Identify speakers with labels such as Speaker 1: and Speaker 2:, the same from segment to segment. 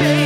Speaker 1: Oh,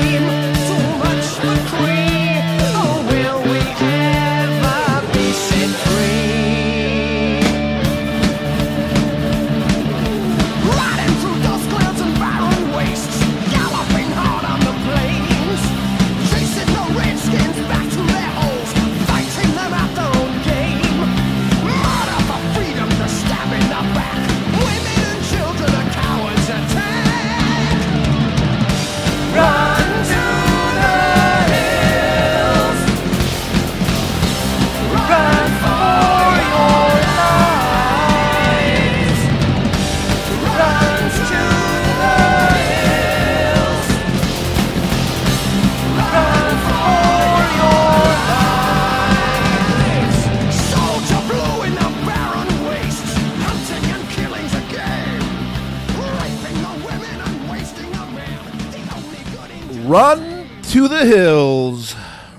Speaker 2: Run to the hills.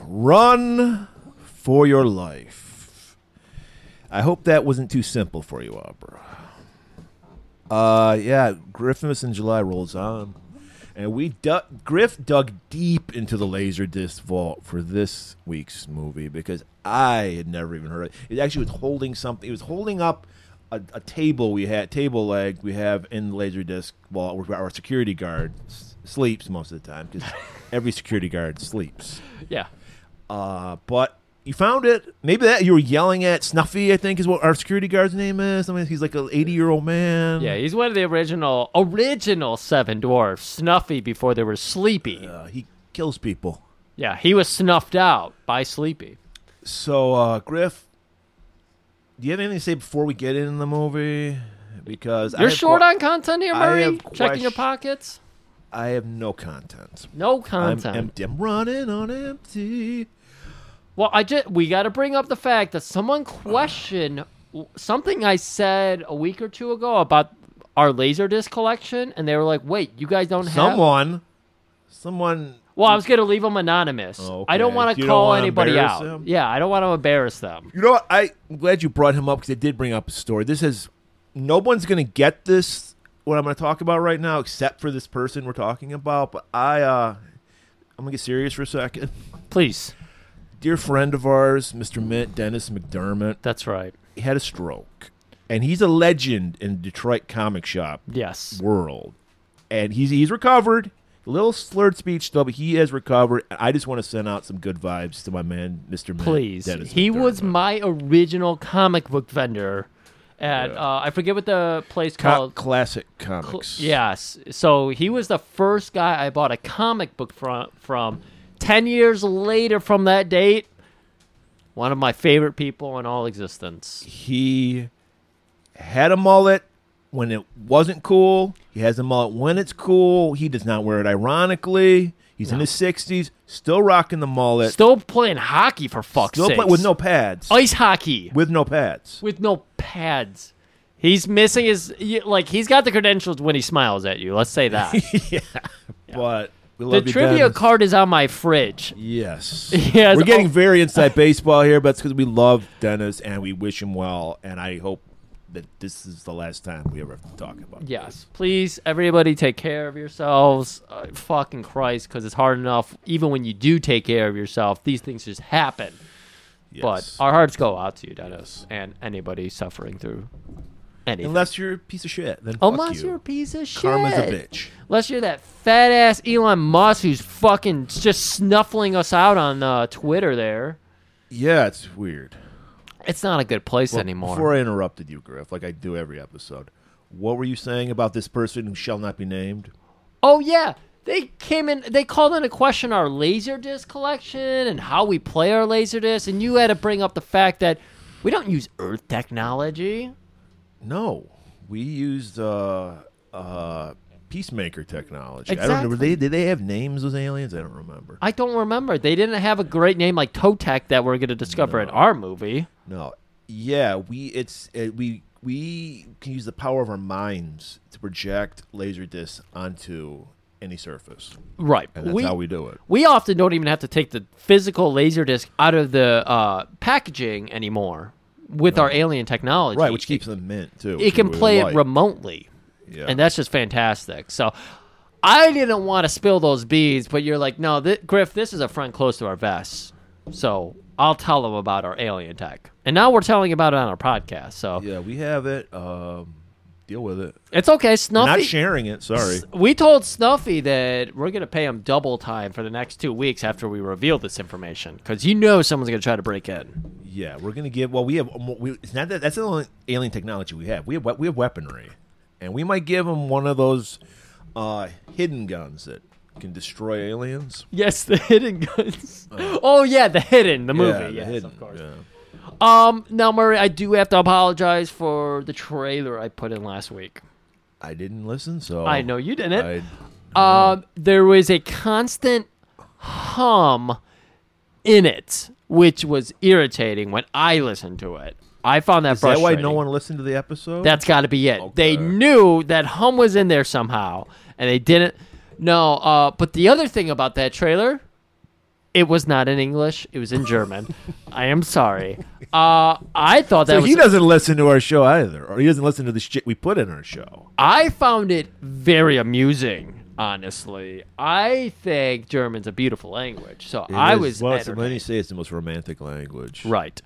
Speaker 2: Run for your life. I hope that wasn't too simple for you, Opera. Uh, yeah, Griffmas in July rolls on. And we dug, Griff dug deep into the Laserdisc vault for this week's movie because I had never even heard it. It actually was holding something. It was holding up a, a table we had, table leg we have in the Laserdisc vault where our security guard s- sleeps most of the time because every security guard sleeps.
Speaker 3: Yeah.
Speaker 2: Uh, but you found it. Maybe that you were yelling at Snuffy. I think is what our security guard's name is. I mean, he's like an eighty-year-old man.
Speaker 3: Yeah, he's one of the original original seven dwarfs, Snuffy before they were Sleepy.
Speaker 2: uh, he kills people.
Speaker 3: Yeah, he was snuffed out by Sleepy.
Speaker 2: So, uh, Griff, do you have anything to say before we get into the movie? Because I
Speaker 3: You're
Speaker 2: have
Speaker 3: short
Speaker 2: qu-
Speaker 3: on content here,
Speaker 2: I
Speaker 3: Murray?
Speaker 2: have
Speaker 3: Checking your
Speaker 2: quest-
Speaker 3: pockets?
Speaker 2: I have no content.
Speaker 3: No
Speaker 2: I'm
Speaker 3: content.
Speaker 2: empty. I'm running on empty.
Speaker 3: Well, I just we got to bring up the fact that someone questioned w- something I said a week or two ago about our Laserdisc collection, and they were like, "Wait, you guys don't have."
Speaker 2: Someone, someone.
Speaker 3: Well, I was gonna leave them anonymous.
Speaker 2: Oh,
Speaker 3: I don't
Speaker 2: okay.
Speaker 3: want
Speaker 2: You
Speaker 3: to
Speaker 2: don't
Speaker 3: call
Speaker 2: wanna
Speaker 3: anybody
Speaker 2: embarrass
Speaker 3: out.
Speaker 2: them?
Speaker 3: Yeah, I don't want to embarrass them.
Speaker 2: You know what? I, I'm glad you brought him up because it did bring up a story. This is no one's going to get this what I'm going to talk about right now except for this person we're talking about. But I, uh, I'm going to get serious for a second.
Speaker 3: Please,
Speaker 2: Dear friend of ours, Mr. Mint Dennis McDermott.
Speaker 3: that's right.
Speaker 2: he had a stroke and he's a legend in detroit comic shop
Speaker 3: Yes,
Speaker 2: world and he's he's recovered a little slurred speech though but he has recovered and i just want to send out some good vibes to my man mr Mint
Speaker 3: please.
Speaker 2: Dennis
Speaker 3: he
Speaker 2: McDermott.
Speaker 3: was my original comic book vendor at uh, I forget what the place
Speaker 2: Co-
Speaker 3: called.
Speaker 2: classic
Speaker 3: Cl-
Speaker 2: comics
Speaker 3: Yes. So he was the first guy I bought a comic book from. From ten years later, from that date, one of my favorite people in all existence.
Speaker 2: he had a mullet when it wasn't cool he has a mullet when it's cool he does not wear it ironically he's in his 60s still rocking the mullet
Speaker 3: Still Oh, playing hockey for fuck's
Speaker 2: still
Speaker 3: sake.
Speaker 2: play- with no pads
Speaker 3: ice hockey
Speaker 2: with no pads
Speaker 3: with no pads. He's missing his y- like he's got the credentials when he smiles at you. Let's say that.
Speaker 2: but we
Speaker 3: the
Speaker 2: love you,
Speaker 3: trivia
Speaker 2: Dennis.
Speaker 3: card is on my fridge.
Speaker 2: Yes.
Speaker 3: Yes.
Speaker 2: We're getting
Speaker 3: Oh.
Speaker 2: very inside baseball here, but it's because we love Dennis and we wish him well. And I hope that this is the last time we ever have to talk about
Speaker 3: Yes, please, everybody, take care of yourselves. Uh, fucking Christ, because it's hard enough. Even when you do take care of yourself, these things just happen.
Speaker 2: Yes.
Speaker 3: But our hearts go out to you, Dennis, and anybody suffering through anything.
Speaker 2: Unless you're a piece of shit, then fuck
Speaker 3: Unless
Speaker 2: you.
Speaker 3: are Oh, a piece of shit.
Speaker 2: Karma's a bitch.
Speaker 3: Unless you're that fat ass Elon Musk who's fucking just snuffling us out on uh, Twitter there.
Speaker 2: Yeah, it's weird.
Speaker 3: It's not a good place
Speaker 2: Well,
Speaker 3: anymore.
Speaker 2: Before I interrupted you, Griff, like I do every episode, what were you saying about this person who shall not be named?
Speaker 3: Oh yeah, they came in. They called into question our laserdisc collection and how we play our laserdisc, and you had to bring up the fact that we don't use Earth technology.
Speaker 2: No. We used uh, uh, Peacemaker technology. I don't know. were
Speaker 3: Exactly.
Speaker 2: They, did they have names, those aliens? I don't remember.
Speaker 3: I don't remember. They didn't have a great name like Totec that we're going to discover in our movie.
Speaker 2: No. Yeah, we it's it, we we can use the power of our minds to project laser discs onto any surface,
Speaker 3: Right.
Speaker 2: and that's
Speaker 3: we,
Speaker 2: how we do it.
Speaker 3: we often don't even have to take the physical laserdisc out of the uh, packaging anymore with our alien technology.
Speaker 2: Right, which keeps them mint too.
Speaker 3: it can play it
Speaker 2: remote.
Speaker 3: remotely.
Speaker 2: Yeah.
Speaker 3: and that's just fantastic. So I didn't want to spill those beads, but you're like, no, th- Griff, this is a front close to our vests. So I'll tell them about our alien tech, and now we're telling about it on our podcast. So
Speaker 2: yeah, we have it. Um, deal with it.
Speaker 3: it's okay,
Speaker 2: Not
Speaker 3: Snuffy.
Speaker 2: sharing it. Sorry.
Speaker 3: we told Snuffy that we're gonna pay him double time for the next two weeks after we reveal this information, because you know someone's gonna try to break in.
Speaker 2: Yeah, we're gonna give. Well, we have. more- We, it's not that. That's the only alien technology we have. We have. we- We have weaponry, and we might give them one of those uh, hidden guns that can destroy aliens.
Speaker 3: Yes, the hidden guns. oh yeah, the hidden, the movie.
Speaker 2: yeah, the
Speaker 3: yes,
Speaker 2: hidden,
Speaker 3: of course.
Speaker 2: yeah.
Speaker 3: Um, now Murray, I do have to apologize for the trailer I put in last week.
Speaker 2: I didn't listen, so
Speaker 3: I know you
Speaker 2: Oh, I,
Speaker 3: didn't. um, there was a constant hum in it, which was irritating when I listened to it. I found that
Speaker 2: is that
Speaker 3: frustrating.
Speaker 2: why no one listened to the episode?
Speaker 3: That's got to be it. They
Speaker 2: Okay.
Speaker 3: knew that hum was in there somehow, and they didn't. No, uh, but the other thing about that trailer, it was not in English. It was in German. I am sorry. Uh, I thought that
Speaker 2: So
Speaker 3: was.
Speaker 2: he doesn't listen to our show either, or he doesn't listen to the shit we put in our show.
Speaker 3: I found it very amusing. Honestly, I think German's a beautiful language, so I was
Speaker 2: Well, it's,
Speaker 3: entertained.
Speaker 2: let me say it's the most romantic language.
Speaker 3: Right.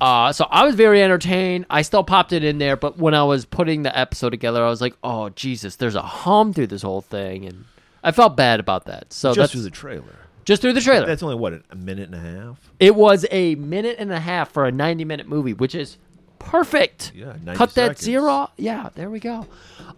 Speaker 3: Uh, so I was very entertained. I still popped it in there, but when I was putting the episode together, I was like, "Oh Jesus, there's a hum through this whole thing," and I felt bad about that. So
Speaker 2: Just
Speaker 3: Oh, that's
Speaker 2: through the trailer.
Speaker 3: just through the trailer.
Speaker 2: That's only what a minute and a half.
Speaker 3: It was a minute and a half for a 90 minute movie, which is perfect.
Speaker 2: Yeah, 90
Speaker 3: Cut that
Speaker 2: seconds.
Speaker 3: zero. Yeah, there we go.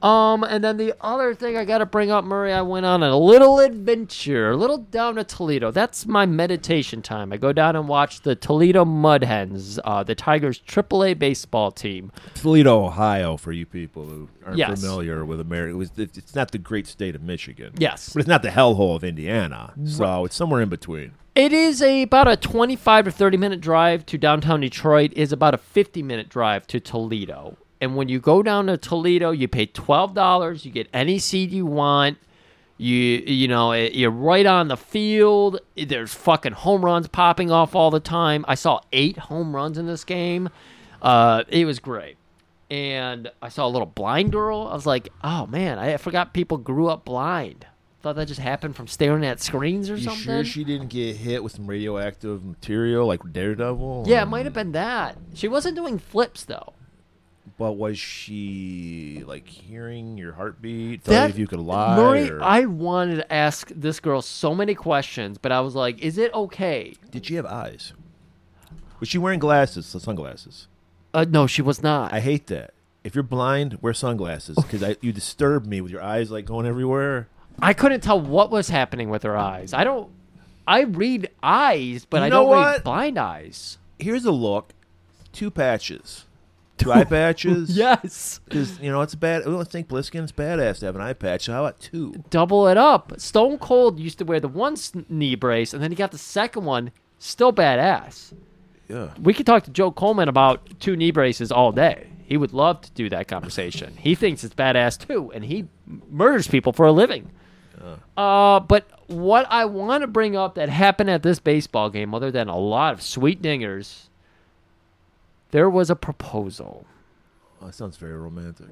Speaker 3: Um, and then the other thing I got to bring up, Murray, I went on a little adventure, a little down to Toledo. That's my meditation time. I go down and watch the Toledo Mud Hens, uh, the Tigers' AAA baseball team.
Speaker 2: Toledo, Ohio, for you people who aren't
Speaker 3: Yes.
Speaker 2: familiar with America, it was, it- it's not the great state of Michigan.
Speaker 3: Yes.
Speaker 2: but it's not the hellhole of Indiana. So it's somewhere in between.
Speaker 3: It is a, about a 25 to 30 minute drive to downtown Detroit is about a 50 minute drive to Toledo. And when you go down to Toledo, you pay $12, you get any seed you want. You you know, eh, you're right on the field. There's fucking home runs popping off all the time. I saw 8 home runs in this game. Uh it was great. And I saw a little blind girl. I was like, "Oh man, I forgot people grew up blind." Thought that just happened from staring at screens or
Speaker 2: You
Speaker 3: something.
Speaker 2: sure she didn't get hit with some radioactive material like Daredevil?
Speaker 3: Yeah, it might have been that. She wasn't doing flips though.
Speaker 2: But was she like hearing your heartbeat?
Speaker 3: That-
Speaker 2: Telling you if you could lie?
Speaker 3: Murray,
Speaker 2: or-
Speaker 3: I wanted to ask this girl so many questions, but I was like, "Is it okay?"
Speaker 2: Did she have eyes? Was she wearing glasses? So sunglasses.
Speaker 3: Uh, no, she was not.
Speaker 2: I hate that. If you're blind, wear sunglasses
Speaker 3: Oh.
Speaker 2: because you disturb me with your eyes like going everywhere.
Speaker 3: I couldn't tell what was happening with her eyes. I don't. I read eyes, but
Speaker 2: You
Speaker 3: I
Speaker 2: know
Speaker 3: don't read
Speaker 2: what?
Speaker 3: blind eyes.
Speaker 2: Here's a look: two patches, two eye patches.
Speaker 3: Yes.
Speaker 2: because you know it's bad. We don't think Bliskin's badass to have an eye patch. So how about two?
Speaker 3: Double it up. Stone Cold used to wear the one s- knee brace, and then he got the second one. Still badass.
Speaker 2: Yeah.
Speaker 3: We could talk to Joe Coleman about two knee braces all day. He would love to do that conversation. He thinks it's badass too, and he murders people for a living. Uh, but what I want to bring up that happened at this baseball game, other than a lot of sweet dingers, there was a proposal.
Speaker 2: Oh, that sounds very romantic.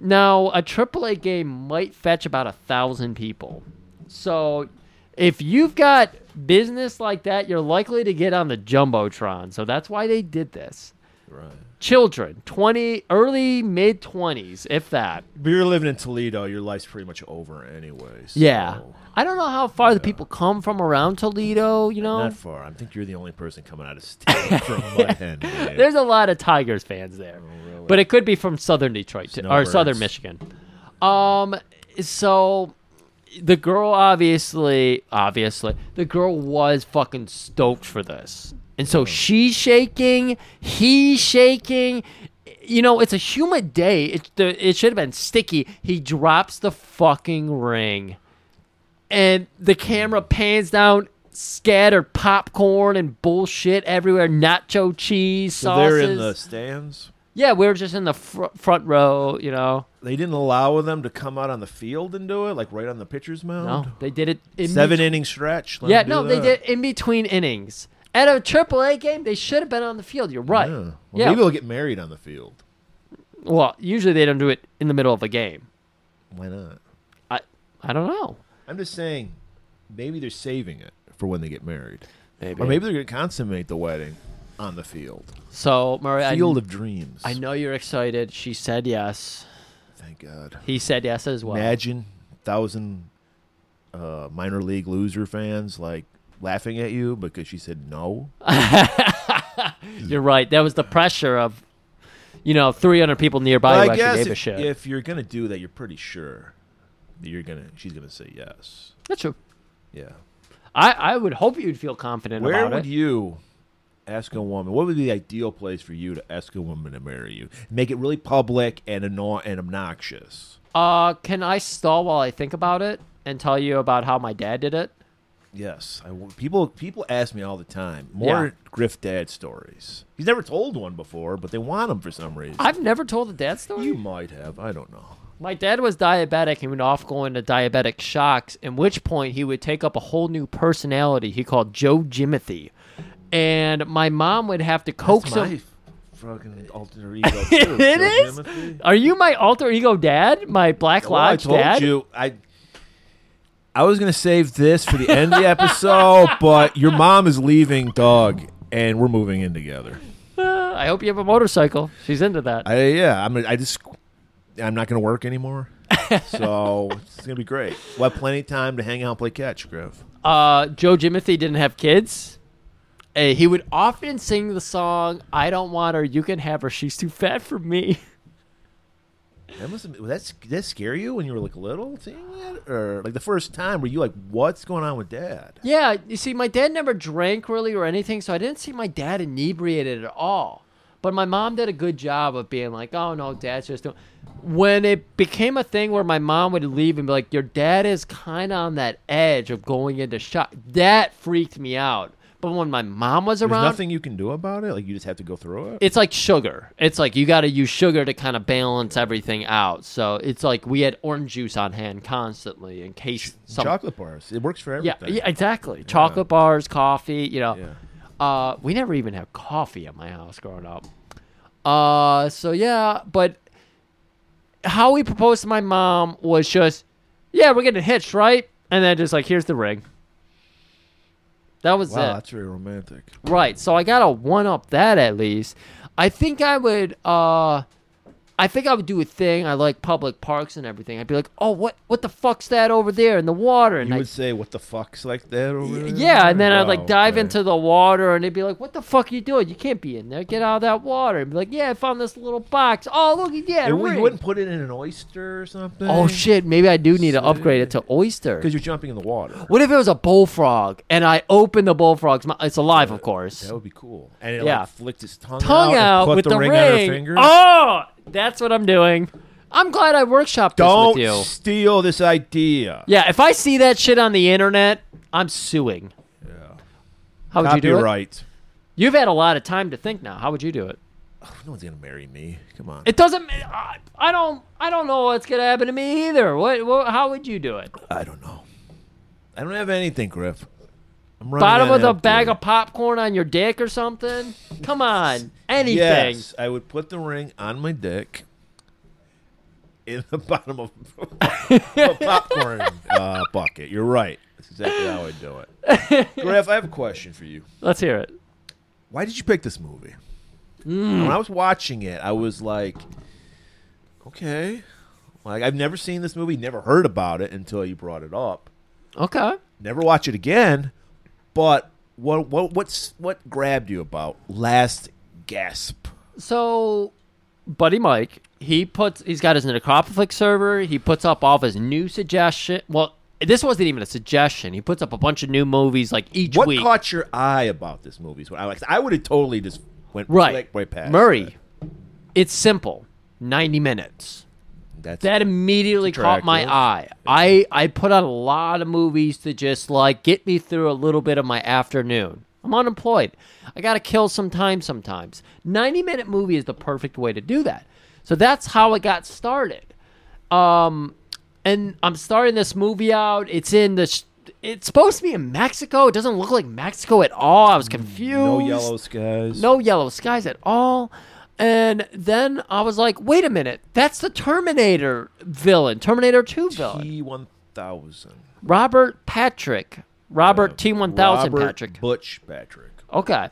Speaker 3: Now, a AAA game might fetch about a thousand people. So, if you've got business like that, you're likely to get on the jumbotron. So that's why they did this.
Speaker 2: Right.
Speaker 3: children, 20, early mid 20s, if that.
Speaker 2: But you're living in Toledo. Your life's pretty much over anyway. so-
Speaker 3: Yeah. I don't know how far the people come from around Toledo, you know.
Speaker 2: Not far. I think you're the only person coming out of state from Mud Hen. babe.
Speaker 3: There's a lot of Tigers fans there.
Speaker 2: Oh,
Speaker 3: But it could be from southern Detroit too, or
Speaker 2: Snowbirds.
Speaker 3: southern Michigan. Um so the girl obviously obviously the girl was fucking stoked for this. And so
Speaker 2: Mm.
Speaker 3: she's shaking, he's shaking. You know, it's a humid day. It the, it should have been sticky. He drops the fucking ring. and the camera pans down scattered popcorn and bullshit everywhere nacho cheese
Speaker 2: So
Speaker 3: sauces
Speaker 2: they're in the stands.
Speaker 3: yeah we were just in the fr- front row you know
Speaker 2: They didn't allow them to come out on the field and do it, like right on the pitcher's mound.
Speaker 3: no they did it in
Speaker 2: Seven inning stretch. let
Speaker 3: yeah
Speaker 2: 'em do
Speaker 3: no they
Speaker 2: that.
Speaker 3: did in between innings at a AAA game they should have been on the field you're right
Speaker 2: Yeah.
Speaker 3: yeah,
Speaker 2: Well, Maybe they'll get married on the field.
Speaker 3: well usually they don't do it in the middle of a game
Speaker 2: Why not?
Speaker 3: i i don't know
Speaker 2: I'm just saying, maybe they're saving it for when they get married.
Speaker 3: maybe,
Speaker 2: Or maybe they're going to consummate the wedding on the field.
Speaker 3: so murray I,
Speaker 2: Field of dreams.
Speaker 3: I know you're excited she said yes
Speaker 2: Thank God.
Speaker 3: he said yes as well
Speaker 2: Imagine thousand uh, minor league loser fans like laughing at you because she said no.
Speaker 3: You're right. That was the pressure of, you know, 300 people
Speaker 2: But
Speaker 3: nearby who
Speaker 2: I
Speaker 3: actually
Speaker 2: guess
Speaker 3: gave a
Speaker 2: if,
Speaker 3: shit.
Speaker 2: if you're gonna do that, you're pretty sure that you're gonna. She's gonna say yes.
Speaker 3: That's true.
Speaker 2: Yeah.
Speaker 3: I, I would hope you'd feel confident
Speaker 2: Where
Speaker 3: about
Speaker 2: would
Speaker 3: it.
Speaker 2: you ask a woman? What would be the ideal place for you to ask a woman to marry you? Make it really public and anno- and obnoxious.
Speaker 3: uh, can I stall while I think about it and tell you about how my dad did it?
Speaker 2: Yes, I w people people ask me all the time more
Speaker 3: Yeah.
Speaker 2: Griff dad stories. He's never told one before, but they want them for some reason.
Speaker 3: I've never told a dad story.
Speaker 2: you might have, I don't know.
Speaker 3: My dad was diabetic and would off go into diabetic shocks, in which point he would take up a whole new personality he called Joe Jimothy. And my mom would have to coax
Speaker 2: my
Speaker 3: him.
Speaker 2: fucking alter ego. Too,
Speaker 3: It is?
Speaker 2: Joe Jimothy.
Speaker 3: Are you my alter ego dad? My Black
Speaker 2: Well, Oh, I
Speaker 3: Lodge
Speaker 2: told
Speaker 3: dad?
Speaker 2: you I. I was gonna save this for the end of the episode, but your mom is leaving, dog, and we're moving in together.
Speaker 3: Uh, I hope you have a motorcycle. She's into that.
Speaker 2: I yeah, I'm I just I'm not gonna work anymore, so it's gonna be great. We'll have plenty of time to hang out and play catch, Griff.
Speaker 3: Uh, Joe Jimothy didn't have kids. Uh, he would often sing the song, I Don't Want Her, You Can Have Her, She's Too Fat for Me.
Speaker 2: That must have, that sc- did that scare you when you were like little seeing that, or like the first time were you like, what's going on with dad?
Speaker 3: Yeah, you see, my dad never drank really or anything, so I didn't see my dad inebriated at all. But my mom did a good job of being like, "Oh no, dad's just doing." When it became a thing where my mom would leave and be like, "Your dad is kind of on that edge of going into shock," that freaked me out. But when my mom was
Speaker 2: There's
Speaker 3: around,
Speaker 2: nothing you can do about it. Like you just have to go through it.
Speaker 3: it's like sugar. It's like you got to use sugar to kind of balance everything out. So it's like we had orange juice on hand constantly in case something.
Speaker 2: Chocolate bars. It works for
Speaker 3: Yeah,
Speaker 2: everything.
Speaker 3: yeah, exactly. Chocolate bars, coffee, you know.
Speaker 2: Yeah.
Speaker 3: Uh, we never even had coffee at my house growing up. Uh, so yeah, but how he proposed to my mom was just, yeah, we're getting hitched, right? And then just like, here's the ring. That was
Speaker 2: Wow,
Speaker 3: it.
Speaker 2: that's very romantic.
Speaker 3: Right. So I got to one up that at least. I think I would uh I think I would do a thing. I like public parks and everything. I'd be like, "Oh, what what the fuck's that over there in the water?" And
Speaker 2: You
Speaker 3: I,
Speaker 2: would say, "What the fuck's like that?" Over
Speaker 3: Y-
Speaker 2: there?
Speaker 3: Yeah, and then I'd
Speaker 2: Wow,
Speaker 3: like dive
Speaker 2: okay.
Speaker 3: into the water, and they'd be like, "What the fuck you doing? You can't be in there. Get out of that water." And be like, "Yeah, I found this little box. Oh, look, yeah, a
Speaker 2: And we-
Speaker 3: ring."
Speaker 2: you wouldn't put it in an oyster or something.
Speaker 3: Oh shit, maybe I do need to upgrade it to oyster.
Speaker 2: Because you're jumping in the water.
Speaker 3: What if it was a bullfrog and I opened the bullfrog's mouth? It's alive, of course.
Speaker 2: That would be cool. And it
Speaker 3: Yeah.
Speaker 2: like flicked his tongue,
Speaker 3: Tongue
Speaker 2: and
Speaker 3: out
Speaker 2: plucked
Speaker 3: with
Speaker 2: the, ring, out of her finger.
Speaker 3: Oh, that's what I'm doing. I'm glad I workshopped
Speaker 2: Don't
Speaker 3: this with you.
Speaker 2: steal this idea.
Speaker 3: Yeah, if I see that shit on the internet, I'm suing. How would you do it?
Speaker 2: Copyright.
Speaker 3: You've had a lot of time to think now. How would you do it?
Speaker 2: No one's gonna marry me. Come on.
Speaker 3: It doesn't. ma- I, I don't. I don't know what's gonna happen to me either. What? what how would you do it?
Speaker 2: I don't know. I don't have anything, Griff. I'm running
Speaker 3: Bottom
Speaker 2: on
Speaker 3: with a
Speaker 2: empty.
Speaker 3: bag of popcorn on your dick or something? Come on, anything.
Speaker 2: Yes, I would put the ring on my dick in the bottom of a popcorn uh, bucket. You're right. That's exactly how I do it. Griff, I have a question for you.
Speaker 3: Let's hear it.
Speaker 2: Why did you pick this movie? When I was watching it, I was like, okay. Like I've never seen this movie, never heard about it until you brought it up.
Speaker 3: Okay.
Speaker 2: Never watch it again. But what what what's what grabbed you about Last Gasp?
Speaker 3: So, Buddy Mike, he puts. He's got his Necropolix server. He puts up all of his new suggestion. Well, this wasn't even a suggestion. He puts up a bunch of new movies like each
Speaker 2: What
Speaker 3: week.
Speaker 2: caught your eye about this movie? Is what I like. I would have totally just went
Speaker 3: right.
Speaker 2: flick right past
Speaker 3: Murray.
Speaker 2: it.
Speaker 3: It's simple. Ninety minutes.
Speaker 2: That's
Speaker 3: that immediately caught my
Speaker 2: attractive.
Speaker 3: eye. I I put on a lot of movies to just like get me through a little bit of my afternoon. I'm unemployed. I got to kill some time sometimes. 90 minute movie is the perfect way to do that. So that's how it got started. Um and I'm starting this movie out. It's in the sh- it's supposed to be in Mexico. It doesn't look like Mexico at all. I was confused.
Speaker 2: Mm, no yellow skies.
Speaker 3: No yellow skies at all. And then I was like, wait a minute, that's the Terminator villain, Terminator 2 villain.
Speaker 2: T one thousand.
Speaker 3: Robert Patrick. Robert T 1000 Patrick.
Speaker 2: Butch Patrick.
Speaker 3: Okay.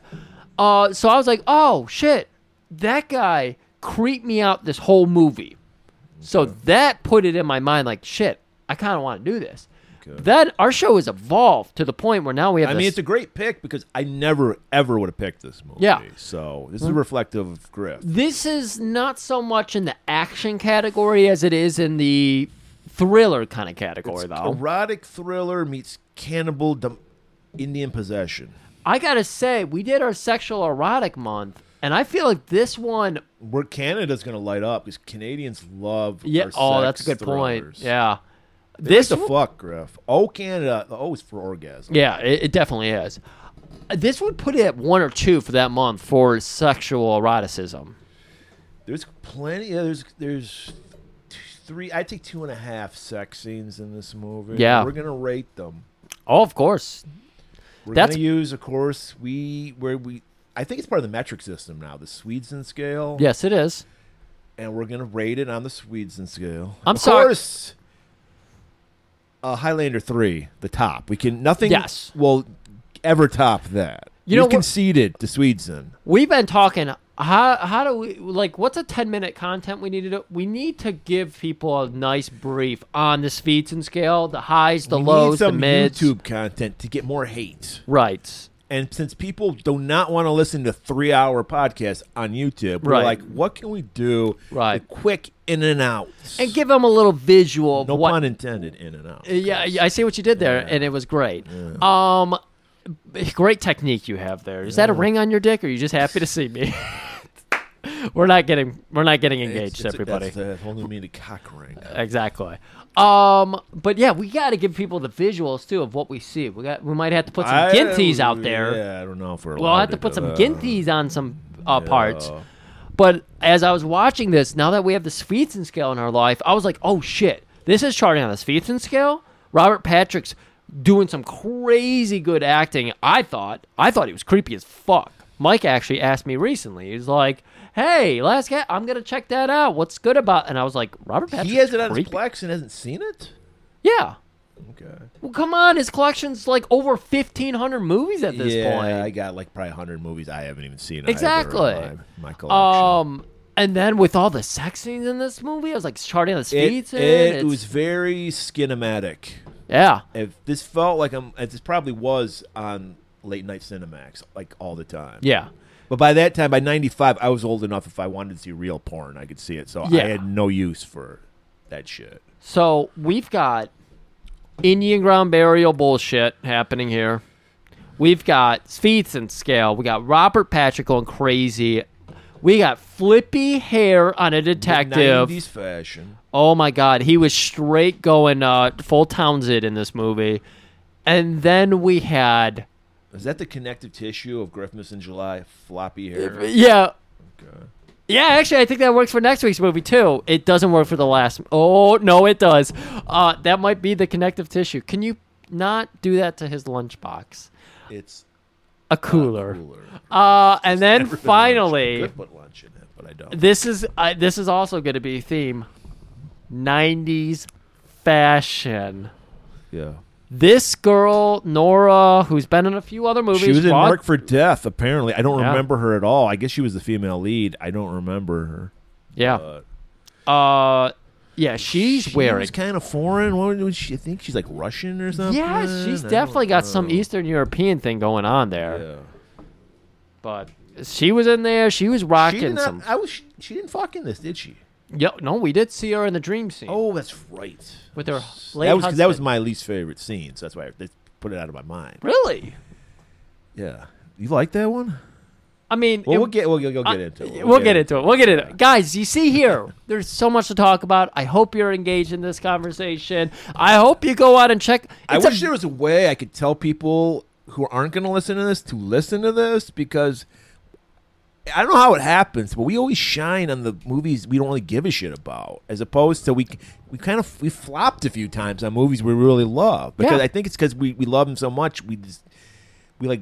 Speaker 3: Uh, so I was like, oh, shit, that guy creeped me out this whole movie. So that put it in my mind like, shit, I kind of want to do this.
Speaker 2: Okay.
Speaker 3: That our show has evolved to the point where now we have
Speaker 2: I
Speaker 3: this-
Speaker 2: mean, it's a great pick because I never ever would have picked this movie.
Speaker 3: Yeah. Mm.
Speaker 2: So this is reflective of Griff.
Speaker 3: this is not so much in the action category as it is in the thriller kind of category though
Speaker 2: Erotic thriller meets cannibal dom- Indian possession.
Speaker 3: i gotta say we did our sexual erotic month and i feel like this one
Speaker 2: Where Canada's going to light up because Canadians love.
Speaker 3: yeah
Speaker 2: our
Speaker 3: oh
Speaker 2: sex
Speaker 3: that's a good point
Speaker 2: thrillers.
Speaker 3: yeah
Speaker 2: This
Speaker 3: this
Speaker 2: the fuck, Griff. Oh, Canada. The O is for orgasm.
Speaker 3: yeah it, it definitely is this would put it at one or two for that month for sexual eroticism
Speaker 2: There's plenty. Yeah, there's there's three. I take two and a half sex scenes in this movie.
Speaker 3: Yeah.
Speaker 2: we're gonna rate them.
Speaker 3: Oh, of course.
Speaker 2: We're
Speaker 3: That's-
Speaker 2: gonna use, of course, we where we. I think it's part of the metric system now, the Sweden scale.
Speaker 3: Yes, it is.
Speaker 2: and we're gonna rate it on the Sweden scale.
Speaker 3: I'm
Speaker 2: of
Speaker 3: sorry-
Speaker 2: Course, uh, Highlander three, the top. We can nothing.
Speaker 3: Yes.
Speaker 2: will ever top that.
Speaker 3: You
Speaker 2: We've
Speaker 3: know what-
Speaker 2: conceded to Sweden.
Speaker 3: We've been talking. How how do we like? What's a ten minute content we need to do? We need to give people a nice brief on the speeds and scale, the highs, the
Speaker 2: we need
Speaker 3: lows, the
Speaker 2: some
Speaker 3: mids.
Speaker 2: YouTube content to get more hate.
Speaker 3: Right.
Speaker 2: And since people do not want to listen to three hour podcasts on YouTube, we're
Speaker 3: Right.
Speaker 2: like, what can we do?
Speaker 3: Right.
Speaker 2: to quick in and out.
Speaker 3: And give them a little visual of
Speaker 2: no
Speaker 3: what
Speaker 2: pun intended. In and out.
Speaker 3: Yeah, yeah, I see what you did there, and it was great. Um, b- great technique you have there. Is that a ring on your dick, or are you just happy to see me? we're not getting we're not getting engaged,
Speaker 2: It's- it's-
Speaker 3: everybody. Uh,
Speaker 2: That's, that's only me to cock ring.
Speaker 3: exactly. Um, but yeah, we got to give people the visuals too of what we see. We got we might have to put some
Speaker 2: I-
Speaker 3: ginties out there.
Speaker 2: Yeah, I don't know if we're.
Speaker 3: We'll
Speaker 2: allowed
Speaker 3: have to put
Speaker 2: do
Speaker 3: some
Speaker 2: that.
Speaker 3: ginties on some uh, parts.
Speaker 2: Yeah.
Speaker 3: But as I was watching this, now that we have the Svetson scale in our life, I was like, oh shit, this is charting on the Svetson scale. Robert Patrick's doing some crazy good acting. I thought, I thought he was creepy as fuck. Mike actually asked me recently. He's like, "Hey, last cat, I'm gonna check that out. What's good about?" And I was like, "Robert Patrick's
Speaker 2: he has it on his
Speaker 3: creepy."
Speaker 2: Plex and hasn't seen it.
Speaker 3: yeah.
Speaker 2: Okay.
Speaker 3: Well, come on, his collection's like over fifteen hundred movies at this
Speaker 2: yeah,
Speaker 3: point.
Speaker 2: I got like probably hundred movies I haven't even seen. either in
Speaker 3: Exactly.
Speaker 2: My, my collection.
Speaker 3: Um, and then with all the sex scenes in this movie, I was like charting on the
Speaker 2: it,
Speaker 3: speeds.
Speaker 2: it was very cinematic.
Speaker 3: yeah,
Speaker 2: If this felt like I'm, as this probably was on late night Cinemax, like all the time.
Speaker 3: yeah,
Speaker 2: But by that time, by '95, I was old enough. If I wanted to see real porn, I could see it. So
Speaker 3: Yeah.
Speaker 2: I had no use for that shit.
Speaker 3: So we've got Indian ground burial bullshit happening here. We've got Speeds and Scale. We got Robert Patrick going crazy. We got flippy hair on a detective.
Speaker 2: '90s fashion.
Speaker 3: Oh my god, he was straight going uh, full Townsend in this movie. And then we had
Speaker 2: Is that the connective tissue of Griffiths and July? Floppy hair.
Speaker 3: yeah.
Speaker 2: Okay.
Speaker 3: Yeah, actually, I think that works for next week's movie too. It doesn't work for the last. Oh no, it does. Uh, that might be the connective tissue. Can you not do that to his lunchbox?
Speaker 2: It's
Speaker 3: A cooler.
Speaker 2: cooler.
Speaker 3: Uh, and then
Speaker 2: Never been lunch. I
Speaker 3: finally,
Speaker 2: could put lunch in it, but I don't.
Speaker 3: this is uh, this is also going to be a theme. '90s fashion.
Speaker 2: yeah.
Speaker 3: This girl Nora, who's been in a few other movies,
Speaker 2: She was in
Speaker 3: Rock-
Speaker 2: Mark for Death, apparently. I don't
Speaker 3: Yeah.
Speaker 2: remember her at all. I guess she was the female lead. I don't remember her.
Speaker 3: Yeah.
Speaker 2: But
Speaker 3: Uh, yeah, she's wearing.
Speaker 2: She's kind of foreign. What would she I think? She's like Russian or something?
Speaker 3: Yeah,
Speaker 2: I
Speaker 3: she's
Speaker 2: don't
Speaker 3: definitely got some
Speaker 2: know.
Speaker 3: Eastern European thing going on there.
Speaker 2: Yeah.
Speaker 3: But she was in there. She was
Speaker 2: She,
Speaker 3: rocking
Speaker 2: did not,
Speaker 3: some.
Speaker 2: I was, she didn't fuck in this, did she?
Speaker 3: Yo, no, we did see her in the dream scene.
Speaker 2: Oh, that's right.
Speaker 3: With her late
Speaker 2: That was, 'cause that was
Speaker 3: husband.
Speaker 2: my least favorite scene, so that's why I they put it out of my mind.
Speaker 3: really?
Speaker 2: Yeah. You like that one?
Speaker 3: I mean,
Speaker 2: Well,
Speaker 3: it-
Speaker 2: we'll get we'll, we'll get
Speaker 3: I-
Speaker 2: into it.
Speaker 3: We'll, get, into it. We'll get into it. Guys, you see here, there's so much to talk about. I hope you're engaged in this conversation. I hope you go out and check.
Speaker 2: I
Speaker 3: It's a-
Speaker 2: wish there was a way I could tell people who aren't going to listen to this to listen to this because I don't know how it happens, but we always shine on the movies we don't really give a shit about, as opposed to we we kind of we flopped a few times on movies we really love because
Speaker 3: Yeah.
Speaker 2: I think it's because we we love them so much we just we like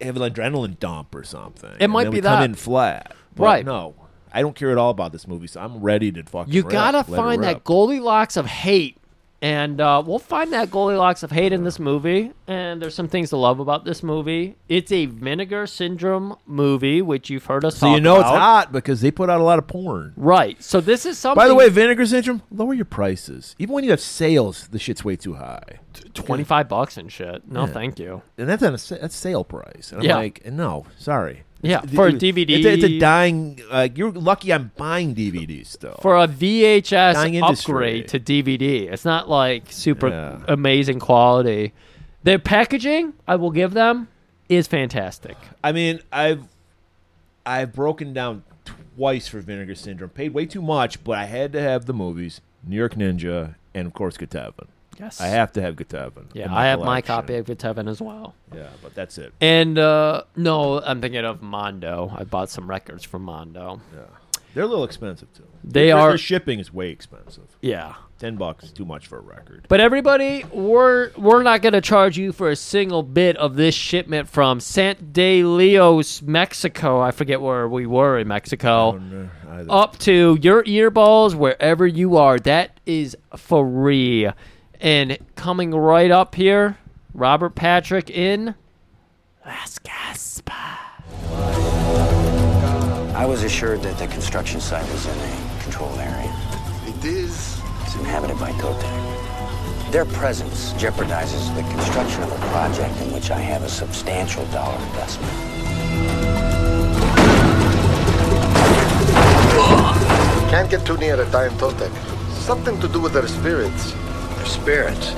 Speaker 2: have an adrenaline dump or something. and
Speaker 3: might
Speaker 2: then
Speaker 3: be
Speaker 2: we come
Speaker 3: that.
Speaker 2: in flat, But
Speaker 3: Right.
Speaker 2: No, I don't care at all about this movie, so I'm ready to fucking.
Speaker 3: you
Speaker 2: rip,
Speaker 3: gotta
Speaker 2: let it
Speaker 3: find that
Speaker 2: rip.
Speaker 3: Goldilocks of hate, and uh, we'll find that Goldilocks of hate in this movie. And there's some things to love about this movie. It's a Vinegar Syndrome movie, which you've heard us.
Speaker 2: So
Speaker 3: talk
Speaker 2: you know it's
Speaker 3: about.
Speaker 2: hot because they put out a lot of porn.
Speaker 3: Right. So this is something.
Speaker 2: By the way, vinegar syndrome, lower your prices. Even when you have sales, the shit's way too high.
Speaker 3: twenty-five bucks and shit. No, thank you.
Speaker 2: And that's on a sa- that's sale price. And I'm
Speaker 3: Yeah.
Speaker 2: like, no, sorry.
Speaker 3: Yeah,
Speaker 2: It's-
Speaker 3: for a
Speaker 2: it's-
Speaker 3: DVD.
Speaker 2: It's a, it's a dying, uh, you're lucky I'm buying DVDs still.
Speaker 3: For a VHS
Speaker 2: Dying
Speaker 3: upgrade to
Speaker 2: industry.
Speaker 3: DVD, it's not like super
Speaker 2: Yeah.
Speaker 3: amazing quality. Their packaging, I will give them, is fantastic.
Speaker 2: I mean, I've I've broken down twice for vinegar syndrome. Paid way too much, but I had to have the movies, New York Ninja, and of course Katevin.
Speaker 3: Yes,
Speaker 2: I have to have Katevin.
Speaker 3: Yeah,
Speaker 2: in
Speaker 3: I have my copy
Speaker 2: collection.
Speaker 3: of Heaven as well.
Speaker 2: Yeah, but that's it.
Speaker 3: And uh, no, I'm thinking of Mondo. I bought some records from Mondo.
Speaker 2: Yeah. They're a little expensive too.
Speaker 3: They
Speaker 2: Their-
Speaker 3: are-
Speaker 2: Their shipping is way expensive.
Speaker 3: Yeah.
Speaker 2: Ten bucks is too much for a record.
Speaker 3: But everybody, we're we're not gonna charge you for a single bit of this shipment from Sant de Leos, Mexico. I forget where we were in Mexico.
Speaker 2: Either.
Speaker 3: Up to your earballs, wherever you are. That is free. And coming right up here, Robert Patrick in Las Gaspas.
Speaker 4: I was assured that the construction site was in a controlled area.
Speaker 5: It is.
Speaker 4: It's inhabited by Kotek. Their presence jeopardizes the construction of a project in which I have a substantial dollar investment.
Speaker 5: Can't get too near a dying Toltec. Something to do with their spirits. Their spirits?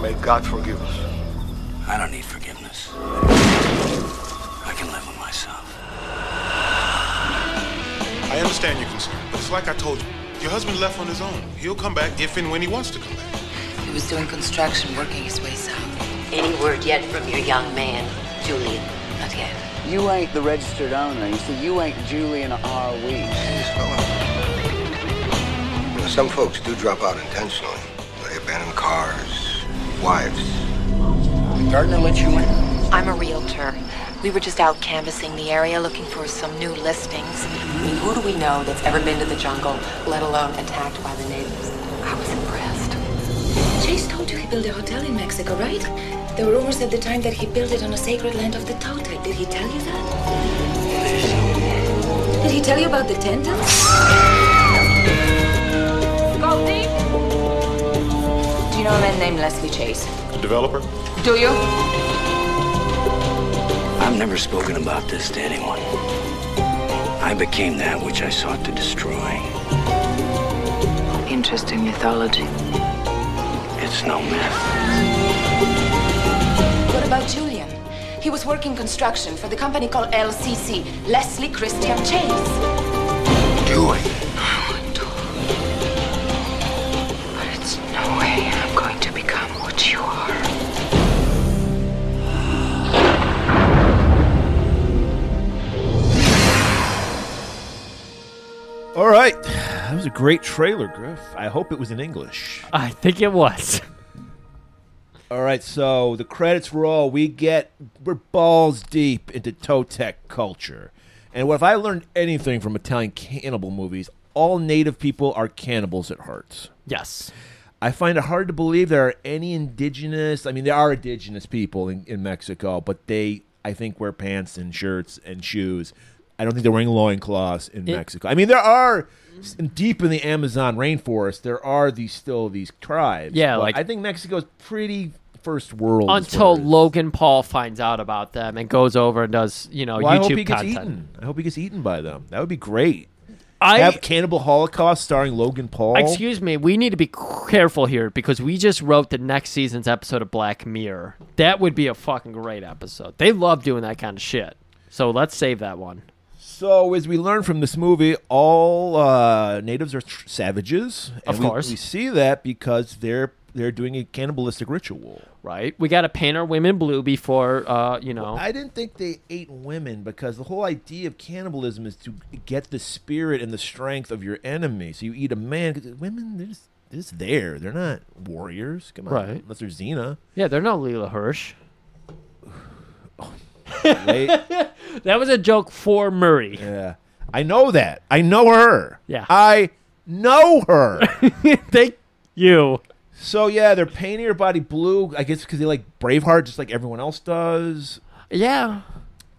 Speaker 5: May God forgive us.
Speaker 4: I don't need forgiveness. I can live with myself.
Speaker 6: I understand your concern, but it's like I told you. Your husband left on his own. He'll come back if and when he wants to come back.
Speaker 7: He was doing construction, working his way south.
Speaker 8: Any word yet from your young man, Julian?
Speaker 7: Not yet.
Speaker 4: You ain't the registered owner. You see, you ain't Julian R. Weeks.
Speaker 5: Some folks do drop out intentionally. They abandon cars, wives.
Speaker 4: Gardner let you in?
Speaker 7: I'm a realtor. We were just out canvassing the area looking for some new listings.
Speaker 8: I mean, who do we know that's ever been to the jungle, let alone attacked by the natives?
Speaker 7: I was impressed.
Speaker 1: Chase told you he built a hotel in Mexico, right? There were rumors at the time that he built it on a sacred land of the Toltec. Did he tell you that? Did he tell you about the tendon?
Speaker 8: Do you know a man named Leslie Chase?
Speaker 6: The developer?
Speaker 8: Do you?
Speaker 4: I've never spoken about this to anyone. I became that which I sought to destroy.
Speaker 7: Interesting mythology.
Speaker 4: It's no myth.
Speaker 1: What about Julian? He was working construction for the company called LCC, Leslie Christian Chase.
Speaker 5: Doing.
Speaker 7: But it's no way I'm going to become what you are.
Speaker 2: All right, that was a great trailer, Griff. I hope it was in English.
Speaker 3: I think it was.
Speaker 2: All right, so the credits roll. We get we're balls deep into Totec culture, and what if I learned anything from Italian cannibal movies? All native people are cannibals at heart.
Speaker 3: Yes.
Speaker 2: I find it hard to believe there are any indigenous. I mean, there are indigenous people in, in Mexico, but they, I think, wear pants and shirts and shoes. I don't think they're wearing loincloths in Mexico. I mean, there are s- deep in the Amazon rainforest. There are these still these tribes.
Speaker 3: Yeah,
Speaker 2: but
Speaker 3: like-
Speaker 2: I think Mexico's pretty first world as
Speaker 3: Until
Speaker 2: far as-
Speaker 3: Logan Paul finds out about them and goes over and does, you know,
Speaker 2: Well, I
Speaker 3: YouTube
Speaker 2: hope he gets
Speaker 3: content.
Speaker 2: eaten. I hope he gets eaten by them. That would be great.
Speaker 3: I
Speaker 2: Have Cannibal Holocaust starring Logan Paul.
Speaker 3: Excuse me, we need to be careful here because we just wrote the next season's episode of Black Mirror. That would be a fucking great episode. They love doing that kind of shit. So let's save that one.
Speaker 2: So, as we learn from this movie, all uh, natives are tr- savages. and
Speaker 3: Of
Speaker 2: we-
Speaker 3: course.
Speaker 2: we see that because they're they're doing a cannibalistic ritual.
Speaker 3: Right? We got to paint our women blue before, uh, you know.
Speaker 2: I didn't think they ate women because the whole idea of cannibalism is to get the spirit and the strength of your enemy. So you eat a man. 'cause women, they're just, they're just there. They're not warriors. Come on,
Speaker 3: Right.
Speaker 2: unless they're Xena.
Speaker 3: yeah, they're not Leela Hirsch.
Speaker 2: They-
Speaker 3: That was a joke for Murray.
Speaker 2: yeah, I know that. I know her.
Speaker 3: Yeah.
Speaker 2: I know her.
Speaker 3: Thank you.
Speaker 2: So yeah, they're painting her body blue. I guess because they like Braveheart, just like everyone else does,
Speaker 3: Yeah.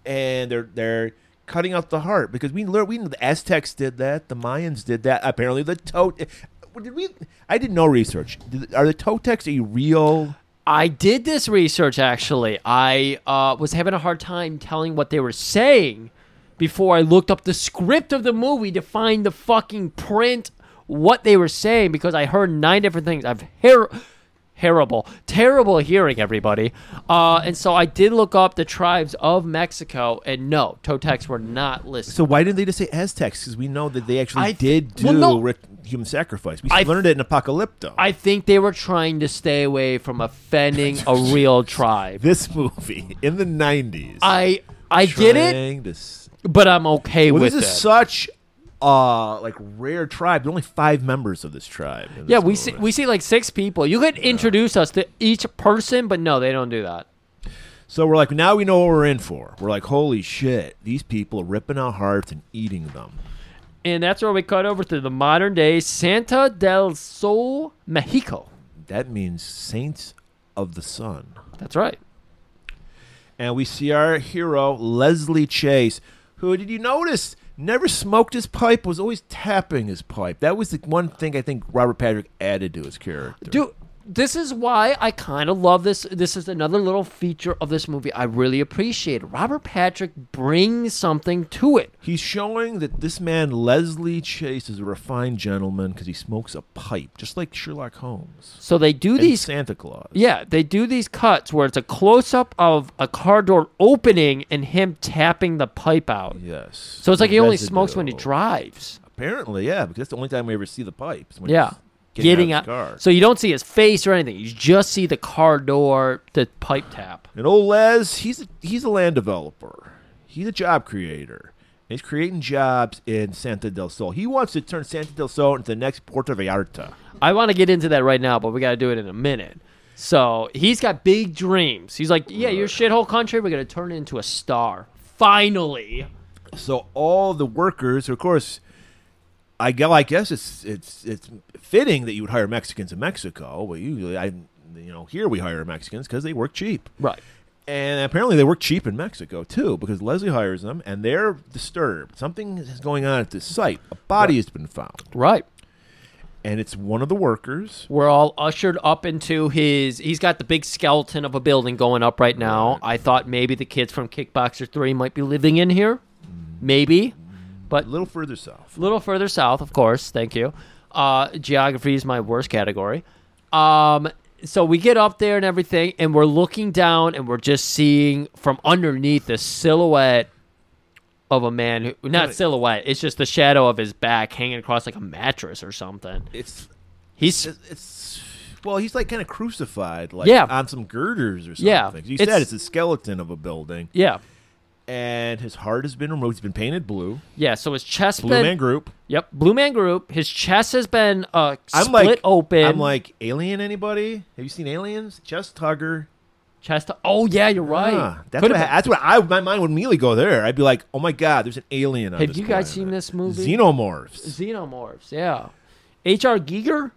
Speaker 2: and they're they're cutting out the heart because we learned we know the Aztecs did that, the Mayans did that. Apparently, the Tot. Did we? I did no research. Did- Are the Totecs a real?
Speaker 3: I did this research actually. I uh, was having a hard time telling what they were saying before I looked up the script of the movie to find the fucking print what they were saying because I heard nine different things. I've heard terrible, terrible hearing everybody. Uh, and so I did look up the tribes of Mexico, and no, Totecs were not listed.
Speaker 2: So why didn't they just say Aztecs? Because we know that they actually
Speaker 3: I-
Speaker 2: did do
Speaker 3: well, no.
Speaker 2: ri- human sacrifice. We
Speaker 3: I-
Speaker 2: learned it in Apocalypto.
Speaker 3: I think they were trying to stay away from offending a real tribe.
Speaker 2: this movie in the nineties.
Speaker 3: I I get it,
Speaker 2: Trying to s-
Speaker 3: but I'm okay
Speaker 2: Well,
Speaker 3: with
Speaker 2: this
Speaker 3: it.
Speaker 2: is such uh like rare tribe. There are only five members of this tribe. in
Speaker 3: Yeah,
Speaker 2: this
Speaker 3: we see
Speaker 2: movie.
Speaker 3: we see like six people. You could introduce us to each person, but no, they don't do that.
Speaker 2: So we're like, now we know what we're in for. We're like, holy shit, these people are ripping our hearts and eating them.
Speaker 3: And that's where we cut over to the modern day Santa del Sol, Mexico.
Speaker 2: That means saints of the sun.
Speaker 3: That's right.
Speaker 2: And we see our hero Leslie Chase, who did you notice never smoked his pipe, was always tapping his pipe. That was the one thing I think Robert Patrick added to his character.
Speaker 3: Dude, this is why I kind of love this. This is another little feature of this movie I really appreciate. Robert Patrick brings something to it.
Speaker 2: He's showing that this man Leslie Chase is a refined gentleman because he smokes a pipe, just like Sherlock Holmes.
Speaker 3: So they do
Speaker 2: and
Speaker 3: these
Speaker 2: Santa Claus.
Speaker 3: Yeah, they do these cuts where it's a close up of a car door opening and him tapping the pipe out.
Speaker 2: Yes.
Speaker 3: So it's like he only smokes when he
Speaker 2: Residue.
Speaker 3: drives.
Speaker 2: Apparently, yeah, because that's the only time we ever see the pipes. when
Speaker 3: Yeah.
Speaker 2: he's
Speaker 3: Getting,
Speaker 2: out, of
Speaker 3: out.
Speaker 2: the car.
Speaker 3: So you don't see his face or anything. You just see the car door, the pipe tap.
Speaker 2: and old Les, he's a, he's a land developer. He's a job creator. He's creating jobs in Santa del Sol. He wants to turn Santa del Sol into the next Puerto Vallarta.
Speaker 3: I want to get into that right now, but we got to do it in a minute. So he's got big dreams. He's like, yeah, your shithole country, we're going to turn it into a star. Finally.
Speaker 2: So all the workers, of course, I gu- I guess it's it's it's fitting that you would hire Mexicans in Mexico. Well, usually, I you know here we hire Mexicans because they work cheap.
Speaker 3: Right.
Speaker 2: And apparently they work cheap in Mexico too, because Leslie hires them, and they're disturbed. Something is going on at this site. A body has been found,
Speaker 3: Right.
Speaker 2: and it's one of the workers.
Speaker 3: we're all ushered up into his he's got the big skeleton of a building going up right now i thought maybe the kids from kickboxer 3 might be living in here maybe but
Speaker 2: A
Speaker 3: a
Speaker 2: little further south,
Speaker 3: little further south of course thank you uh, geography is my worst category um, so we get up there and everything and we're looking down and we're just seeing from underneath the silhouette of a man who not silhouette it's just the shadow of his back hanging across like a mattress or something
Speaker 2: it's
Speaker 3: he's
Speaker 2: it's well, he's like kind of crucified, like
Speaker 3: Yeah.
Speaker 2: on some girders or something.
Speaker 3: Yeah,
Speaker 2: you
Speaker 3: it's-
Speaker 2: said it's a skeleton of a building,
Speaker 3: yeah
Speaker 2: and his heart has been removed. He's been painted blue.
Speaker 3: Yeah, so his chest
Speaker 2: Blue
Speaker 3: been
Speaker 2: Man Group.
Speaker 3: Yep, Blue Man Group. His chest has been uh
Speaker 2: I'm
Speaker 3: split
Speaker 2: like
Speaker 3: open.
Speaker 2: I'm like Alien. Anybody? Have you seen Aliens? Chest tugger.
Speaker 3: chest. Oh yeah, you're right.
Speaker 2: Ah, that's
Speaker 3: Could've
Speaker 2: what,
Speaker 3: been-
Speaker 2: I, that's what I my mind would immediately go there. I'd be like, oh my god, there's an alien. On
Speaker 3: Have
Speaker 2: this
Speaker 3: you guys
Speaker 2: planet.
Speaker 3: seen this movie?
Speaker 2: Xenomorphs.
Speaker 3: Xenomorphs. Yeah. H.R. Giger.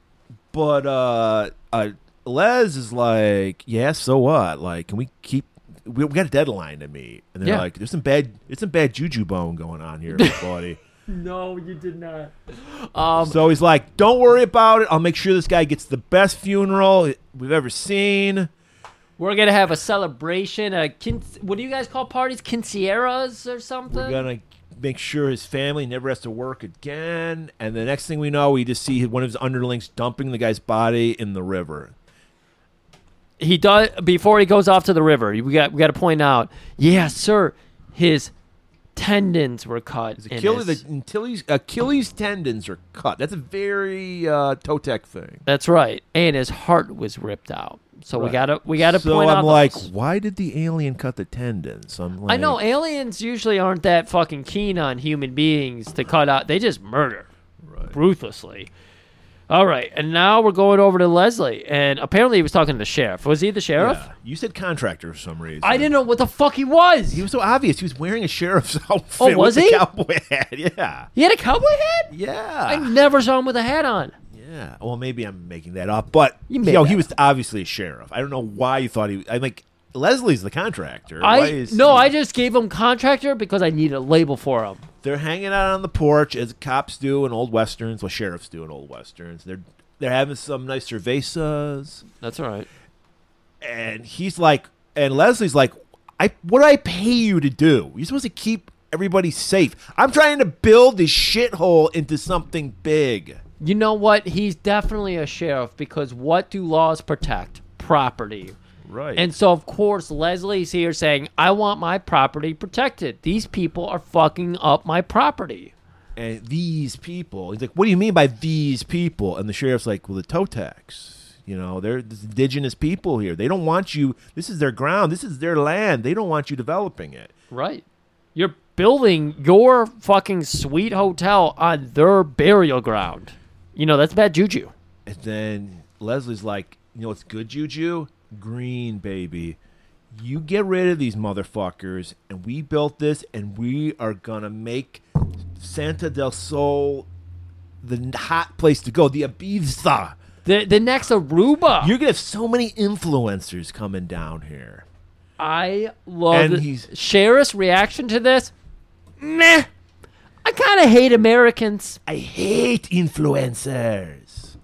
Speaker 2: But uh, uh, Les is like, yeah, so what? Like, can we keep? We, we got a deadline to meet, and they're
Speaker 3: Yeah.
Speaker 2: like, there's some bad, it's some bad juju bone going on here, buddy.
Speaker 3: No, you did not.
Speaker 2: so he's like, don't worry about it. I'll make sure this guy gets the best funeral we've ever seen.
Speaker 3: We're gonna have a celebration. A kin- what do you guys call parties? Quinceañeras or something?
Speaker 2: We're gonna make sure his family never has to work again. And the next thing we know, we just see one of his underlings dumping the guy's body in the river.
Speaker 3: he does before he goes off to the river. We got we got to point out. Yeah, sir. His tendons were cut. in
Speaker 2: Achilles,
Speaker 3: his-
Speaker 2: the Achilles, Achilles tendons are cut. That's a very uh, Totec thing.
Speaker 3: That's right. And his heart was ripped out. So we
Speaker 2: Right.
Speaker 3: gotta we gotta
Speaker 2: so
Speaker 3: point out.
Speaker 2: I'm like,
Speaker 3: those.
Speaker 2: why did the alien cut the tendons? I'm like,
Speaker 3: I know aliens usually aren't that fucking keen on human beings to cut out. They just murder ruthlessly. All right, and now we're going over to Leslie, and apparently he was talking to the sheriff. Was he the sheriff?
Speaker 2: Yeah. You said contractor for some reason.
Speaker 3: I didn't know what the fuck he was.
Speaker 2: He was so obvious. He was wearing a sheriff's outfit.
Speaker 3: Oh, was
Speaker 2: with
Speaker 3: he?
Speaker 2: A cowboy hat. Yeah.
Speaker 3: He had a cowboy hat.
Speaker 2: Yeah.
Speaker 3: I never saw him with a hat on.
Speaker 2: Yeah. Well, maybe I'm making that up, but
Speaker 3: You
Speaker 2: you,
Speaker 3: made
Speaker 2: know,
Speaker 3: that
Speaker 2: he was obviously a sheriff. I don't know why you thought he. I'm like, Leslie's the contractor. Why
Speaker 3: I
Speaker 2: is
Speaker 3: no,
Speaker 2: he-
Speaker 3: I just gave him contractor because I needed a label for him.
Speaker 2: They're hanging out on the porch as cops do in old westerns, what sheriffs do in old westerns. They're they're having some nice cervezas,
Speaker 3: That's all right.
Speaker 2: and he's like, and Leslie's like, I what do I pay you to do? You're supposed to keep everybody safe. I'm trying to build this shithole into something big.
Speaker 3: You know what? He's definitely a sheriff because what do laws protect? Property.
Speaker 2: Right.
Speaker 3: And so, of course, Leslie's here saying, I want my property protected. These people are fucking up my property.
Speaker 2: and these people. He's like, what do you mean by these people? And the sheriff's like, well, the Totex. You know, they're this indigenous people here. They don't want you. This is their ground. This is their land. They don't want you developing it.
Speaker 3: Right. You're building your fucking sweet hotel on their burial ground. You know, that's bad juju.
Speaker 2: And then Leslie's like, you know what's good, Juju? Green, baby. You get rid of these motherfuckers, and we built this, and we are gonna make Santa del Sol the n- hot place to go, the Ibiza.
Speaker 3: The, the next Aruba.
Speaker 2: You're gonna have so many influencers coming down here.
Speaker 3: I love
Speaker 2: And
Speaker 3: this.
Speaker 2: he's-
Speaker 3: Sheriff's reaction to this. Meh. I kind of hate Americans.
Speaker 2: I hate influencers.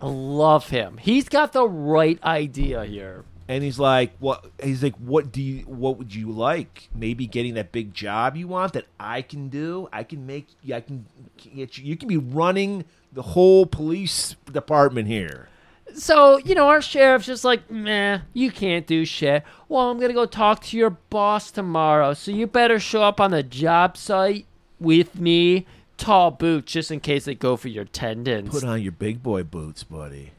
Speaker 3: I love him. He's got the right idea here.
Speaker 2: And he's like, "What?" He's like, "What do you? What would you like? Maybe getting that big job you want that I can do. I can make. I can get you. You can be running the whole police department here.
Speaker 3: So, you know, our sheriff's just like, meh, you can't do shit. Well, I'm going to go talk to your boss tomorrow. So you better show up on the job site with me, tall boots, just in case they go for your tendons.
Speaker 2: Put on your big boy boots, buddy."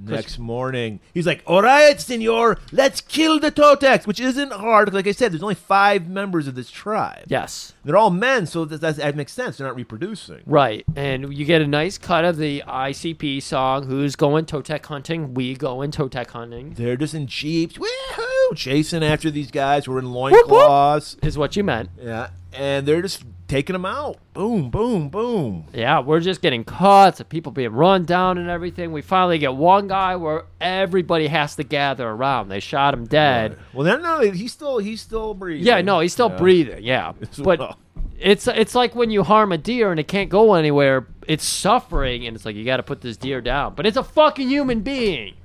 Speaker 2: Next morning, he's like, "All right, senor, let's kill the Totex," which isn't hard. Like I said, there's only five members of this tribe.
Speaker 3: yes.
Speaker 2: they're all men, so that, that, that makes sense. They're not reproducing.
Speaker 3: Right. And you get a nice cut of the ICP song, Who's Going Totec Hunting? We Going Totec Hunting,
Speaker 2: They're just in jeeps, woohoo, chasing after these guys who are in loincloths.
Speaker 3: is what you meant.
Speaker 2: Yeah, and they're just taking them out. Boom, boom, boom.
Speaker 3: Yeah, we're just getting cuts of people being run down and everything. We finally get one guy where everybody has to gather around. They shot him dead.
Speaker 2: Well, no, no, he's still he's still breathing.
Speaker 3: Yeah, no, he's still breathing. Yeah, but
Speaker 2: well.
Speaker 3: it's it's like when you harm a deer and it can't go anywhere. It's suffering, and it's like you got to put this deer down. But it's a fucking human being.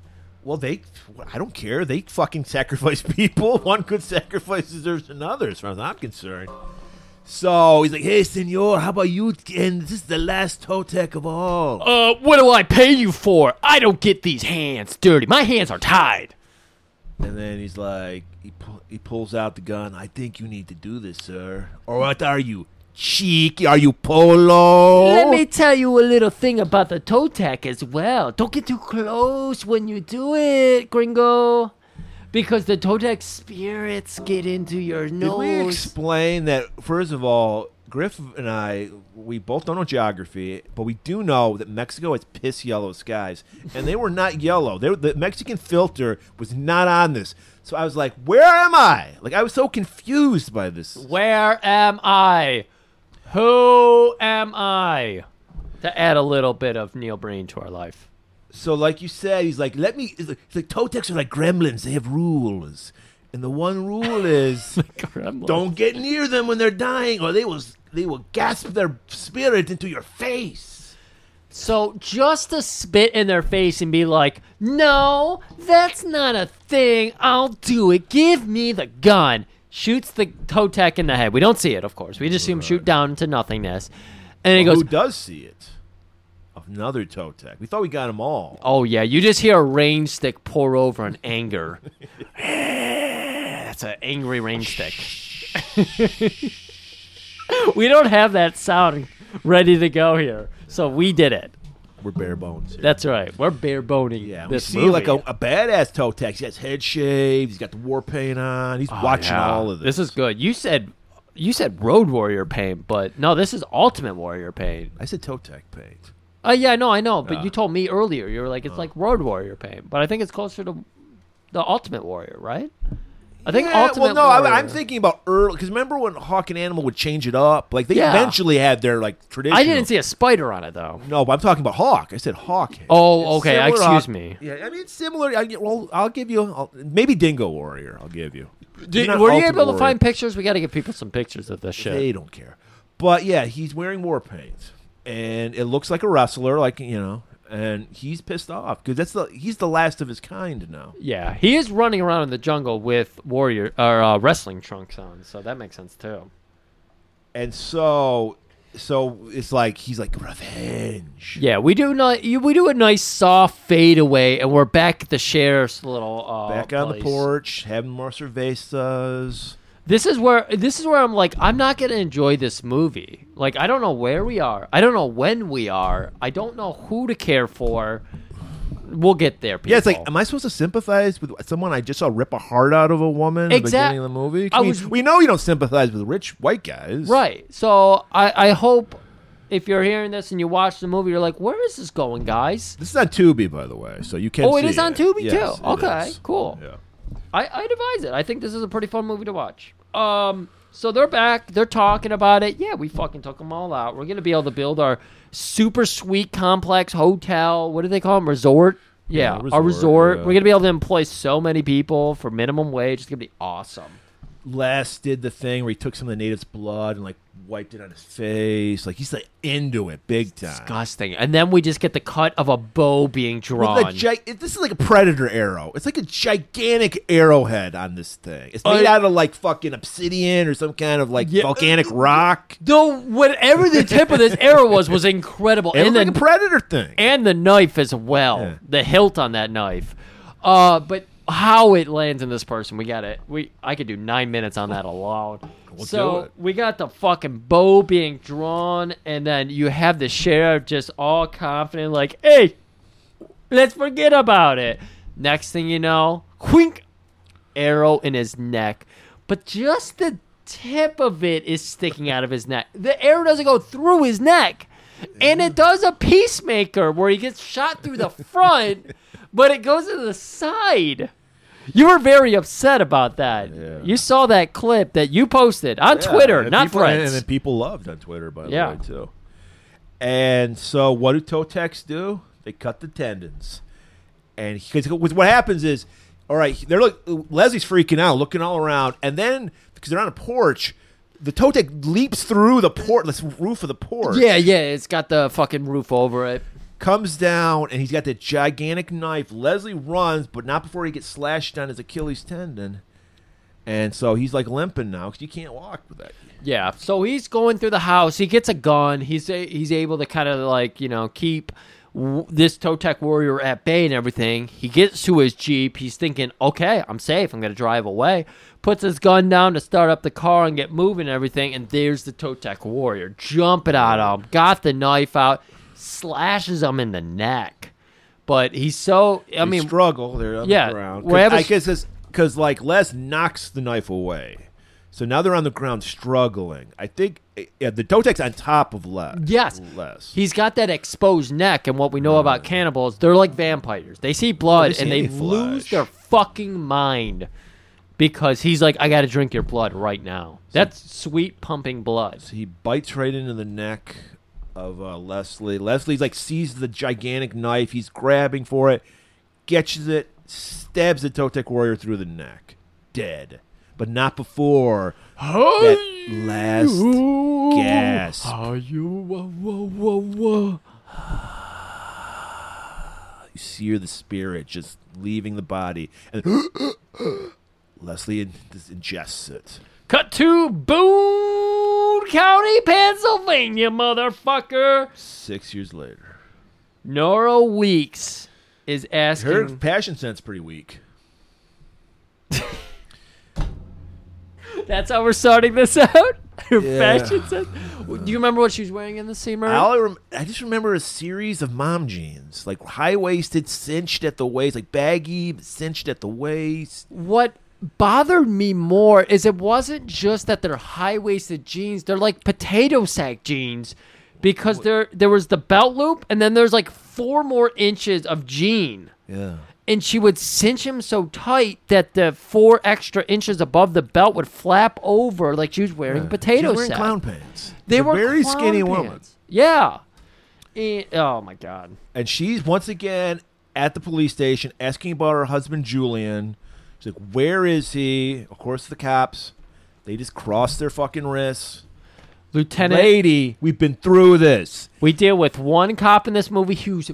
Speaker 2: Well, they, I don't care. They fucking sacrifice people. One good sacrifice deserves another, as far as I'm concerned. So he's like, "Hey, senor, how about you? And this is the last Totec of all."
Speaker 3: Uh, what do I pay you for? I don't get these hands dirty. My hands are tied.
Speaker 2: And then he's like, he, pu- he pulls out the gun. I think you need to do this, sir. Or what are you? Cheeky? Are you polo?
Speaker 3: Let me tell you a little thing about the toe tack as well. Don't get too close when you do it, gringo. Because the toe tack spirits get into your
Speaker 2: Did we
Speaker 3: nose.
Speaker 2: explain that, first of all, Griff and I, we both don't know geography, but we do know that Mexico has piss yellow skies. And they were not yellow. They, were- the Mexican filter was not on this. So I was like, where am I? Like, I was so confused by this.
Speaker 3: Where am I? Who am I? To add a little bit of Neil Breen to our life.
Speaker 2: So, like you said, he's like, let me. He's like, he's like, Totecs are like gremlins. They have rules, and the one rule is don't get near them when they're dying, or they will they will gasp their spirit into your face.
Speaker 3: So just to spit in their face and be like, no, that's not a thing. I'll do it. Give me the gun. Shoots the Kotek in the head. We don't see it, of course. We just see him shoot down to nothingness. And he
Speaker 2: Who
Speaker 3: goes,
Speaker 2: does see it? Another Totec. We thought we got them all.
Speaker 3: oh, yeah. You just hear a range stick pour over in anger. that's an angry range stick. we don't have that sound ready to go here. So we did it.
Speaker 2: We're bare bones. Here.
Speaker 3: That's right. We're bare boning.
Speaker 2: Yeah, we
Speaker 3: this
Speaker 2: see
Speaker 3: movie.
Speaker 2: like a, a badass Totec. He has head shaved. He's got the war paint on. He's watching
Speaker 3: Oh, Yeah.
Speaker 2: all of this.
Speaker 3: is good. You said you said Road Warrior pain, but no, this is Ultimate Warrior pain.
Speaker 2: I said Totec paint.
Speaker 3: Oh yeah, no, I know, but you told me earlier you were like it's like Road Warrior pain, but I think it's closer to the Ultimate Warrior, right? I think
Speaker 2: Yeah, Well,
Speaker 3: Ultimate
Speaker 2: no,
Speaker 3: Warrior.
Speaker 2: I, I'm thinking about early because remember when Hawk and Animal would change it up? Like they
Speaker 3: Yeah.
Speaker 2: eventually had their like tradition.
Speaker 3: I didn't see a spider on it though.
Speaker 2: No, but I'm talking about Hawk. I said Hawk.
Speaker 3: Oh, okay,
Speaker 2: Similar
Speaker 3: excuse
Speaker 2: Hawk-
Speaker 3: me.
Speaker 2: Yeah, I mean it's similar. I, get- well, I'll give you I'll, maybe Dingo Warrior. I'll give you.
Speaker 3: Did,
Speaker 2: Not
Speaker 3: were you
Speaker 2: Ultimate
Speaker 3: able to
Speaker 2: Warrior.
Speaker 3: find pictures? We got to get people some pictures of this shit.
Speaker 2: They don't care. But yeah, he's wearing war paint, and it looks like a wrestler, like you know. And he's pissed off because that's the he's the last of his kind now.
Speaker 3: Yeah, he is running around in the jungle with warrior or uh, wrestling trunks on, so that makes sense too.
Speaker 2: And so, so it's like he's like revenge.
Speaker 3: Yeah, we do not. you- We do a nice soft fade away, and we're back at the sheriff's little uh,
Speaker 2: back on the
Speaker 3: place.
Speaker 2: porch, having more cervezas.
Speaker 3: This is where this is where I'm like, I'm not gonna enjoy this movie. Like, I don't know where we are. I don't know when we are. I don't know who to care for. we'll get there. People.
Speaker 2: Yeah, it's like, am I supposed to sympathize with someone I just saw rip a heart out of a woman at the
Speaker 3: Exact-
Speaker 2: beginning of the movie?
Speaker 3: I
Speaker 2: I mean,
Speaker 3: was-
Speaker 2: we know you don't sympathize with rich white guys.
Speaker 3: Right. So I, I hope if you're hearing this and you watch the movie, you're like, where is this going, guys?
Speaker 2: This is on Tubi, by the way, so you can
Speaker 3: Oh, it
Speaker 2: see
Speaker 3: is on Tubi,
Speaker 2: Yes,
Speaker 3: too.
Speaker 2: it
Speaker 3: Okay,
Speaker 2: is.
Speaker 3: cool.
Speaker 2: Yeah.
Speaker 3: I, I'd advise it. I think this is a pretty fun movie to watch. Um, so they're back. They're talking about it. Yeah, we fucking took them all out. We're gonna be able to build our super sweet complex hotel. What do they call them? Resort. Yeah,
Speaker 2: Yeah,
Speaker 3: our
Speaker 2: resort,
Speaker 3: resort.
Speaker 2: yeah.
Speaker 3: We're gonna be able to employ so many people for minimum wage. It's gonna be awesome.
Speaker 2: Les did the thing where he took some of the native's blood and like wiped it on his face. Like he's like into it big time.
Speaker 3: Disgusting. And then we just get the cut of a bow being drawn.
Speaker 2: With a gi- it- this is like a predator arrow. It's like a gigantic arrowhead on this thing. It's made
Speaker 3: Uh,
Speaker 2: out of like fucking obsidian or some kind of like volcanic rock.
Speaker 3: Though whatever the tip of this arrow was was incredible,
Speaker 2: It
Speaker 3: and
Speaker 2: looks
Speaker 3: the
Speaker 2: like a predator thing.
Speaker 3: and the knife as well,
Speaker 2: Yeah.
Speaker 3: the hilt on that knife. Uh, but how it lands in this person, we got it. We I could do nine minutes on that alone. so
Speaker 2: do it.
Speaker 3: we got the fucking bow being drawn, and then you have the sheriff just all confident, like, "Hey, let's forget about it." Next thing you know, quink, arrow in his neck, but just the tip of it is sticking out of his neck. The arrow doesn't go through his neck. And it does a peacemaker where he gets shot through the front, but it goes to the side. You were very upset about that. You saw that clip that you posted on
Speaker 2: Yeah,
Speaker 3: Twitter,
Speaker 2: and
Speaker 3: not
Speaker 2: people,
Speaker 3: Threads.
Speaker 2: And, and then people loved on Twitter, by
Speaker 3: Yeah.
Speaker 2: the way, too. And so, what do Totex do? They cut the tendons, and because what happens is, all right, they're look. Leslie's freaking out, looking all around, and then because they're on a porch, the Totex leaps through the port, this roof of the porch,
Speaker 3: yeah, yeah, it's got the fucking roof over it.
Speaker 2: comes down, and he's got that gigantic knife. Leslie runs, but not before he gets slashed on his Achilles tendon, and so he's like limping now because you can't walk with that.
Speaker 3: Yeah. So he's going through the house. He gets a gun. He's a, he's able to kind of like you know keep w- this Totec warrior at bay and everything. He gets to his jeep. He's thinking, okay, I'm safe. I'm gonna drive away. Puts his gun down to start up the car and get moving and everything. And there's the Totec warrior jumping at him. Got the knife out. Slashes him in the neck. But he's so I
Speaker 2: They
Speaker 3: mean
Speaker 2: struggle. They're on
Speaker 3: yeah,
Speaker 2: the ground.
Speaker 3: wherever-
Speaker 2: Because because like Les knocks the knife away, so now they're on the ground struggling. I think yeah, the Dotek's on top of Les.
Speaker 3: Yes.
Speaker 2: Les.
Speaker 3: He's got that exposed neck, and what we know about cannibals, they're like vampires. They see blood
Speaker 2: They see
Speaker 3: and they
Speaker 2: any
Speaker 3: lose
Speaker 2: flesh.
Speaker 3: their fucking mind because he's like, I got to drink your blood right now. That's sweet pumping blood.
Speaker 2: he bites right into the neck of uh, Leslie. Leslie's like sees the gigantic knife. He's grabbing for it, catches it, stabs the Totek warrior through the neck, dead. But not before that last gasp.
Speaker 3: Are you? Whoa, whoa, whoa, whoa.
Speaker 2: you sear the spirit just leaving the body and leslie in- just ingests it
Speaker 3: Cut to Boone County, Pennsylvania, motherfucker.
Speaker 2: six years later
Speaker 3: Nora Weeks is asking.
Speaker 2: her passion sense pretty weak
Speaker 3: That's how we're starting this out. Her
Speaker 2: Yeah.
Speaker 3: fashion sense. Do you remember what she was wearing in the scene, Murray?
Speaker 2: All I, rem- I just remember a series of mom jeans like high-waisted cinched at the waist like baggy but cinched at the waist
Speaker 3: what bothered me more is it wasn't just that they're high-waisted jeans they're like potato sack jeans because there there was the belt loop and then there's like four more inches of jean
Speaker 2: yeah
Speaker 3: and she would cinch him so tight that the four extra inches above the belt would flap over like she was wearing potato
Speaker 2: She's wearing
Speaker 3: sack
Speaker 2: clown pants
Speaker 3: they
Speaker 2: She's a
Speaker 3: were
Speaker 2: very
Speaker 3: clown
Speaker 2: skinny
Speaker 3: pants.
Speaker 2: woman
Speaker 3: yeah And- oh my god
Speaker 2: and she's once again at the police station asking about her husband Julian. She's like, "Where is he?" Of course, the cops. They just cross their fucking wrists.
Speaker 3: lieutenant
Speaker 2: Lady, we've been through this.
Speaker 3: We deal with one cop in this movie who's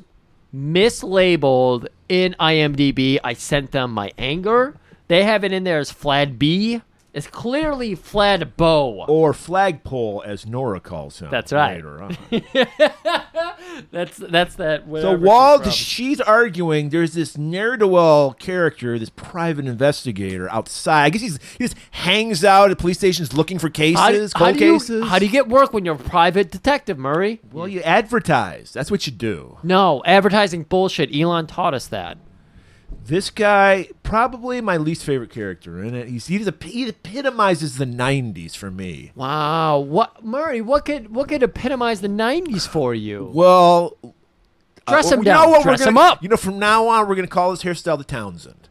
Speaker 3: mislabeled in IMDb. I sent them my anger. They have it in there as Flad B. It's clearly Flad Bow.
Speaker 2: Or flagpole, as Nora calls him.
Speaker 3: That's right.
Speaker 2: Later on.
Speaker 3: That's that's that.
Speaker 2: So
Speaker 3: wherever she's
Speaker 2: while
Speaker 3: from.
Speaker 2: she's arguing, there's this ne'er-do-well character, this private investigator outside. I guess he's, he just hangs out at police stations looking for cases,
Speaker 3: how,
Speaker 2: cold
Speaker 3: how do you,
Speaker 2: cases.
Speaker 3: How do you get work when you're a private detective, Murray?
Speaker 2: Well, you advertise. That's what you do.
Speaker 3: No, advertising bullshit. Elon taught us that.
Speaker 2: This guy, probably my least favorite character in it. He's, he's a, he epitomizes the '90s for me.
Speaker 3: Wow, what Murray? What could what could epitomize the '90s for you?
Speaker 2: Well,
Speaker 3: Dress
Speaker 2: Uh,
Speaker 3: him
Speaker 2: you know
Speaker 3: down.
Speaker 2: what we're
Speaker 3: Dress
Speaker 2: gonna-
Speaker 3: him up.
Speaker 2: You know, from now on, we're going to call this hairstyle the Townsend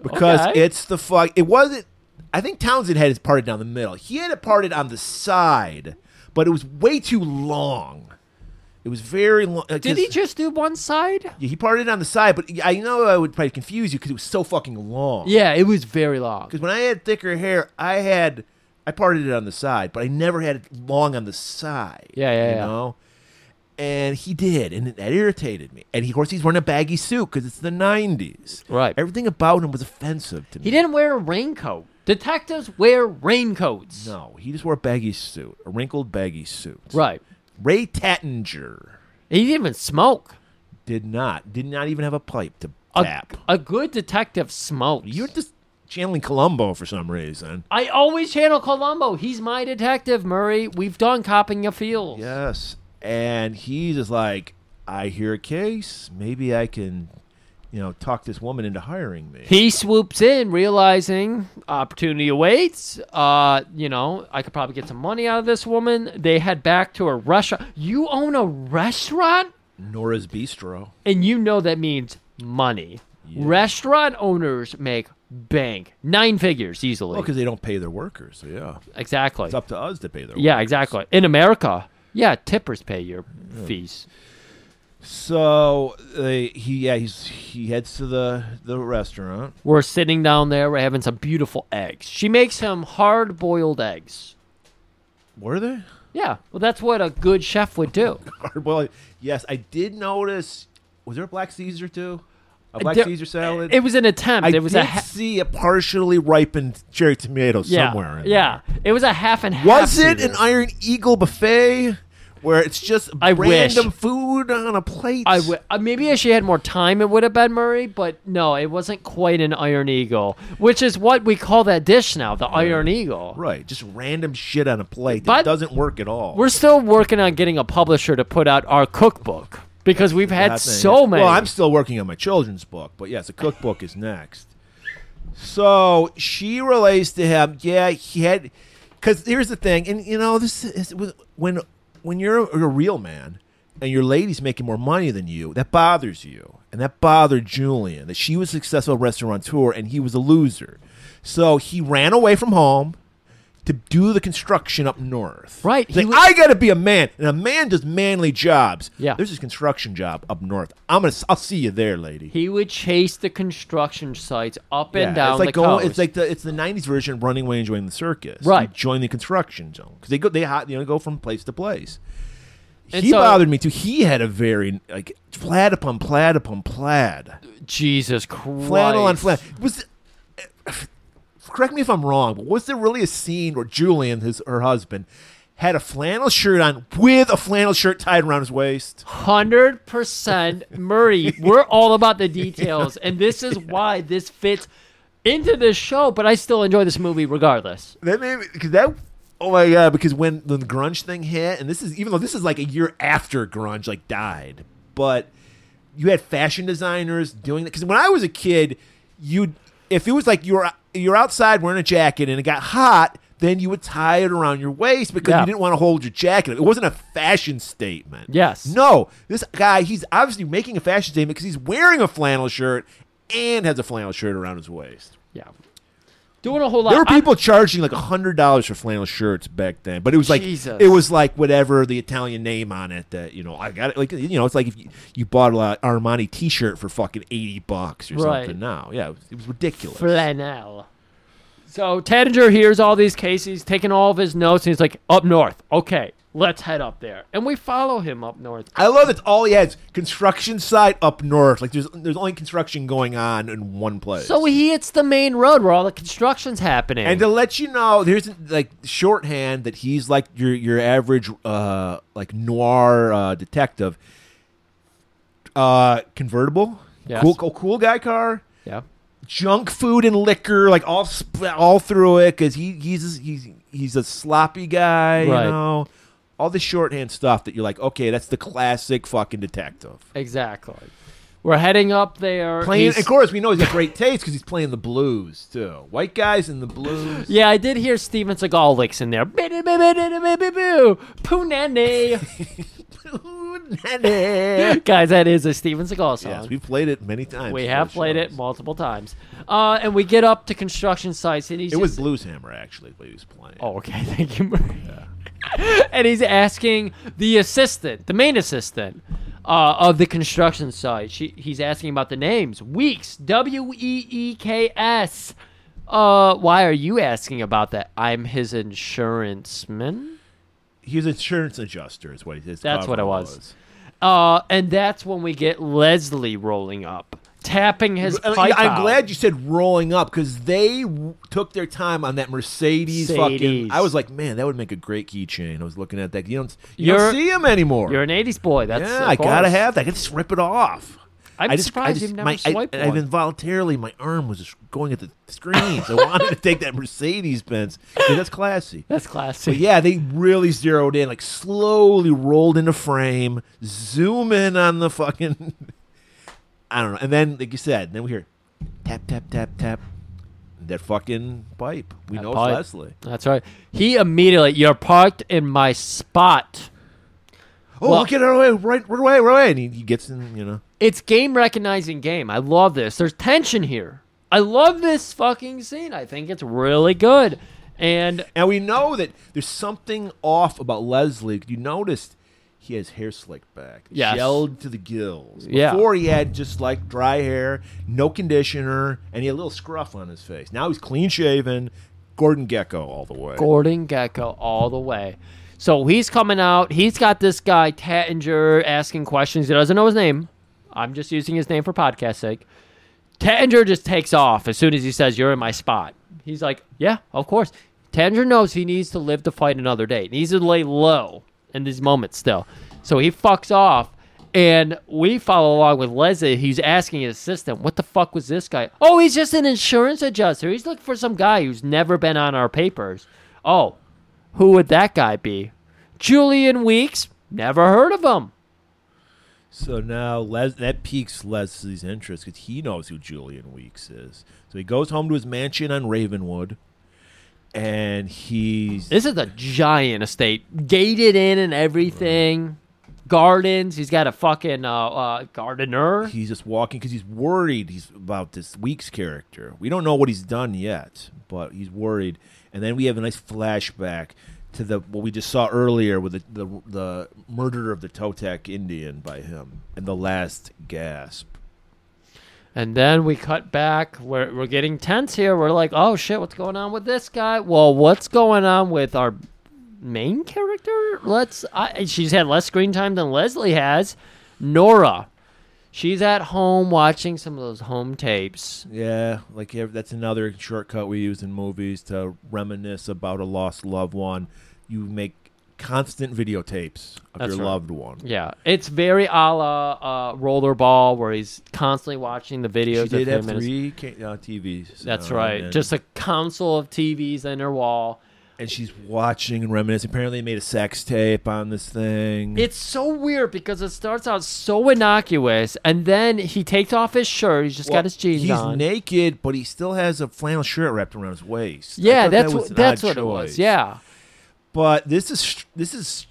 Speaker 2: because
Speaker 3: Okay.
Speaker 2: it's the fuck. It wasn't. I think Townsend had it parted down the middle. He had it parted on the side, but it was way too long. It was very long.
Speaker 3: Did he just do one side?
Speaker 2: Yeah, he parted on the side, but I know I would probably confuse you because it was so fucking long.
Speaker 3: Yeah, it was very long.
Speaker 2: Because when I had thicker hair, I had I parted it on the side, but I never had it long on the side.
Speaker 3: Yeah, yeah,
Speaker 2: you
Speaker 3: yeah.
Speaker 2: know. And he did, and that irritated me. And he, of course, he's wearing a baggy suit because it's the '90s.
Speaker 3: Right.
Speaker 2: Everything about him was offensive to me.
Speaker 3: He didn't wear a raincoat. Detectives wear raincoats.
Speaker 2: No, he just wore a baggy suit, a wrinkled baggy suit.
Speaker 3: Right.
Speaker 2: Ray Tattinger
Speaker 3: He didn't even smoke.
Speaker 2: did not, did not even have a pipe to
Speaker 3: A,
Speaker 2: tap.
Speaker 3: a good detective smokes.
Speaker 2: You're just channeling Columbo for some reason.
Speaker 3: I always channel Columbo. He's my detective, Murray. We've done copping a field.
Speaker 2: Yes. And he's just like, I hear a case. Maybe I can, you know, talk this woman into hiring me.
Speaker 3: He swoops in, realizing opportunity awaits. Uh, you know, I could probably get some money out of this woman. They head back to a restaurant. You own a restaurant,
Speaker 2: Nora's Bistro.
Speaker 3: and you know that means money. Restaurant owners make bank, nine figures easily.
Speaker 2: Well, because they don't pay their workers. So yeah.
Speaker 3: exactly.
Speaker 2: It's up to us to pay their
Speaker 3: Yeah,
Speaker 2: workers.
Speaker 3: exactly. In America, yeah, tippers pay your fees.
Speaker 2: So they, he, yeah, he's, he heads to the, the restaurant.
Speaker 3: We're sitting down there. We're having some beautiful eggs. She makes him hard boiled eggs.
Speaker 2: Were they?
Speaker 3: Yeah, well, that's what a good chef would do.
Speaker 2: Well, yes, I did notice. Was there a Black Caesar too? A Black
Speaker 3: There-
Speaker 2: Caesar salad?
Speaker 3: It was an attempt.
Speaker 2: I
Speaker 3: it was
Speaker 2: did
Speaker 3: a ha-
Speaker 2: see a partially ripened cherry tomato
Speaker 3: yeah,
Speaker 2: somewhere. In there.
Speaker 3: yeah. It was a half and half.
Speaker 2: Was it
Speaker 3: Peter.
Speaker 2: an Iron Eagle buffet where it's just
Speaker 3: I wish.
Speaker 2: random food on a plate?
Speaker 3: I w- uh, maybe if she had more time, it would have been Murray, but no, it wasn't quite an Iron Eagle, which is what we call that dish now, the Iron Eagle.
Speaker 2: right, just random shit on a plate
Speaker 3: But-
Speaker 2: that doesn't work at all.
Speaker 3: We're still working on getting a publisher to put out our cookbook because we've had
Speaker 2: That thing
Speaker 3: so
Speaker 2: is-
Speaker 3: many.
Speaker 2: Well, I'm still working on my children's book, but yes, a cookbook is next. So she relates to him. Yeah, he had. Because here's the thing, and you know this is when when you're a, a real man and your lady's making more money than you, that bothers you, and that bothered Julian that she was a successful restaurateur and he was a loser. So he ran away from home to do the construction up north.
Speaker 3: Right,
Speaker 2: He's
Speaker 3: he
Speaker 2: like,
Speaker 3: was-
Speaker 2: I got to be a man, and a man does manly jobs.
Speaker 3: Yeah.
Speaker 2: There's this construction job up north. I'm gonna. I'll see you there, lady.
Speaker 3: He would chase the construction sites up
Speaker 2: Yeah,
Speaker 3: and down
Speaker 2: it's like
Speaker 3: the
Speaker 2: going,
Speaker 3: coast.
Speaker 2: It's like the it's the '90s version of running away and joining the circus.
Speaker 3: Right.
Speaker 2: You join the construction zone because they go they hot you know go from place to place.
Speaker 3: And
Speaker 2: he
Speaker 3: so-
Speaker 2: bothered me too. He had a very like plaid upon plaid upon plaid,
Speaker 3: Jesus Christ.
Speaker 2: flannel on flannel. Was eh, correct me if I'm wrong, but was there really a scene where Julian, his her husband, had a flannel shirt on with a flannel shirt tied around his waist?
Speaker 3: Hundred percent, Murray. We're all about the details, and this is why this fits into this show. But I still enjoy this movie regardless.
Speaker 2: That made because that. Oh my god! Because when the grunge thing hit, and this is even though this is like a year after grunge like died, but you had fashion designers doing that. Because when I was a kid, you if it was like you were you're outside wearing a jacket and it got hot, then you would tie it around your waist because
Speaker 3: Yeah.
Speaker 2: you didn't want to hold your jacket. up. It wasn't a fashion statement.
Speaker 3: Yes.
Speaker 2: No, this guy he's obviously making a fashion statement because he's wearing a flannel shirt and has a flannel shirt around his waist.
Speaker 3: Yeah, doing a whole lot.
Speaker 2: There were
Speaker 3: I-
Speaker 2: people charging like hundred dollars for flannel shirts back then, but it was like
Speaker 3: Jesus.
Speaker 2: it was like whatever the Italian name on it that you know I got it like you know it's like if you, you bought a like, Armani T-shirt for fucking eighty bucks or
Speaker 3: Right.
Speaker 2: something now, yeah, it was, it was ridiculous.
Speaker 3: flannel. So Tanager hears all these cases, taking all of his notes, and he's like, "Up north, okay, let's head up there." And we follow him up north.
Speaker 2: I love that all he has construction site up north. Like there's there's only construction going on in one place.
Speaker 3: So he hits the main road where all the construction's happening.
Speaker 2: and to let you know, there's like shorthand that he's like your your average uh like noir uh, detective. Uh, convertible,
Speaker 3: Yes.
Speaker 2: cool, cool, cool guy car,
Speaker 3: yeah,
Speaker 2: junk food and liquor, like all sp- all through it because he he's he's he's a sloppy guy,
Speaker 3: Right.
Speaker 2: you know. All the shorthand stuff that you're like, okay, that's the classic fucking detective.
Speaker 3: exactly. We're heading up there.
Speaker 2: Playing,
Speaker 3: He's-
Speaker 2: of course, we know he's got great taste because he's playing the blues too. White guys in the blues.
Speaker 3: Yeah, I did hear Steven Seagal licks in there. Boo-doo-boo-doo-boo-boo-boo. Poonanny.
Speaker 2: yes,
Speaker 3: Guys, that is a Steven Seagal song.
Speaker 2: we've played it many times.
Speaker 3: we
Speaker 2: for
Speaker 3: have
Speaker 2: the
Speaker 3: played it
Speaker 2: shows.
Speaker 3: multiple times. Uh, and we get up to construction sites, and he's
Speaker 2: It was
Speaker 3: just-
Speaker 2: Blues Hammer actually. What he was playing.
Speaker 3: Oh, okay. Thank you, Murray. and he's asking the assistant, the main assistant uh, of the construction site. She, he's asking about the names. Weeks, W E E K S. Uh, why are you asking about that? I'm his insurance man.
Speaker 2: he was an insurance adjuster. Is what he his
Speaker 3: That's what
Speaker 2: cover
Speaker 3: it was. Uh, and that's when we get Leslie rolling up, tapping his
Speaker 2: Uh,
Speaker 3: pipe.
Speaker 2: I'm
Speaker 3: out.
Speaker 2: glad you said rolling up because they w- took their time on that Mercedes.
Speaker 3: Mercedes.
Speaker 2: Fucking, I was like, man, that would make a great keychain. I was looking at that. You don't, you
Speaker 3: You're-
Speaker 2: don't see him anymore.
Speaker 3: You're an '80s boy. That's
Speaker 2: yeah,
Speaker 3: of
Speaker 2: I gotta
Speaker 3: course.
Speaker 2: have that. I can just rip it off.
Speaker 3: I'm
Speaker 2: I just,
Speaker 3: surprised
Speaker 2: I just,
Speaker 3: you've never
Speaker 2: my,
Speaker 3: swiped
Speaker 2: I,
Speaker 3: one.
Speaker 2: I involuntarily, my arm was just going at the screens. I wanted to take that Mercedes Benz. That's classy.
Speaker 3: That's classic.
Speaker 2: But yeah, they really zeroed in, like slowly rolled into frame, zoom in on the fucking. I don't know. And then, like you said, then we hear tap, tap, tap, tap. That fucking pipe. We know
Speaker 3: pipe.
Speaker 2: it's Leslie.
Speaker 3: That's right. He immediately, you're parked in my spot.
Speaker 2: Oh,
Speaker 3: Well-
Speaker 2: look at her away, right, right away, right away. And he, he gets in, you know.
Speaker 3: It's game recognizing game. I love this. There's tension here. I love this fucking scene. I think it's really good. And
Speaker 2: And we know that there's something off about Leslie. You noticed he has hair slicked back,
Speaker 3: Yes.
Speaker 2: gelled to the gills.
Speaker 3: Yeah.
Speaker 2: Before he had just like dry hair, no conditioner, and he had a little scruff on his face. Now he's clean shaven, Gordon Gecko all the way.
Speaker 3: Gordon Gecko all the way. So he's coming out. He's got this guy, Tattinger, asking questions. He doesn't know his name. I'm just using his name for podcast sake. Tattinger just takes off as soon as he says, You're in my spot. He's like, Yeah, of course. Tattinger knows he needs to live to fight another day. He needs to lay low in these moments still. So he fucks off. And we follow along with Leslie. He's asking his assistant, What the fuck was this guy? Oh, he's just an insurance adjuster. He's looking for some guy who's never been on our papers. Oh, who would that guy be? Julian Weeks? Never heard of him.
Speaker 2: So now Les- that piques Leslie's interest because he knows who Julian Weeks is. So he goes home to his mansion on Ravenwood, and he's
Speaker 3: This is a giant estate, gated in and everything. Gardens. He's got a fucking uh, uh, gardener.
Speaker 2: he's just walking because he's worried he's about this week's character. We don't know what he's done yet, but he's worried. And then we have a nice flashback to the what we just saw earlier with the the, the murder of the Totek Indian by him and the last gasp.
Speaker 3: And then we cut back. We're, we're getting tense here. We're like, oh shit, what's going on with this guy? Well, what's going on with our main character? Let's. I, she's had less screen time than Leslie has. Nora. She's at home watching some of those home tapes.
Speaker 2: Yeah, like yeah, that's another shortcut we use in movies to reminisce about a lost loved one. You make constant videotapes of
Speaker 3: That's
Speaker 2: your
Speaker 3: right.
Speaker 2: loved one.
Speaker 3: Yeah, it's very a la uh, rollerball, where he's constantly watching the videos.
Speaker 2: She did
Speaker 3: of
Speaker 2: have
Speaker 3: him and his-
Speaker 2: three ca- uh, TVs.
Speaker 3: That's
Speaker 2: uh,
Speaker 3: right.
Speaker 2: and-
Speaker 3: Just a console of TVs in her wall.
Speaker 2: and she's watching and reminiscing. Apparently, they made a sex tape on this thing.
Speaker 3: It's so weird because it starts out so innocuous, and then he takes off his shirt. He's just
Speaker 2: Well,
Speaker 3: got his jeans
Speaker 2: he's
Speaker 3: on.
Speaker 2: naked, but he still has a flannel shirt wrapped around his waist. I
Speaker 3: yeah,
Speaker 2: thought
Speaker 3: that's
Speaker 2: that
Speaker 3: what
Speaker 2: was an
Speaker 3: that's
Speaker 2: odd
Speaker 3: what it was.
Speaker 2: choice.
Speaker 3: Yeah,
Speaker 2: but this is this is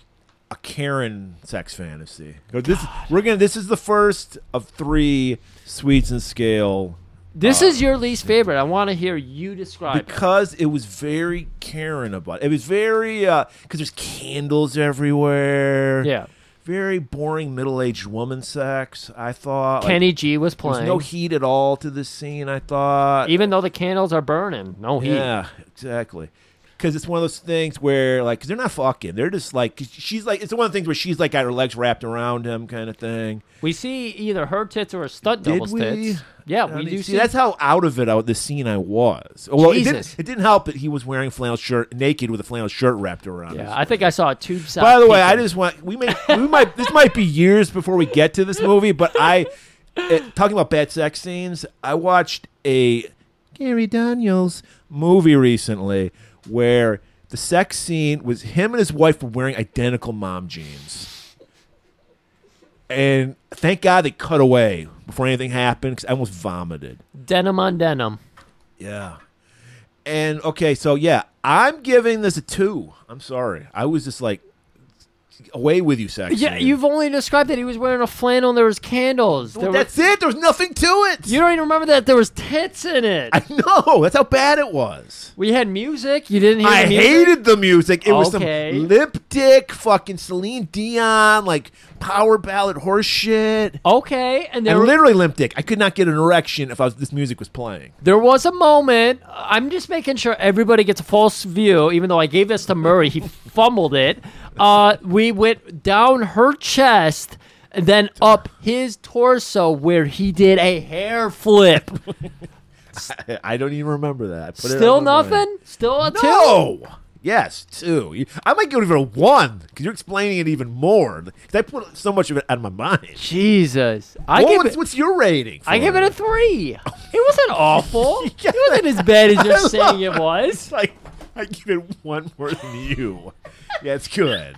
Speaker 2: a Karen sex fantasy. This we're gonna. This is the first of three sweets and scale
Speaker 3: this
Speaker 2: Oh,
Speaker 3: is your least favorite. I want to hear you describe. it.
Speaker 2: because it was very uh, Karen about it. It was very because there's candles everywhere.
Speaker 3: Yeah.
Speaker 2: very boring middle-aged woman sex. I thought like,
Speaker 3: Kenny G was
Speaker 2: there was
Speaker 3: playing.
Speaker 2: no heat at all to this scene. I thought
Speaker 3: Even though the candles are burning, no heat.
Speaker 2: yeah, exactly. Because it's one of those things where like they they're not fucking. They're just like 'cause she's like it's one of the things where she's like got her legs wrapped around him kind of thing.
Speaker 3: We see either her tits or a stunt
Speaker 2: Did
Speaker 3: double's
Speaker 2: we?
Speaker 3: tits. Yeah,
Speaker 2: I
Speaker 3: we
Speaker 2: mean,
Speaker 3: do
Speaker 2: see. That's how out of it out the scene I was. Well, it didn't,
Speaker 3: Jesus.
Speaker 2: it didn't help that he was wearing a flannel shirt, naked with a flannel shirt wrapped around. his
Speaker 3: Yeah, I think I saw a tube sock.
Speaker 2: By the way, I
Speaker 3: peeking.
Speaker 2: just want we may we might this might be years before we get to this movie, but I eh, talking about bad sex scenes. I watched a Gary Daniels movie recently where the sex scene was him and his wife were wearing identical mom jeans, and thank God they cut away before anything happened because I almost vomited.
Speaker 3: denim on denim.
Speaker 2: Yeah. And okay, so yeah, I'm giving this a two. I'm sorry. I was just like away with you, sex.
Speaker 3: Yeah,
Speaker 2: scene.
Speaker 3: you've only described that he was wearing a flannel and there was candles.
Speaker 2: Well,
Speaker 3: There were-
Speaker 2: that's it. There's nothing to it.
Speaker 3: you don't even remember that there was tits in it.
Speaker 2: I know. That's how bad it was.
Speaker 3: we had music. You didn't hear
Speaker 2: I
Speaker 3: the music?
Speaker 2: hated the music. It was some
Speaker 3: Okay.
Speaker 2: lip dick, fucking Celine Dion, like power ballad horse shit.
Speaker 3: Okay, and there
Speaker 2: And
Speaker 3: were-
Speaker 2: literally limp dick. I could not get an erection if I was, this music was playing.
Speaker 3: There was a moment. I'm just making sure everybody gets a false view, even though I gave this to Murray. He fumbled it. Uh, we went down her chest and then up his torso where he did a hair flip.
Speaker 2: I- I don't even remember that. I put it
Speaker 3: Still
Speaker 2: on my mind.
Speaker 3: nothing? Still a two?
Speaker 2: No. Yes, two. You- I might give it a one because you're explaining it even more. 'Cause I put so much of it out of my mind.
Speaker 3: Jesus. I
Speaker 2: What
Speaker 3: give
Speaker 2: was-
Speaker 3: it,
Speaker 2: what's your rating?
Speaker 3: I give it a three. It wasn't awful.
Speaker 2: Yeah.
Speaker 3: It wasn't as bad as
Speaker 2: I
Speaker 3: you're saying it
Speaker 2: love-
Speaker 3: was.
Speaker 2: like I give it one more than you. yeah, it's good.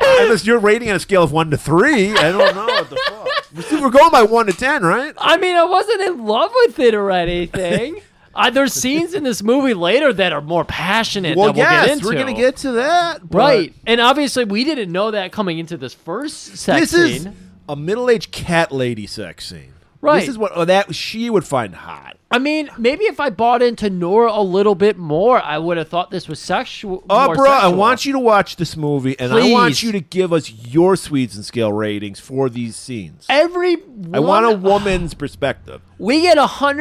Speaker 2: Unless you're rating on a scale of one to three, I don't know what the fuck. We're still- We're going by one to ten, right?
Speaker 3: I mean, I wasn't in love with it or anything. Uh, there's scenes in this movie later that are more passionate.
Speaker 2: well,
Speaker 3: that we'll
Speaker 2: yes,
Speaker 3: get into.
Speaker 2: we're gonna get to that. but
Speaker 3: Right. And obviously, we didn't know that coming into this first sex
Speaker 2: This is
Speaker 3: scene.
Speaker 2: a middle-aged cat lady sex scene.
Speaker 3: Right.
Speaker 2: This is what oh, that she would find hot.
Speaker 3: I mean, maybe if I bought into Nora a little bit more, I would have thought this was sexual.
Speaker 2: Oh,
Speaker 3: more
Speaker 2: bro, I
Speaker 3: sexual.
Speaker 2: want you to watch this movie, and I want
Speaker 3: Please.
Speaker 2: you to give us your Swedes and Scale ratings for these scenes.
Speaker 3: Every one,
Speaker 2: I want a woman's perspective.
Speaker 3: We get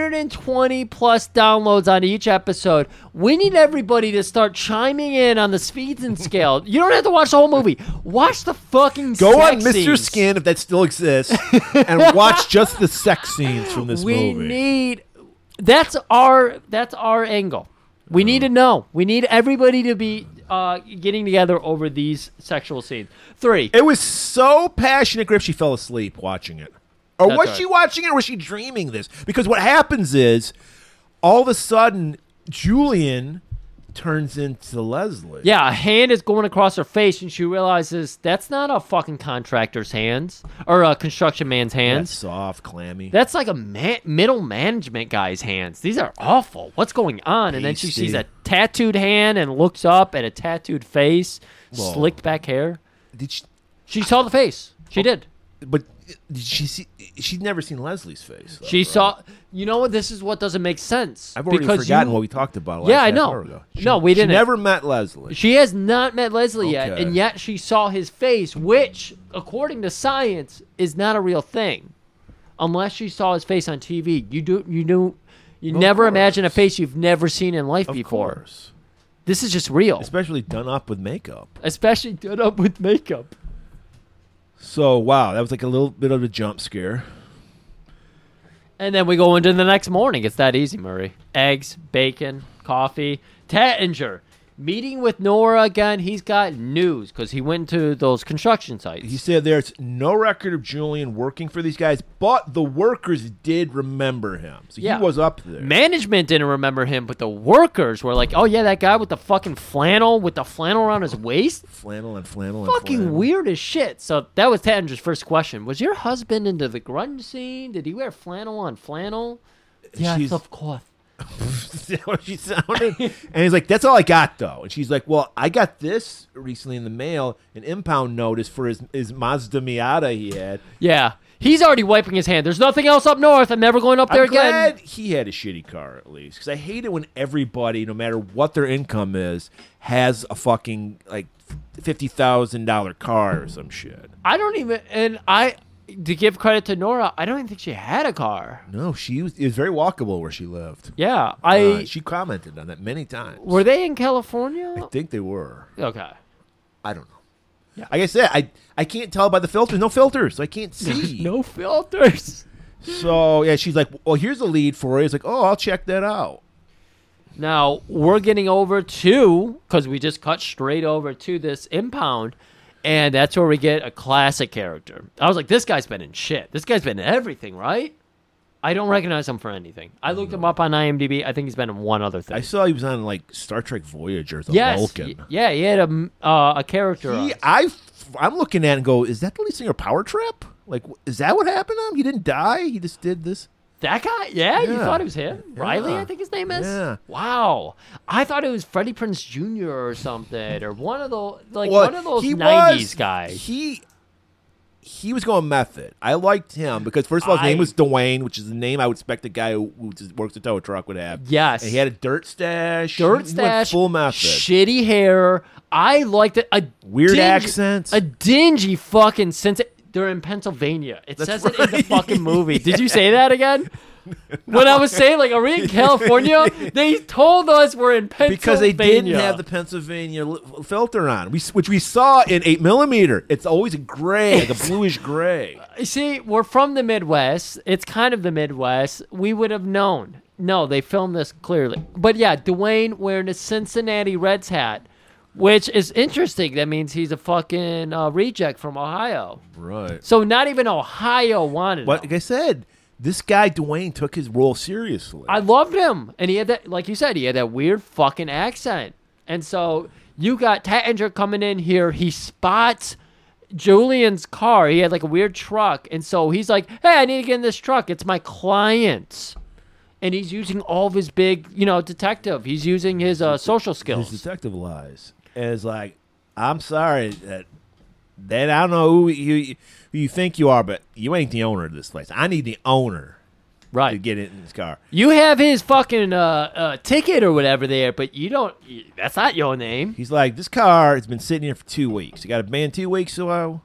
Speaker 3: 120 plus downloads on each episode. We need everybody to start chiming in on the speeds and scale. you don't have to watch the whole movie. Watch the fucking
Speaker 2: Go on
Speaker 3: sex
Speaker 2: Mr.
Speaker 3: scenes.
Speaker 2: Skin, if that still exists, and watch just the sex scenes from this
Speaker 3: we
Speaker 2: movie.
Speaker 3: need that's our that's our angle we need to know we need everybody to be uh, getting together over these sexual scenes three
Speaker 2: it was so passionate, Griff, she fell asleep watching it. Or
Speaker 3: That's
Speaker 2: was
Speaker 3: right.
Speaker 2: she watching it, or was she dreaming this? Because what happens is, all of a sudden, Julian turns into Leslie.
Speaker 3: yeah a hand is going across her face and she realizes that's not a fucking contractor's hands or a construction man's
Speaker 2: That's
Speaker 3: hands
Speaker 2: soft, clammy.
Speaker 3: that's like a ma- middle management guy's hands these are awful what's going on and then she
Speaker 2: Pasty.
Speaker 3: sees a tattooed hand and looks up at a tattooed face
Speaker 2: Whoa.
Speaker 3: slicked back hair
Speaker 2: Did she?
Speaker 3: she saw the face
Speaker 2: Oh.
Speaker 3: she did
Speaker 2: But did she see? She'd never seen Leslie's face. though,
Speaker 3: She
Speaker 2: right?
Speaker 3: saw. You know what? This is what doesn't make sense.
Speaker 2: I've already
Speaker 3: because
Speaker 2: forgotten
Speaker 3: you-
Speaker 2: what we talked about. Last
Speaker 3: Yeah, I
Speaker 2: half
Speaker 3: know.
Speaker 2: hour ago.
Speaker 3: No, we didn't.
Speaker 2: She never met Leslie.
Speaker 3: She has not met Leslie yet,
Speaker 2: Okay.
Speaker 3: and yet she saw his face, which, according to science, is not a real thing, unless she saw his face on TV. You do. You do. You never imagine a
Speaker 2: course.
Speaker 3: face you've never seen in life
Speaker 2: of
Speaker 3: before.
Speaker 2: course,
Speaker 3: This is just real,
Speaker 2: especially done up with makeup.
Speaker 3: especially done up with makeup.
Speaker 2: So wow, that was like a little bit of a jump scare.
Speaker 3: And then we go into the next morning. It's that easy, Murray. Eggs, bacon, coffee. Tattinger meeting with Nora again. He's got news because he went to those construction sites.
Speaker 2: He said there's no record of Julian working for these guys, but the workers did remember him. So
Speaker 3: Yeah.
Speaker 2: he was up there.
Speaker 3: Management didn't remember him, but the workers were like, "Oh yeah, that guy with the fucking flannel with the flannel around his waist."
Speaker 2: flannel and flannel and
Speaker 3: Fucking
Speaker 2: flannel.
Speaker 3: weird as shit. So that was Tattinger's first question. Was your husband into the grunge scene? Did he wear flannel on flannel? Yes,
Speaker 2: She's-
Speaker 3: of course.
Speaker 2: Is that what she sounded? and he's like, "That's all I got, though." And she's like, "Well, I got this recently in the mail, an impound notice for his his Mazda Miata he had.
Speaker 3: Yeah. He's already wiping his hand. There's nothing else up north. I'm never going up there
Speaker 2: I'm
Speaker 3: again.
Speaker 2: glad he had a shitty car at least, because I hate it when everybody, no matter what their income is, has a fucking like fifty thousand dollar car or some shit.
Speaker 3: I don't even. And I, to give credit to Nora, I don't even think she had a car.
Speaker 2: No, she was, it was very walkable where she lived.
Speaker 3: Yeah. I.
Speaker 2: Uh, she commented on that many times.
Speaker 3: were they in California?
Speaker 2: I think they were.
Speaker 3: okay.
Speaker 2: I don't know. Like I said, I I can't tell by the filters. No filters. I can't see.
Speaker 3: No filters.
Speaker 2: So yeah, she's like, "Well, here's a lead for it." He's like, "Oh, I'll check that out."
Speaker 3: Now we're getting over to because we just cut straight over to this impound, and that's where we get a classic character. I was like, this guy's been in shit. This guy's been in everything, right? I don't recognize him for anything. I looked him up on IMDb. I think he's been in one other thing.
Speaker 2: I saw he was on like Star Trek Voyager, the
Speaker 3: yes,
Speaker 2: Vulcan.
Speaker 3: y- yeah, he had a m- uh, a character.
Speaker 2: He,
Speaker 3: arc.
Speaker 2: I I'm looking at it and go, "Is that the lead singer of Power Trip? Like, wh- is that what happened to him? He didn't die. He just did this."
Speaker 3: That guy? Yeah, you
Speaker 2: Yeah.
Speaker 3: thought it was him? Riley, I think his name is.
Speaker 2: Yeah.
Speaker 3: Wow, I thought it was Freddie Prince Jr. or something, or one of those like
Speaker 2: Well,
Speaker 3: one of those
Speaker 2: he
Speaker 3: '90s
Speaker 2: was-
Speaker 3: guys.
Speaker 2: He he was going method. I liked him because first of all, his
Speaker 3: I-
Speaker 2: name was Dwayne, which is the name I would expect a guy who, who just works a tow truck would have.
Speaker 3: Yes.
Speaker 2: and he had a dirt stash. He
Speaker 3: dirt
Speaker 2: went
Speaker 3: stash,
Speaker 2: full method.
Speaker 3: shitty hair. I liked it. A
Speaker 2: Weird
Speaker 3: dingy-
Speaker 2: accents.
Speaker 3: a dingy fucking sense. They're in Pennsylvania. It says it in the
Speaker 2: right.
Speaker 3: fucking movie. Did you say that again? When I was saying, like, are we in California? they told us we're in Pennsylvania
Speaker 2: because they didn't have the Pennsylvania li- filter on, we, s- which we saw in eight millimeter. It's always a gray, like a bluish gray.
Speaker 3: You See, we're from the Midwest. It's kind of the Midwest. We would have known. No, they filmed this clearly. But yeah, Dwayne wearing a Cincinnati Reds hat, which is interesting. That means he's a fucking uh, reject from Ohio.
Speaker 2: Right.
Speaker 3: So not even Ohio wanted
Speaker 2: But
Speaker 3: him.
Speaker 2: like I said, this guy Dwayne took his role seriously.
Speaker 3: I loved him, and he had that, like you said, he had that weird fucking accent. And so you got Tattinger coming in here. He spots Julian's car. He had like a weird truck, and so he's like, "Hey, I need to get in this truck. It's my client's." And he's using all of his big, you know, detective. He's using his uh, social
Speaker 2: his
Speaker 3: skills.
Speaker 2: detective lies. And it's like, I'm sorry that that I don't know who you who you think you are, but you ain't the owner of this place. I need the owner to
Speaker 3: Right.
Speaker 2: get it in this car.
Speaker 3: You have his fucking uh, uh, ticket or whatever there, but you don't. That's not your name.
Speaker 2: He's like, this car has been sitting here for two weeks. You got a band two weeks ago,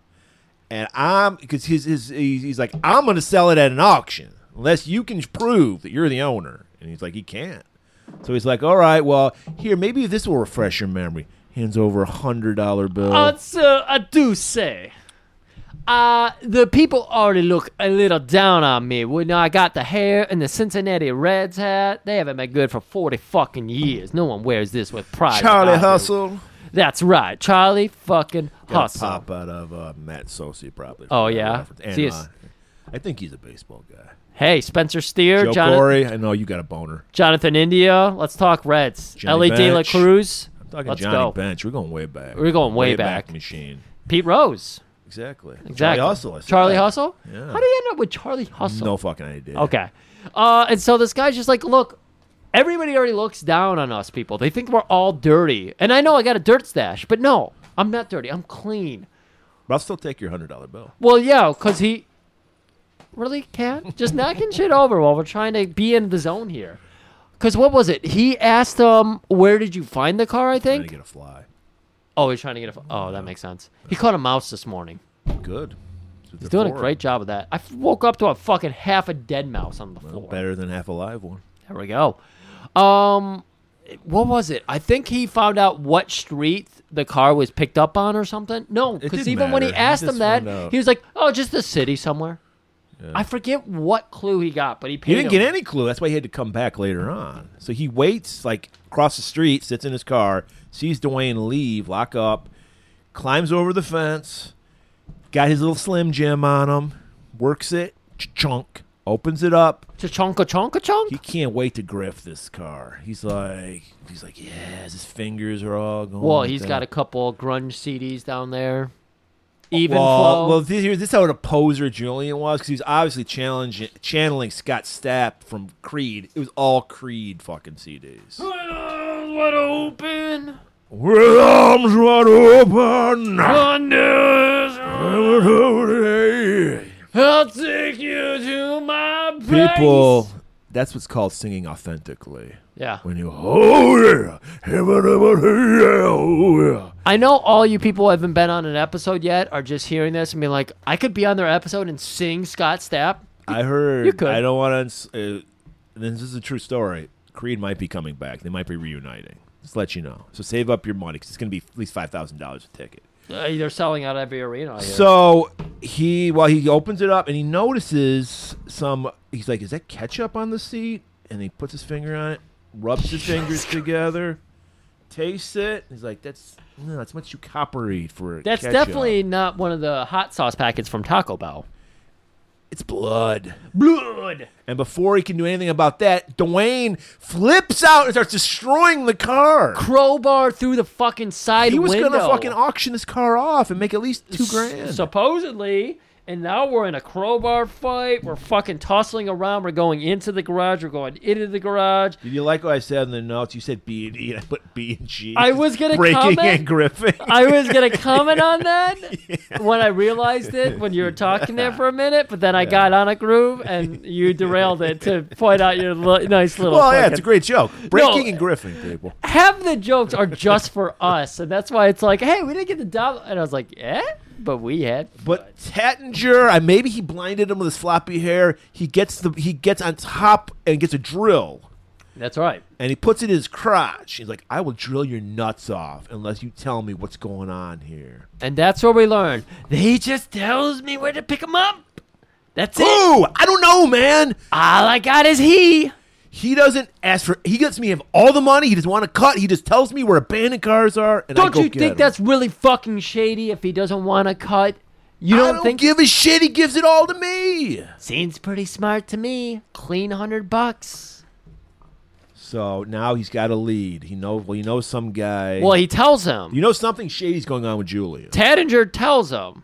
Speaker 2: and I'm because his his he's he's like, I'm going to sell it at an auction unless you can prove that you're the owner. And he's like, he can't. So he's like, all right, well, here maybe this will refresh your memory. Hands over a hundred dollar bill.
Speaker 3: Uh, so I do say, uh, the people already look a little down on me. When I got the hair and the Cincinnati Reds hat, they haven't been good for 40 fucking years. No one wears this with pride.
Speaker 2: Charlie
Speaker 3: like I do.
Speaker 2: Hustle.
Speaker 3: That's right. Charlie fucking
Speaker 2: got a
Speaker 3: Hustle.
Speaker 2: pop out of uh, Matt Sosi probably.
Speaker 3: Oh,
Speaker 2: for that
Speaker 3: yeah?
Speaker 2: reference. And,
Speaker 3: See, it's-
Speaker 2: uh, I think he's a baseball guy.
Speaker 3: Hey, Spencer Steer,
Speaker 2: Joe
Speaker 3: Jonathan,
Speaker 2: Corey, I know you got a boner.
Speaker 3: Jonathan India. Let's talk Reds.
Speaker 2: Johnny
Speaker 3: Ellie De La
Speaker 2: Bench.
Speaker 3: Cruz.
Speaker 2: I'm talking
Speaker 3: Let's
Speaker 2: Johnny
Speaker 3: go.
Speaker 2: Bench. We're going way back.
Speaker 3: We're going way back.
Speaker 2: machine.
Speaker 3: Pete Rose.
Speaker 2: Exactly.
Speaker 3: Exactly.
Speaker 2: Charlie Hustle. I said
Speaker 3: Charlie
Speaker 2: that.
Speaker 3: Hustle?
Speaker 2: Yeah.
Speaker 3: How do you end up with Charlie Hustle?
Speaker 2: No fucking idea.
Speaker 3: Okay. Uh, and so this guy's just like, look, everybody already looks down on us people. They think we're all dirty. And I know I got a dirt stash, but no, I'm not dirty. I'm clean.
Speaker 2: But I'll still take your hundred dollar bill.
Speaker 3: Well, yeah, because he really can't. Just knocking shit over while we're trying to be in the zone here. Because what was it? He asked him, where did you find the car, I
Speaker 2: Trying to
Speaker 3: think?
Speaker 2: get a fly.
Speaker 3: Oh, he's trying to get a. Oh, that makes sense. He caught a mouse this morning.
Speaker 2: Good. He's
Speaker 3: He's doing a great job of that. I f- woke up to a fucking half a dead mouse on the floor.
Speaker 2: Better than half alive one.
Speaker 3: There we go. Um, what was it? I think he found out what street the car was picked up on or something. No, because
Speaker 2: didn't
Speaker 3: even when he
Speaker 2: matter. He
Speaker 3: asked him
Speaker 2: just
Speaker 3: that,
Speaker 2: found out.
Speaker 3: he was like, "Oh, just the city somewhere." I forget what clue he got, but he
Speaker 2: He
Speaker 3: paid
Speaker 2: didn't
Speaker 3: him.
Speaker 2: get any clue. That's why he had to come back later on. So he waits like across the street, sits in his car, sees Dwayne leave, lock up, climbs over the fence, got his little slim jim on him, works it, chunk, opens it up.
Speaker 3: Chonka chonka
Speaker 2: He
Speaker 3: chonk.
Speaker 2: can't wait to griff this car. He's like, he's like, yes, his fingers are all going.
Speaker 3: Well,
Speaker 2: he's
Speaker 3: he's got a couple grunge CDs down there. even
Speaker 2: Oh, well,
Speaker 3: flow.
Speaker 2: well, this, here's- this is how the poser Julian was because he was obviously challenging, channeling Scott Stapp from Creed. It was all Creed fucking CDs.
Speaker 3: what open?
Speaker 2: With arms wide open, people.
Speaker 3: I'll take you to my
Speaker 2: That's what's called singing authentically.
Speaker 3: Yeah.
Speaker 2: When you oh yeah, heaven, heaven, yeah, oh yeah.
Speaker 3: I know all you people who haven't been on an episode yet are just hearing this and being like, I could be on their episode and sing Scott Stapp.
Speaker 2: I heard.
Speaker 3: you could.
Speaker 2: I don't want to. Uh, this is a true story. Creed might be coming back. They might be reuniting. Just to let you know. So save up your money because it's going to be at least five thousand dollars a ticket.
Speaker 3: Uh, they're selling out every arena. I hear.
Speaker 2: So he, well, he opens it up and he notices some. He's like, "Is that ketchup on the seat?" And he puts his finger on it, rubs his fingers together, tastes it. He's like, "That's no, that's much too coppery for
Speaker 3: That's
Speaker 2: ketchup.
Speaker 3: definitely not one of the hot sauce packets from Taco Bell.
Speaker 2: It's blood. Blood. And before he can do anything about that, Dwayne flips out and starts destroying the car.
Speaker 3: Crowbar through the fucking side
Speaker 2: He was
Speaker 3: window.
Speaker 2: gonna fucking auction his car off and make at least two grand.
Speaker 3: Supposedly, and now we're in a crowbar fight. We're fucking tussling around. We're going into the garage. We're going into the garage.
Speaker 2: Did you like what I said in the notes? You said B and E, and I put B and G.
Speaker 3: I was gonna
Speaker 2: breaking
Speaker 3: comment-
Speaker 2: and gripping.
Speaker 3: I was gonna comment on that when I realized it when you were talking there for a minute, but then I got on a groove and you derailed it to point out your li- nice little.
Speaker 2: well, yeah, it's a
Speaker 3: fucking-
Speaker 2: great joke. Breaking
Speaker 3: No.
Speaker 2: and gripping, people.
Speaker 3: Half the jokes are just for us, and that's why it's like, hey, we didn't get the dollar, and I was like, eh, but we had.
Speaker 2: But Tattinger, I, maybe he blinded him with his floppy hair. He gets the he gets on top and gets a drill.
Speaker 3: That's right.
Speaker 2: and he puts it in his crotch. He's like, I will drill your nuts off unless you tell me what's going on here.
Speaker 3: And that's where we learned. He just tells me where to pick him up. That's it.
Speaker 2: Ooh, I don't know, man.
Speaker 3: All I got is he.
Speaker 2: He doesn't ask for. He gets me of all the money. He doesn't want to cut. He just tells me where abandoned cars are, and I
Speaker 3: Don't
Speaker 2: go
Speaker 3: you
Speaker 2: get
Speaker 3: think
Speaker 2: 'em.
Speaker 3: that's really fucking shady if he doesn't want to cut? You
Speaker 2: I
Speaker 3: don't,
Speaker 2: don't
Speaker 3: think
Speaker 2: give a shit. He gives it all to me.
Speaker 3: Seems pretty smart to me. Clean hundred bucks.
Speaker 2: So now he's got a lead. He knows. Well, he knows some guy.
Speaker 3: Well, he tells him.
Speaker 2: you know something shady's going on with Julia.
Speaker 3: Tattinger tells him,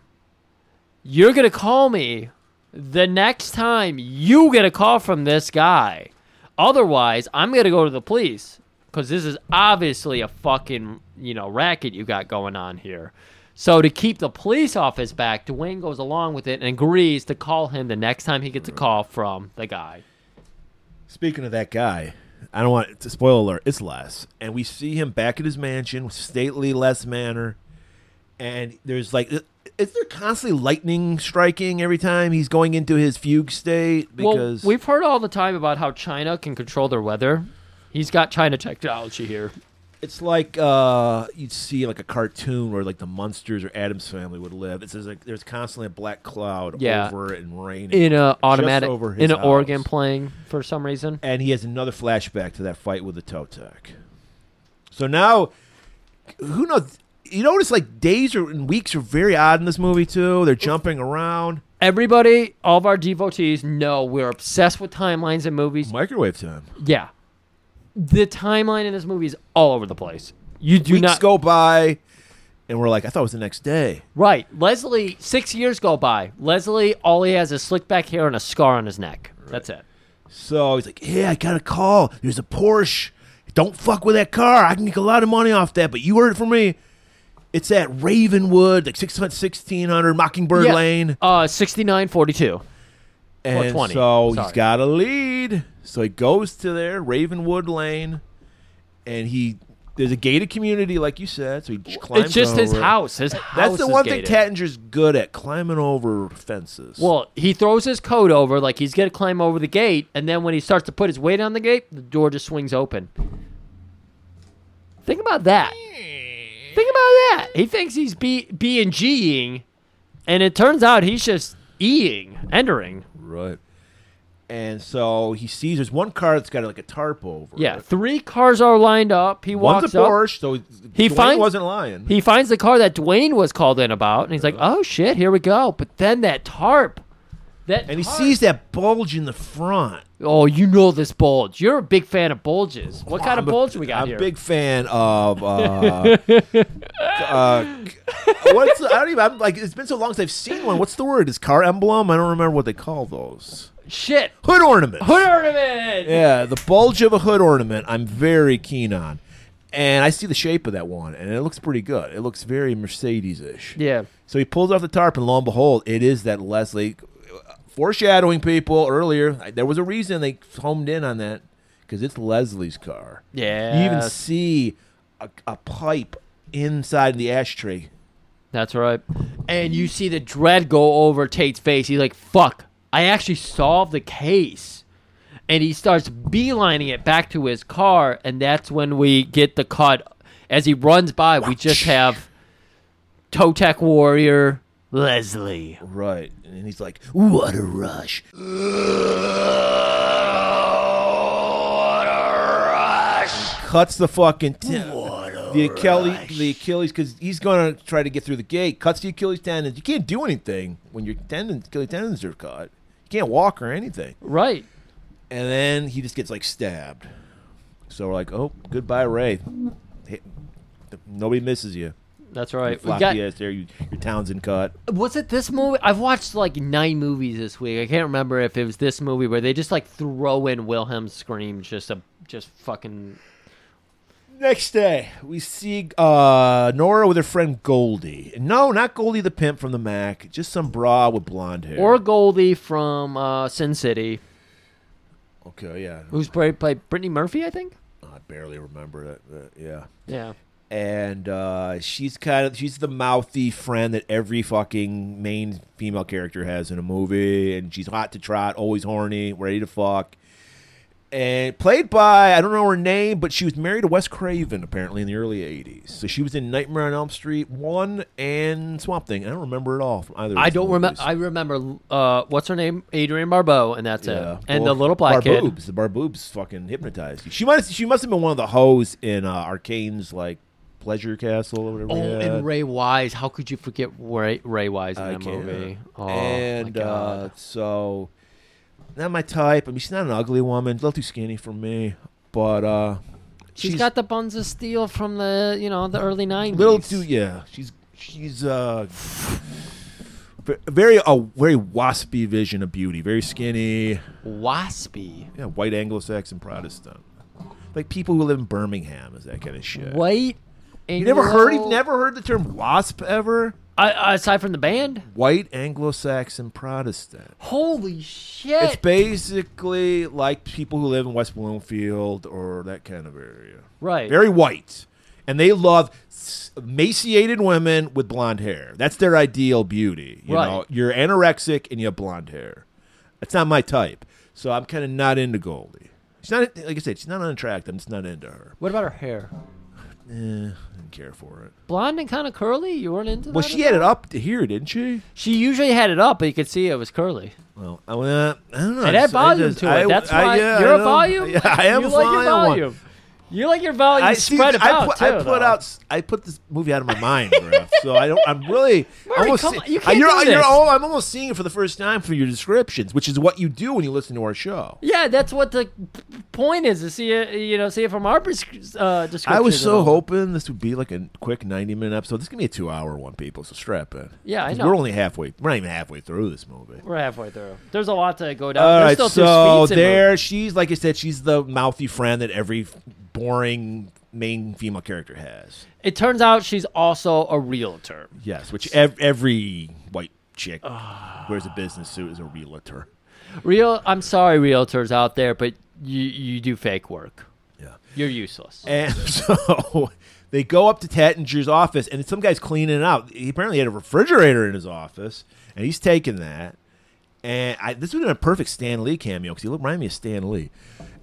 Speaker 3: "You're gonna call me the next time you get a call from this guy. Otherwise, I'm gonna go to the police because this is obviously a fucking you know racket you got going on here." So to keep the police off his back, Dwayne goes along with it and agrees to call him the next time he gets a call from the guy.
Speaker 2: Speaking of that guy, I don't want to spoil alert. It's Les, and we see him back at his mansion, stately Les Manor, and there's like, is there constantly lightning striking every time he's going into his fugue state? Because
Speaker 3: well, we've heard all the time about how China can control their weather. He's got China technology here.
Speaker 2: it's like uh, you'd see like a cartoon where like the Munsters or Adams family would live. It's just like there's constantly a black cloud
Speaker 3: Yeah.
Speaker 2: over it and raining
Speaker 3: in a
Speaker 2: just
Speaker 3: automatic
Speaker 2: over his
Speaker 3: in an
Speaker 2: house.
Speaker 3: organ playing for some reason.
Speaker 2: and he has another flashback to that fight with the Totek. So now, who knows? You notice like days or, and weeks are very odd in this movie too. They're jumping around.
Speaker 3: Everybody, all of our devotees know we're obsessed with timelines in movies.
Speaker 2: Microwave time.
Speaker 3: Yeah, the timeline in this movie is all over the place. You do
Speaker 2: weeks
Speaker 3: not
Speaker 2: go by, and we're like, I thought it was the next day.
Speaker 3: right. Leslie, six years go by. Leslie, all he has is slick back hair and a scar on his neck. That's it.
Speaker 2: So he's like, Yeah, I got a call. There's a Porsche. Don't fuck with that car. I can make a lot of money off that. But you heard it from me. It's at Ravenwood, like 1600 Mockingbird
Speaker 3: Yeah.
Speaker 2: Lane.
Speaker 3: Uh, sixty nine forty two.
Speaker 2: And
Speaker 3: 20,
Speaker 2: so
Speaker 3: sorry.
Speaker 2: he's got a lead. So he goes to there, Ravenwood Lane, and he there's a gated community, like you said. So he j- climbs.
Speaker 3: It's just his
Speaker 2: over it.
Speaker 3: house. His house.
Speaker 2: That's the
Speaker 3: is
Speaker 2: one
Speaker 3: gated.
Speaker 2: thing Tattinger's good at climbing over fences.
Speaker 3: Well, he throws his coat over like he's gonna climb over the gate, and then when he starts to put his weight on the gate, the door just swings open. Think about that. Think about that. He thinks he's B B and G-ing, and it turns out he's just E-ing, entering.
Speaker 2: right. And so he sees there's one car that's got like a tarp over.
Speaker 3: Yeah,
Speaker 2: it.
Speaker 3: three cars are lined up. He
Speaker 2: one's
Speaker 3: walks
Speaker 2: a
Speaker 3: up.
Speaker 2: Porsche, so
Speaker 3: He
Speaker 2: he
Speaker 3: finds-
Speaker 2: wasn't lying.
Speaker 3: He finds the car that Dwayne was called in about, and he's like, "Oh shit, here we go!" But then that tarp. That
Speaker 2: and he
Speaker 3: heart-
Speaker 2: sees that bulge in the front.
Speaker 3: Oh, you know this bulge. You're a big fan of bulges. What kind of
Speaker 2: I'm a-
Speaker 3: bulge we got
Speaker 2: I'm
Speaker 3: here?
Speaker 2: a big fan of. Uh, uh, what's the- I don't even. I'm like it's been so long since I've seen one. What's the word? Is car emblem? I don't remember what they call those.
Speaker 3: Shit.
Speaker 2: Hood ornament.
Speaker 3: Hood ornament.
Speaker 2: Yeah, the bulge of a hood ornament. I'm very keen on, and I see the shape of that one, and it looks pretty good. It looks very Mercedes-ish.
Speaker 3: Yeah.
Speaker 2: So he pulls off the tarp, and lo and behold, it is that Leslie. uh, Foreshadowing people earlier, I- there was a reason they homed in on that because it's Leslie's car. You even
Speaker 3: Yes.
Speaker 2: see a, a pipe inside the ashtray.
Speaker 3: That's right. And you see the dread go over Tate's face. He's like, fuck, I actually solved the case. And he starts beelining it back to his car. And that's when we get the cut. As he runs by, we just have Totec Warrior Leslie.
Speaker 2: Right. And he's like, what a rush. Cuts the fucking t- the Achilles, the Achilles, because he's gonna try to get through the gate. Cuts the Achilles tendons. You can't do anything when your tendons, Achilles tendons are cut. You can't walk or anything.
Speaker 3: Right.
Speaker 2: And then he just gets like stabbed. So we're like, oh, goodbye, Ray. Hey, nobody misses you.
Speaker 3: That's right. We
Speaker 2: Floppy
Speaker 3: got,
Speaker 2: ass there. You, your Townsend cut.
Speaker 3: was it this movie? I've watched like nine movies this week. I can't remember if it was this movie where they just like throw in Wilhelm screams just a just fucking
Speaker 2: Next day, we see uh, Nora with her friend Goldie. No, not Goldie the pimp from the Mac. Just some bra with blonde hair.
Speaker 3: or Goldie from uh, Sin City,
Speaker 2: okay, yeah,
Speaker 3: who's played by Brittany Murphy, I think.
Speaker 2: I barely remember that. but yeah,
Speaker 3: Yeah,
Speaker 2: and uh, she's kind of she's the mouthy friend that every fucking main female character has in a movie, and she's hot to trot, always horny, ready to fuck. And played by I don't know her name, but she was married to Wes Craven apparently in the early '80s. So she was in Nightmare on Elm Street one and Swamp Thing. I don't remember it all from either. Of
Speaker 3: I
Speaker 2: those
Speaker 3: don't remember.
Speaker 2: movies.
Speaker 3: I remember uh, what's her name, Adrienne Barbeau, and that's
Speaker 2: Yeah.
Speaker 3: it. And
Speaker 2: Well,
Speaker 3: the little black kid.
Speaker 2: Barboobs. The Barboobs fucking hypnotized you. She must she must have been one of the hoes in uh, Arcane's like pleasure castle or whatever.
Speaker 3: Oh,
Speaker 2: yeah.
Speaker 3: and Ray Wise. How could you forget Ray, Ray Wise in
Speaker 2: I
Speaker 3: that
Speaker 2: can't.
Speaker 3: movie? Oh, my
Speaker 2: and
Speaker 3: God.
Speaker 2: uh, so not my type. I mean, she's not an ugly woman. A little too skinny for me, but uh,
Speaker 3: she's got the buns of steel from the you know the early nineties.
Speaker 2: little too. Yeah, she's she's uh. ve- Very a very waspy vision of beauty. Very skinny,
Speaker 3: waspy,
Speaker 2: yeah, white Anglo-Saxon Protestant, like people who live in Birmingham is that kind of shit.
Speaker 3: white.
Speaker 2: You never heard? You've never heard the term WASP ever?
Speaker 3: I, aside from the band.
Speaker 2: White Anglo-Saxon Protestant.
Speaker 3: Holy shit!
Speaker 2: It's basically like people who live in West Bloomfield or that kind of area.
Speaker 3: right.
Speaker 2: Very white, and they love s- emaciated women with blonde hair. That's their ideal beauty. You
Speaker 3: Right.
Speaker 2: know, you're anorexic and you have blonde hair. That's not my type, so I'm kind of not into Goldie. She's not like I said. She's not unattractive. I'm just not into her.
Speaker 3: what about her hair?
Speaker 2: I didn't care for it.
Speaker 3: blonde and kind of curly. You weren't into
Speaker 2: Well,
Speaker 3: that.
Speaker 2: she
Speaker 3: at
Speaker 2: had
Speaker 3: all?
Speaker 2: it up to here, didn't she?
Speaker 3: She usually had it up, but you could see it was curly.
Speaker 2: Well, I, uh, I don't know.
Speaker 3: It
Speaker 2: I
Speaker 3: had
Speaker 2: just- I
Speaker 3: volume
Speaker 2: just-
Speaker 3: to it.
Speaker 2: I-
Speaker 3: That's
Speaker 2: I-
Speaker 3: why
Speaker 2: yeah,
Speaker 3: you're
Speaker 2: I
Speaker 3: a
Speaker 2: know.
Speaker 3: volume.
Speaker 2: Yeah, I am
Speaker 3: you
Speaker 2: a
Speaker 3: like
Speaker 2: volume.
Speaker 3: your volume. You like your volume
Speaker 2: I see.
Speaker 3: spread
Speaker 2: I
Speaker 3: about
Speaker 2: put,
Speaker 3: too.
Speaker 2: I put
Speaker 3: though.
Speaker 2: out. I put this movie out of my mind, Griff. so I don't. I'm really.
Speaker 3: Murray,
Speaker 2: almost
Speaker 3: come
Speaker 2: see-
Speaker 3: on, you
Speaker 2: I-
Speaker 3: can't
Speaker 2: you're,
Speaker 3: do
Speaker 2: you're
Speaker 3: this.
Speaker 2: all- I'm almost seeing it for the first time for your descriptions, which is what you do when you listen to our show.
Speaker 3: Yeah, that's what the p- point is to see it. You know, see it from our pres- uh, description.
Speaker 2: I was so
Speaker 3: and all.
Speaker 2: hoping this would be like a quick 90 minute episode. This is gonna be a two hour one, people. So strap in.
Speaker 3: Yeah, I
Speaker 2: 'Cause
Speaker 3: know.
Speaker 2: We're only halfway. We're not even halfway through this movie.
Speaker 3: We're halfway through. There's a lot to go down.
Speaker 2: All
Speaker 3: There's
Speaker 2: right,
Speaker 3: still two
Speaker 2: so
Speaker 3: speeds in there.
Speaker 2: there she's like I said, she's the mouthy friend that every boring main female character has.
Speaker 3: It turns out she's also a realtor.
Speaker 2: Yes, which ev- every white chick
Speaker 3: Ah.
Speaker 2: wears a business suit is a realtor.
Speaker 3: Real. I'm sorry, realtors out there, but you you do fake work.
Speaker 2: Yeah.
Speaker 3: You're useless.
Speaker 2: And so they go up to Tattinger's office, and some guy's cleaning it out. He apparently had a refrigerator in his office, and he's taking that. And I, this would have been a perfect Stan Lee cameo because he looked reminded me of Stan Lee.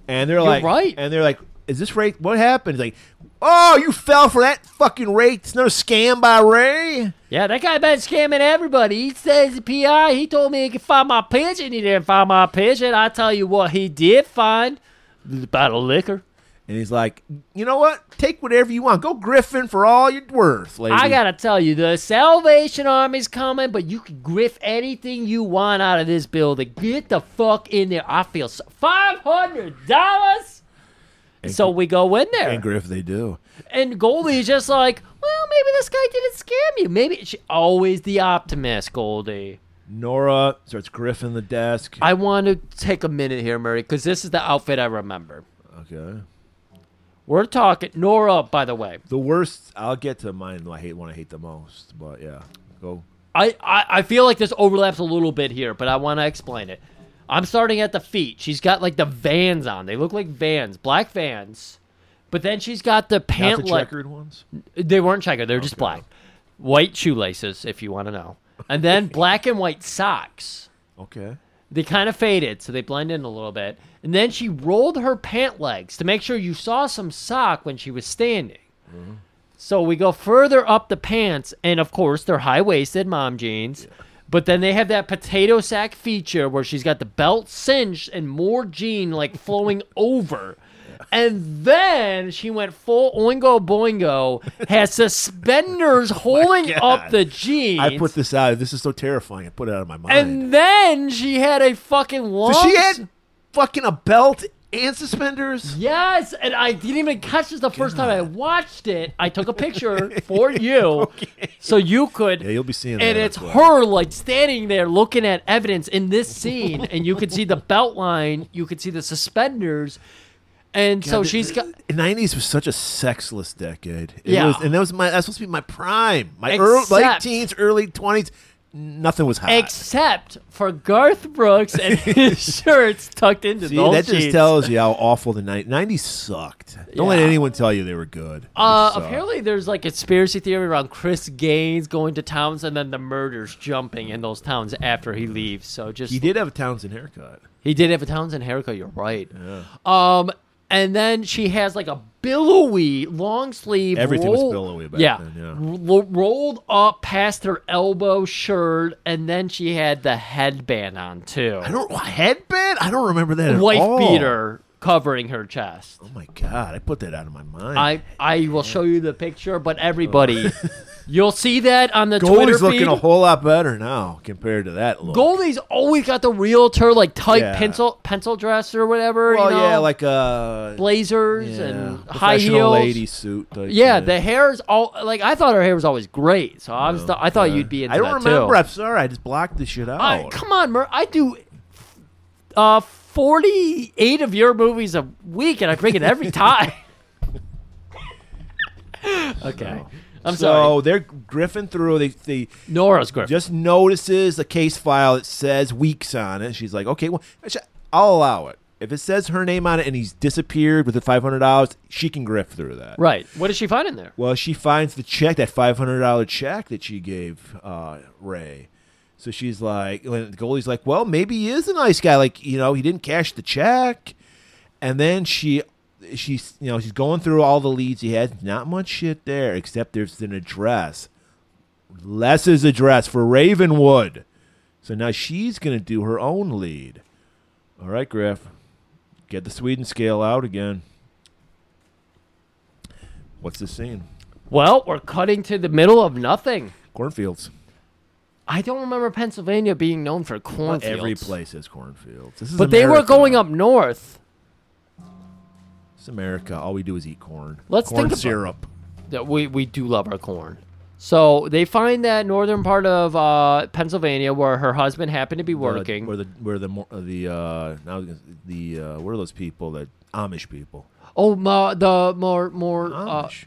Speaker 2: And they're like,
Speaker 3: right.
Speaker 2: And they're like, is this Ray? What happened? He's like, oh, you fell for that fucking Ray. It's not a scam by Ray.
Speaker 3: Yeah, that guy been scamming everybody. He says the PI. He told me he could find my pigeon. He didn't find my pigeon. I tell you what, he did find the bottle of liquor.
Speaker 2: And he's like, you know what? Take whatever you want. Go Griffin for all you're worth, lady.
Speaker 3: I gotta tell you, the Salvation Army's coming, but you can griff anything you want out of this building. Get the fuck in there. I feel so five hundred dollars. So we go in there,
Speaker 2: And
Speaker 3: and,
Speaker 2: Griff, they do.
Speaker 3: Goldie's just like, well, maybe this guy didn't scam you. Maybe she, always the optimist, Goldie.
Speaker 2: Nora starts griffing the desk.
Speaker 3: I want to take a minute here, Murray, because this is the outfit I remember.
Speaker 2: okay.
Speaker 3: We're talking Nora, by the way.
Speaker 2: The worst. I'll get to mine. I hate one. I hate the most. But yeah, go.
Speaker 3: I, I, I feel like this overlaps a little bit here, but I want to explain it. I'm starting at the feet. She's got like the vans on. They look like vans, black vans. But then she's got the
Speaker 2: Not
Speaker 3: pant
Speaker 2: the
Speaker 3: leg.
Speaker 2: checkered ones.
Speaker 3: They weren't checkered. They're just black. White shoelaces, if you want to know. And then black and white socks.
Speaker 2: Okay.
Speaker 3: They kind of faded, so they blend in a little bit. And then she rolled her pant legs to make sure you saw some sock when she was standing.
Speaker 2: Mm-hmm.
Speaker 3: So we go further up the pants, and of course, they're high waisted mom jeans. But then they have that potato sack feature where she's got the belt cinched and more jean like flowing over. And then she went full oingo boingo, has suspenders holding up
Speaker 2: Oh God.
Speaker 3: the jeans.
Speaker 2: I put this out. This is so terrifying. I put it out of my mind.
Speaker 3: and then she had a fucking long.
Speaker 2: so she had fucking a belt and suspenders.
Speaker 3: Yes, and I didn't even catch this the first time I watched it. I took a picture for you, so you could.
Speaker 2: Yeah, you'll be seeing that,
Speaker 3: And it's
Speaker 2: that's why.
Speaker 3: her like standing there looking at evidence in this scene, and you could see the belt line, you could see the suspenders, and so she's got.
Speaker 2: Nineties was such a sexless decade. It
Speaker 3: Yeah.
Speaker 2: was- and that was my that's supposed to be my prime, my early, late
Speaker 3: Except-
Speaker 2: teens, early twenties. Nothing was hot.
Speaker 3: Except for Garth Brooks and his shirts tucked into
Speaker 2: See,
Speaker 3: those
Speaker 2: that just
Speaker 3: jeans.
Speaker 2: tells you how awful the ni- 90s sucked. Don't let
Speaker 3: Yeah.
Speaker 2: anyone tell you they were good. They
Speaker 3: Uh,
Speaker 2: sucked.
Speaker 3: apparently, there's like a conspiracy theory around Chris Gaines going to towns and then the murders jumping in those towns after he leaves. So just
Speaker 2: he did have a Townsend haircut.
Speaker 3: He did have a Townsend haircut. You're right. Um, and then she has like a billowy long sleeve.
Speaker 2: Everything was
Speaker 3: roll-
Speaker 2: billowy back then, yeah.
Speaker 3: Ro- rolled up past her elbow shirt, and then she had the headband on too.
Speaker 2: I don't headband. I don't remember that. at
Speaker 3: Wife
Speaker 2: all.
Speaker 3: beater covering her chest.
Speaker 2: Oh my god! I put that out of my mind.
Speaker 3: I I will show you the picture, but everybody, you'll see that on the Twitter
Speaker 2: Oh. Goldie's
Speaker 3: feed.
Speaker 2: looking a whole lot better now compared to that look.
Speaker 3: Goldie's always got the realtor like tight
Speaker 2: Yeah.
Speaker 3: pencil pencil dress or whatever.
Speaker 2: well,
Speaker 3: you know?
Speaker 2: yeah, like a
Speaker 3: blazers
Speaker 2: yeah,
Speaker 3: and high
Speaker 2: professional
Speaker 3: heels.
Speaker 2: lady suit. type
Speaker 3: Yeah,
Speaker 2: thing.
Speaker 3: the hair is all like I thought her hair was always great, so I was th- I thought you'd be into
Speaker 2: I don't
Speaker 3: that
Speaker 2: remember. Oh.
Speaker 3: too.
Speaker 2: I'm sorry. I just blocked this shit out.
Speaker 3: I- come on, Mer, I do uh forty eight of your movies a week, and I bring it every time. okay, I'm
Speaker 2: so
Speaker 3: sorry.
Speaker 2: they're griffin through. They they
Speaker 3: Nora's Griffin.
Speaker 2: just notices a case file that says weeks on it. She's like, okay, well, actually, I'll allow it. If it says her name on it and he's disappeared with the five hundred dollars, she can grift through that.
Speaker 3: right. What did she find in there?
Speaker 2: Well, she finds the check, that five hundred dollar check that she gave uh, Ray. So she's like, when Goldie's like, well, maybe he is a nice guy. Like, you know, he didn't cash the check, and then she, she's, you know, she's going through all the leads he had. Not much shit there, except there's an address, Les's address for Ravenwood. So now she's gonna do her own lead. All right, Griff, get the Sweden scale out again. What's this scene?
Speaker 3: Well, we're cutting to the middle of nothing.
Speaker 2: Cornfields.
Speaker 3: I don't remember Pennsylvania being known for cornfields.
Speaker 2: Every place has cornfields. This is
Speaker 3: but they were
Speaker 2: America.
Speaker 3: going up north.
Speaker 2: It's America. All we do is eat corn.
Speaker 3: Let's
Speaker 2: corn
Speaker 3: think about-
Speaker 2: syrup.
Speaker 3: that we, we do love our corn. So they find that northern part of uh, Pennsylvania where her husband happened to be working.
Speaker 2: Uh, where the where the mo- uh, the uh, now the uh, what are those people that Amish people?
Speaker 3: oh, ma, the more more uh,
Speaker 2: Amish.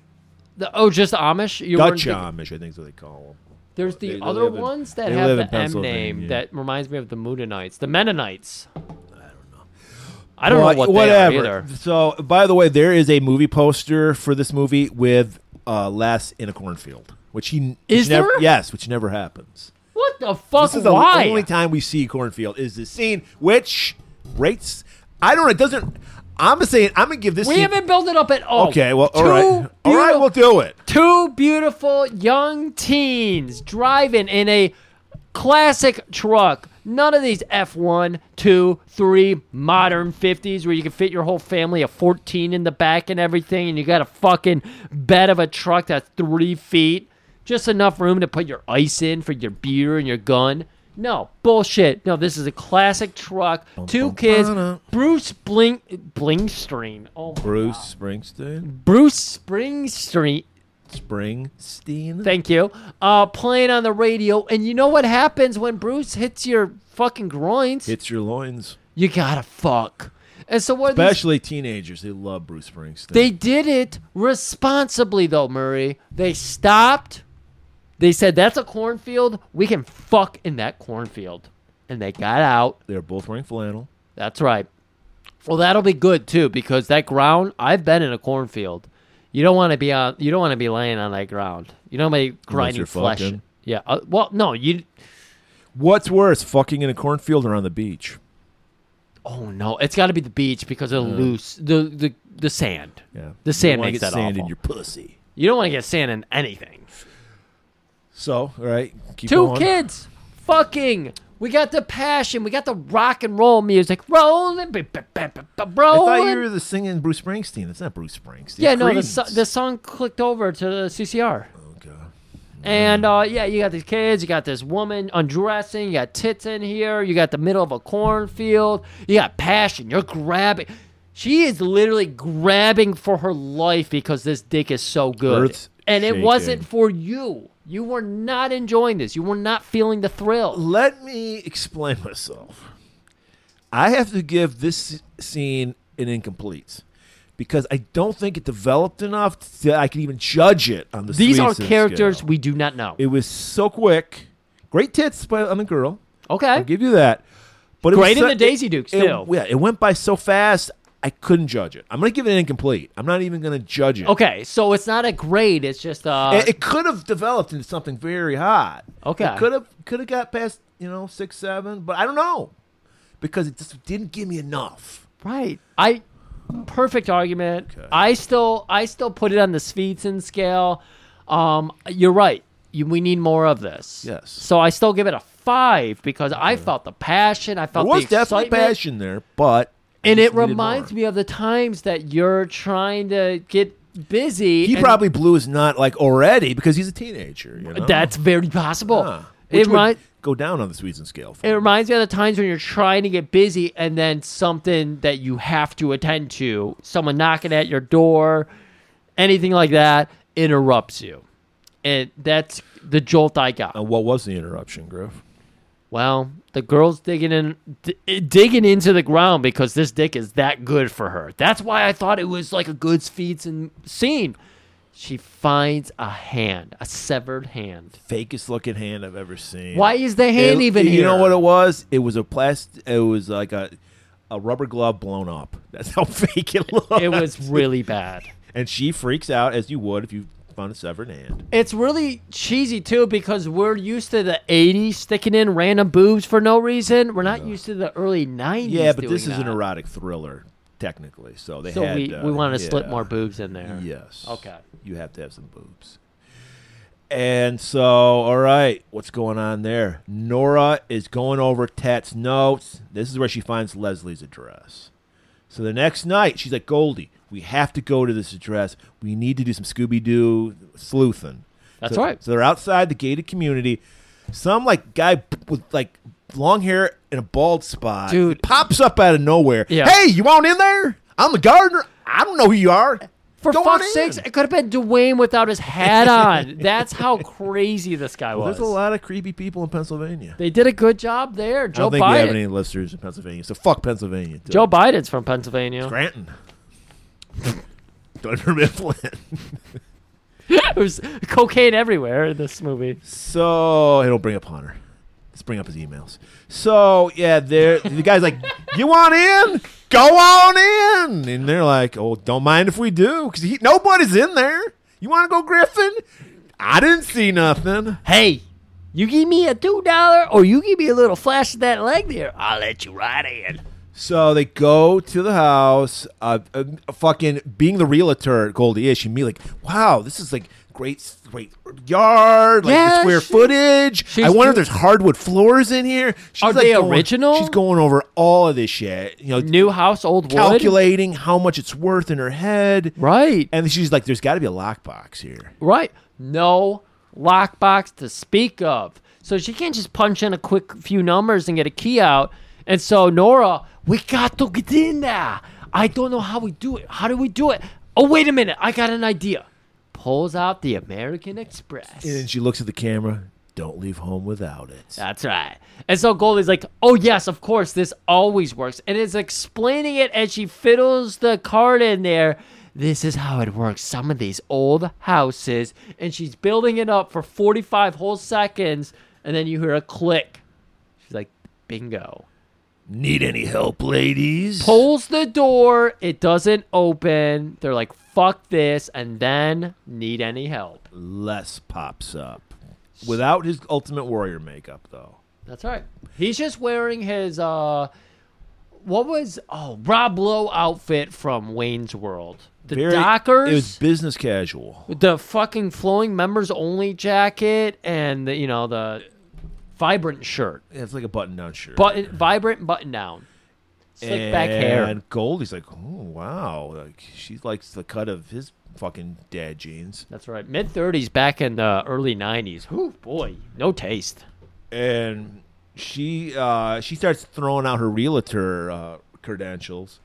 Speaker 3: the, oh, just Amish. You weren't
Speaker 2: Dutch
Speaker 3: think-
Speaker 2: Amish, I think is what they call them.
Speaker 3: There's
Speaker 2: They-
Speaker 3: the
Speaker 2: they
Speaker 3: other
Speaker 2: live in-
Speaker 3: ones that
Speaker 2: they
Speaker 3: have
Speaker 2: live in
Speaker 3: the M name
Speaker 2: Pennsylvania.
Speaker 3: that reminds me of the Mennonites, the Mennonites. I don't know. I don't know what they are either.
Speaker 2: So, by the way, there is a movie poster for this movie with uh, Les in a cornfield, which he n-
Speaker 3: Is
Speaker 2: which never,
Speaker 3: there?
Speaker 2: Yes, which never happens.
Speaker 3: What the fuck?
Speaker 2: This is the
Speaker 3: Why?
Speaker 2: only time we see cornfield is this scene, which rates. I don't. It doesn't. I'm gonna say. I'm gonna give this.
Speaker 3: we
Speaker 2: scene-
Speaker 3: haven't built it up at all.
Speaker 2: Okay. Well. All
Speaker 3: Oh, Two
Speaker 2: right. All right.
Speaker 3: beautiful-
Speaker 2: We'll do it.
Speaker 3: Two beautiful young teens driving in a classic truck None of these F1, 2, 3 modern 50s where you can fit your whole family of 14 in the back and everything, and you got a fucking bed of a truck that's three feet. Just enough room to put your ice in for your beer and your gun. No, bullshit. No, this is a classic truck. Two kids.
Speaker 2: bum.
Speaker 3: Bruce Bling Blingstream. Oh,
Speaker 2: Bruce Springsteen.
Speaker 3: Bruce Springsteen.
Speaker 2: Springsteen.
Speaker 3: Thank you. Uh, playing on the radio, and you know what happens when Bruce hits your fucking groins?
Speaker 2: Hits your loins.
Speaker 3: you gotta fuck. And so what? these-
Speaker 2: Especially teenagers. They love Bruce Springsteen.
Speaker 3: They did it responsibly, though, Murray. They stopped. They said, "That's a cornfield. We can fuck in that cornfield," and they got out.
Speaker 2: They're both wearing flannel.
Speaker 3: That's right. Well, that'll be good too because that ground. I've been in a cornfield. You don't want to be on. You don't want to be laying on that ground. You don't want to be grinding
Speaker 2: you're
Speaker 3: flesh.
Speaker 2: fucking.
Speaker 3: Yeah. uh, well, no. You.
Speaker 2: What's worse, fucking in a cornfield or on the beach?
Speaker 3: Oh no! It's got to be the beach because of the loose the the the sand.
Speaker 2: Yeah.
Speaker 3: The sand
Speaker 2: you don't wanna
Speaker 3: makes
Speaker 2: get
Speaker 3: that
Speaker 2: sand
Speaker 3: awful.
Speaker 2: in your pussy.
Speaker 3: You don't want to get sand in anything.
Speaker 2: So, all right, keep
Speaker 3: Two
Speaker 2: going.
Speaker 3: kids. Fucking. We got the passion. We got the rock and roll music rolling. b- b- b- b- b-
Speaker 2: I thought you
Speaker 3: rolling.
Speaker 2: were the singing Bruce Springsteen. It's not Bruce Springsteen.
Speaker 3: Yeah, no, the,
Speaker 2: Creedence.
Speaker 3: so- the song clicked over to the CCR.
Speaker 2: Oh, God.
Speaker 3: And uh, yeah, you got these kids, you got this woman undressing, you got tits in here, you got the middle of a cornfield, you got passion, you're grabbing. She is literally grabbing for her life because this dick is so good.
Speaker 2: Earth's
Speaker 3: and it
Speaker 2: shaking.
Speaker 3: wasn't for you. You were not enjoying this. You were not feeling the thrill.
Speaker 2: Let me explain myself. I have to give this scene an incomplete because I don't think it developed enough that I can even judge it on the.
Speaker 3: These are
Speaker 2: Streisand
Speaker 3: characters
Speaker 2: scale.
Speaker 3: we do not know.
Speaker 2: It was so quick. Great tits by on the girl. I'll
Speaker 3: Okay.
Speaker 2: give you that. But it was
Speaker 3: Great in
Speaker 2: so-
Speaker 3: the Daisy Dukes,
Speaker 2: it-
Speaker 3: too.
Speaker 2: Yeah, it went by so fast. I couldn't judge it. I'm gonna give it an incomplete. I'm not even gonna judge it.
Speaker 3: Okay, so it's not a grade, it's just uh
Speaker 2: It, it could have developed into something very hot.
Speaker 3: Okay.
Speaker 2: It could have could have got past you know six seven, but I don't know because it just didn't give me enough.
Speaker 3: Right. I perfect argument. I still I still put it on the Svetson scale. Um, you're right. You, we need more of this.
Speaker 2: Yes.
Speaker 3: So I still give it a five because I felt the passion. I
Speaker 2: There
Speaker 3: felt
Speaker 2: was
Speaker 3: the
Speaker 2: definitely
Speaker 3: excitement,
Speaker 2: passion there, but I
Speaker 3: and
Speaker 2: just
Speaker 3: it
Speaker 2: needed
Speaker 3: reminds
Speaker 2: more.
Speaker 3: me of the times that you're trying to get busy.
Speaker 2: He
Speaker 3: and
Speaker 2: probably blew his knot like already because he's a teenager. You know?
Speaker 3: that's very possible.
Speaker 2: Huh.
Speaker 3: It
Speaker 2: Which would
Speaker 3: might.
Speaker 2: go down on the Sweetson scale. For
Speaker 3: it
Speaker 2: me.
Speaker 3: reminds me of the times when you're trying to get busy and then something that you have to attend to, someone knocking at your door, anything like that, interrupts you. And that's the jolt I got.
Speaker 2: And what was the interruption, Griff?
Speaker 3: Well, the girl's digging in, d- digging into the ground because this dick is that good for her. That's why I thought it was like a good feats and scene. She finds a hand, a severed hand.
Speaker 2: Fakest looking hand I've ever seen.
Speaker 3: Why is the hand
Speaker 2: It-
Speaker 3: even
Speaker 2: you
Speaker 3: here?
Speaker 2: know what it was? It was a plastic. It was like a a rubber glove blown up. That's how fake it looked.
Speaker 3: It was really bad.
Speaker 2: and she freaks out as you would if you found a severed hand.
Speaker 3: It's really cheesy too because we're used to the 80s sticking in random boobs for no reason. We're not used to the early 90s.
Speaker 2: Yeah, but
Speaker 3: doing
Speaker 2: this is an
Speaker 3: that.
Speaker 2: erotic thriller technically, so they
Speaker 3: So
Speaker 2: had.
Speaker 3: we,
Speaker 2: uh,
Speaker 3: we want to slip
Speaker 2: yeah.
Speaker 3: more boobs in there.
Speaker 2: Yes.
Speaker 3: Okay.
Speaker 2: You have to have some boobs. And so, all right, what's going on there? Nora is going over Tat's notes. This is where she finds Leslie's address. So the next night, she's like, Goldie, we have to go to this address. We need to do some Scooby Doo sleuthing.
Speaker 3: That's
Speaker 2: So-
Speaker 3: right.
Speaker 2: So they're outside the gated community. Some like guy p- with like long hair and a bald spot,
Speaker 3: Dude.
Speaker 2: pops up out of nowhere.
Speaker 3: Yeah.
Speaker 2: Hey, you want in there? I'm the gardener. I don't know who you are.
Speaker 3: For
Speaker 2: Go on
Speaker 3: fuck's sakes,
Speaker 2: in."
Speaker 3: it could have been Dwayne without his hat on. That's how crazy this guy
Speaker 2: Well,
Speaker 3: was.
Speaker 2: there's a lot of creepy people in Pennsylvania.
Speaker 3: They did a good job
Speaker 2: I
Speaker 3: there.
Speaker 2: don't
Speaker 3: Joe
Speaker 2: think we have
Speaker 3: Biden.
Speaker 2: any listeners in Pennsylvania, so fuck Pennsylvania. too.
Speaker 3: Joe Biden's from Pennsylvania.
Speaker 2: Granton. Don't remember Flint.
Speaker 3: There's cocaine everywhere in this movie.
Speaker 2: So it'll bring up Hunter. Let's bring up his emails. So yeah, there the guy's like, "You want in? Go on in." And they're like, "Oh, don't mind if we do, because nobody's in there. You want to go, Griffin? I didn't see nothing."
Speaker 3: Hey, you give me a two dollar or you give me a little flash of that leg there, I'll let you right in.
Speaker 2: So they go to the house. Uh, uh, fucking being the realtor, Goldie is. She me like, wow, this is like great, great yard, like the
Speaker 3: Yeah,
Speaker 2: square
Speaker 3: she-
Speaker 2: footage. I
Speaker 3: she's
Speaker 2: wonder if
Speaker 3: do-
Speaker 2: there's hardwood floors in here. She's
Speaker 3: Are
Speaker 2: like
Speaker 3: they
Speaker 2: going-
Speaker 3: original?
Speaker 2: She's going over all of this shit. You know,
Speaker 3: New house, old wood.
Speaker 2: calculating how much it's worth in her head.
Speaker 3: Right.
Speaker 2: And she's like, "There's got to be a lockbox here."
Speaker 3: Right. No lockbox to speak of. So she can't just punch in a quick few numbers and get a key out. And so Nora, we got to get in there. I don't know how we do it. How do we do it? Oh, wait a minute. I got an idea. Pulls out the American Express.
Speaker 2: And she looks at the camera. Don't leave home without it.
Speaker 3: That's right. And so Goldie's like, oh, yes, of course, this always works. And is explaining it as she fiddles the card in there. This is how it works. Some of these old houses. And she's building it up for 45 whole seconds. And then you hear a click. She's like, bingo.
Speaker 2: Need any help, ladies?
Speaker 3: Pulls the door. It doesn't open. They're like, fuck this. And then need any help.
Speaker 2: Les pops up without his Ultimate Warrior makeup, though.
Speaker 3: That's right. He's just wearing his uh what was oh Rob Lowe outfit from Wayne's World. The
Speaker 2: Very-
Speaker 3: Dockers
Speaker 2: It was business casual.
Speaker 3: with the fucking flowing members only jacket and the, you know the vibrant shirt.
Speaker 2: It's like a button-down shirt.
Speaker 3: Button vibrant button down. Slick
Speaker 2: and
Speaker 3: back hair.
Speaker 2: And Goldie's like, oh wow, like she likes the cut of his fucking dad jeans.
Speaker 3: That's right. Mid thirties back in the early nineties. Whew boy, no taste.
Speaker 2: And she uh, she starts throwing out her realtor uh, credentials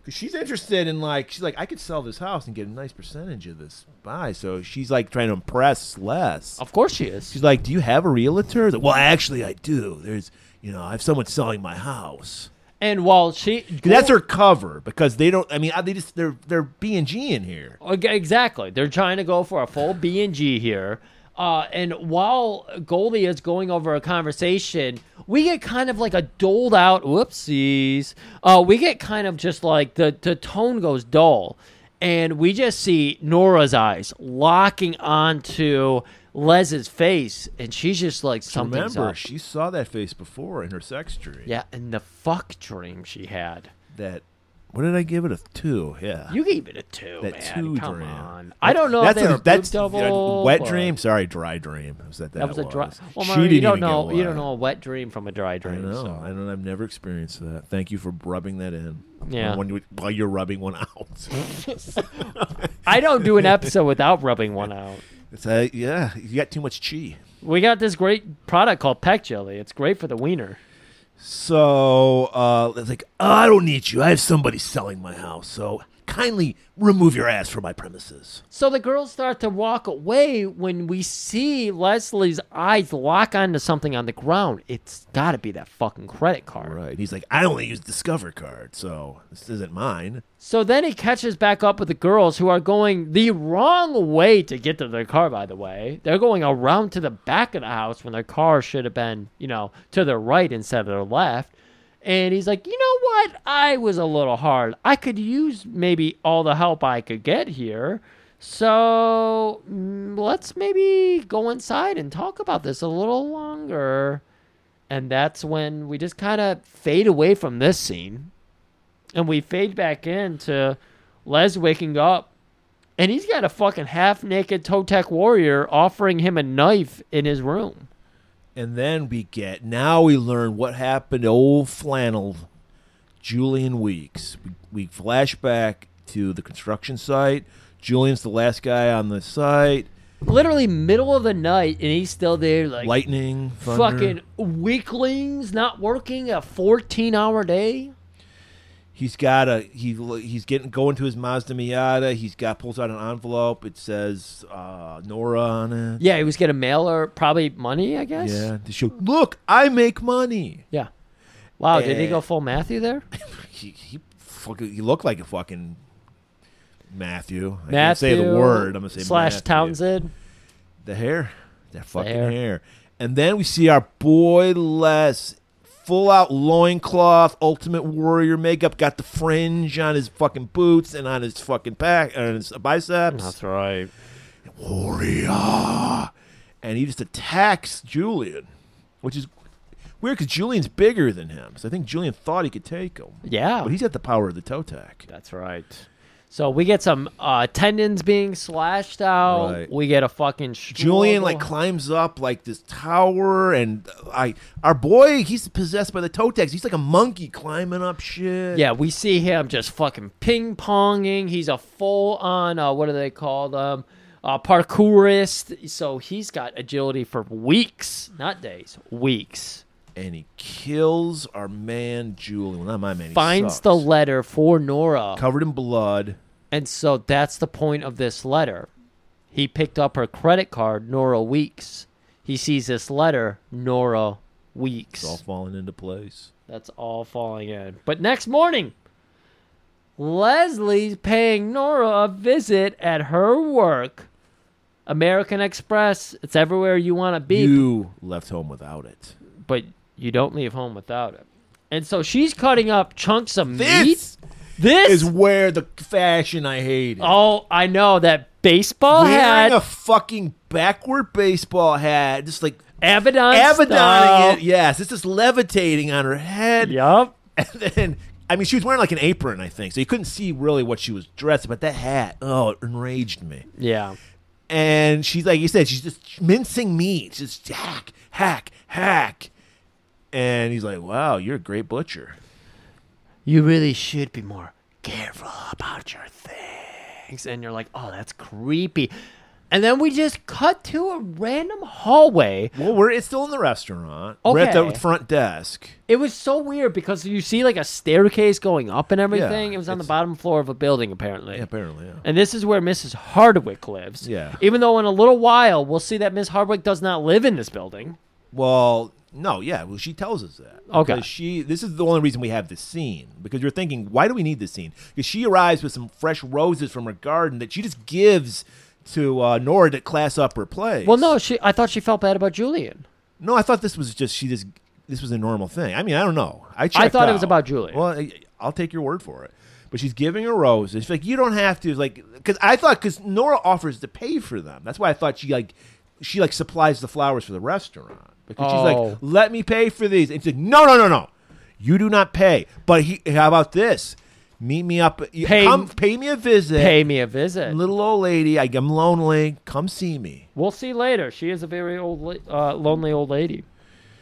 Speaker 2: because she's interested in like she's like I could sell this house and get a nice percentage of this buy. So she's like trying to impress Les.
Speaker 3: Of course she is.
Speaker 2: She's like, do you have a realtor? Well, actually, I do. There's you know I have someone selling my house.
Speaker 3: And while she
Speaker 2: That's her cover because they don't. I mean, they just they're they're B and G in here.
Speaker 3: Eg- Exactly. They're trying to go for a full B and G here. Uh, and while Goldie is going over a conversation, we get kind of like a doled out whoopsies. Uh, we get kind of just like the, the tone goes dull. And we just see Nora's eyes locking onto Les's face. And she's just like, something's
Speaker 2: Remember,
Speaker 3: up.
Speaker 2: she saw that face before in her sex dream.
Speaker 3: yeah, and the fuck dream she had.
Speaker 2: That. What did I give it a two? Yeah.
Speaker 3: You gave it a two,
Speaker 2: that
Speaker 3: man.
Speaker 2: two
Speaker 3: Come
Speaker 2: dream.
Speaker 3: on. I don't know
Speaker 2: That's
Speaker 3: if they
Speaker 2: a,
Speaker 3: were boob
Speaker 2: that's
Speaker 3: double,
Speaker 2: a wet
Speaker 3: but-
Speaker 2: dream. Sorry, dry dream. Was that that,
Speaker 3: That was a dry. Well,
Speaker 2: She
Speaker 3: Mario, you
Speaker 2: didn't
Speaker 3: don't
Speaker 2: even get
Speaker 3: know. You
Speaker 2: wet.
Speaker 3: don't know a wet dream from a dry
Speaker 2: I
Speaker 3: dream.
Speaker 2: know.
Speaker 3: so.
Speaker 2: I don't. I've never experienced that. Thank you for rubbing that in.
Speaker 3: Yeah.
Speaker 2: When you, while you're rubbing one out.
Speaker 3: I don't do an episode without rubbing one out.
Speaker 2: it's a, yeah. You got too much chi.
Speaker 3: We got this great product called Peck Jelly. It's great for the wiener.
Speaker 2: So uh, it's like, I don't need you. I have somebody selling my house. So kindly remove your ass from my premises.
Speaker 3: So the girls start to walk away when we see Leslie's eyes lock onto something on the ground. It's got to be that fucking credit card.
Speaker 2: Right. He's like, I only use Discover card, so this isn't mine.
Speaker 3: So then he catches back up with the girls who are going the wrong way to get to their car, by the way. They're going around to the back of the house when their car should have been, you know, to their right instead of their left. And he's like, you know what? I was a little hard. I could use maybe all the help I could get here. So mm, let's maybe go inside and talk about this a little longer. And that's when we just kind of fade away from this scene and we fade back into Les waking up, and he's got a fucking half naked Totec warrior offering him a knife in his room.
Speaker 2: And then we get, now we learn what happened to old flannel Julian Weeks. We, we flash back to the construction site. Julian's the last guy on the site.
Speaker 3: Literally middle of the night, and he's still there, like
Speaker 2: Lightning, thunder.
Speaker 3: fucking weaklings not working a fourteen hour day.
Speaker 2: He's got a he. He's getting going to his Mazda Miata. He's got pulls out an envelope. It says uh, Nora on it.
Speaker 3: Yeah, he was gonna mail her probably money, I guess.
Speaker 2: Yeah. To show, look, I make money.
Speaker 3: Yeah. Wow, did he
Speaker 2: Eh.
Speaker 3: go full Matthew there?
Speaker 2: he he fucking he looked like a fucking Matthew. I can't say the word. I'm gonna say
Speaker 3: slash
Speaker 2: Matthew.
Speaker 3: Townsend.
Speaker 2: The hair, that fucking hair.
Speaker 3: hair.
Speaker 2: And then we see our boy Les, full out loincloth, Ultimate Warrior makeup, got the fringe on his fucking boots and on his fucking pack and his biceps.
Speaker 3: right.
Speaker 2: Warrior, and he just attacks Julian, which is. Weird because Julian's bigger than him, so I think Julian thought he could take him.
Speaker 3: Yeah.
Speaker 2: but he's at the power of the toe tack.
Speaker 3: That's right. So we get some uh, tendons being slashed out.
Speaker 2: Right.
Speaker 3: We get a fucking
Speaker 2: Julian
Speaker 3: struggle.
Speaker 2: like climbs up like this tower, and uh, I our boy he's possessed by the Totex. He's like a monkey climbing up shit.
Speaker 3: yeah, we see him just fucking ping ponging. He's a full on uh, what are they called? Um, uh, parkourist. So he's got agility for weeks, not days, weeks.
Speaker 2: and he kills our man Julian. Well, not my man. he
Speaker 3: Finds
Speaker 2: sucks.
Speaker 3: the letter for Nora.
Speaker 2: covered in blood.
Speaker 3: And so that's the point of this letter. He picked up her credit card, Nora Weeks. He sees this letter, Nora Weeks.
Speaker 2: It's all falling into place.
Speaker 3: That's all falling in. But next morning, Leslie's paying Nora a visit at her work. American Express, it's everywhere you want to be,
Speaker 2: You left home without it.
Speaker 3: but you don't leave home without it. And so she's cutting up chunks of meat.
Speaker 2: This
Speaker 3: This
Speaker 2: is where the fashion I hated.
Speaker 3: Oh, I know that baseball
Speaker 2: Wearing
Speaker 3: hat.
Speaker 2: a fucking backward baseball hat, just like
Speaker 3: Avedon. style.
Speaker 2: Avadoning it. Yes, it's just levitating on her head.
Speaker 3: Yup.
Speaker 2: And then, I mean, she was wearing like an apron, I think, so you couldn't see really what she was dressed. But that hat, oh, it enraged me.
Speaker 3: Yeah.
Speaker 2: And she's like you said, she's just mincing meat, just hack, hack, hack. And he's like, "Wow, you're a great butcher."
Speaker 3: You really should be more careful about your things. And you're like, oh, that's creepy. And then we just cut to a random hallway.
Speaker 2: Well, we're it's still in the restaurant. We're at the
Speaker 3: Okay.
Speaker 2: front desk.
Speaker 3: It was so weird because you see like a staircase going up and everything.
Speaker 2: Yeah,
Speaker 3: it was on the
Speaker 2: it's-
Speaker 3: bottom floor of a building, apparently.
Speaker 2: Yeah, apparently, yeah.
Speaker 3: And this is where Mrs. Hardwick lives.
Speaker 2: Yeah.
Speaker 3: Even though in a little while we'll see that Miss Hardwick does not live in this building.
Speaker 2: Well, no, yeah. Well, she tells us that.
Speaker 3: Okay.
Speaker 2: Because She. This is the only reason we have this scene because you're thinking, why do we need this scene? Because she arrives with some fresh roses from her garden that she just gives to uh, Nora to class up her place.
Speaker 3: Well, no, she. I thought she felt bad about Julian.
Speaker 2: No, I thought this was just she just this was a normal thing. I mean, I don't know. I checked
Speaker 3: thought it
Speaker 2: out.
Speaker 3: was about Julie.
Speaker 2: Well, I- I'll take your word for it. But she's giving her roses. She's like, you don't have to. Like, because I thought because Nora offers to pay for them. That's why I thought she like she like supplies the flowers for the restaurant because she's
Speaker 3: Oh.
Speaker 2: like, let me pay for these. And she's like, no, no, no, no, you do not pay. But he, how about this? Meet me up. you-
Speaker 3: Pay-
Speaker 2: come, pay me a visit.
Speaker 3: Pay me a visit.
Speaker 2: little old lady. I, I'm lonely. Come see me.
Speaker 3: We'll see later. She is a very old, la- uh, lonely old lady.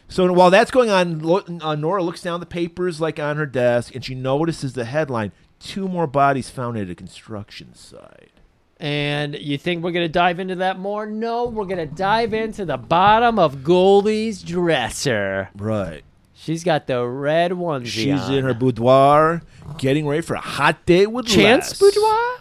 Speaker 2: So while that's going on, Lo- uh, Nora looks down the papers like on her desk, and she notices the headline: two more bodies found at a construction site.
Speaker 3: And you think we're gonna dive into that more? No, we're gonna dive into the bottom of Goldie's dresser.
Speaker 2: Right.
Speaker 3: She's got the red onesie.
Speaker 2: She's
Speaker 3: on.
Speaker 2: in her boudoir, getting ready for a hot date with
Speaker 3: chance
Speaker 2: Les.
Speaker 3: boudoir.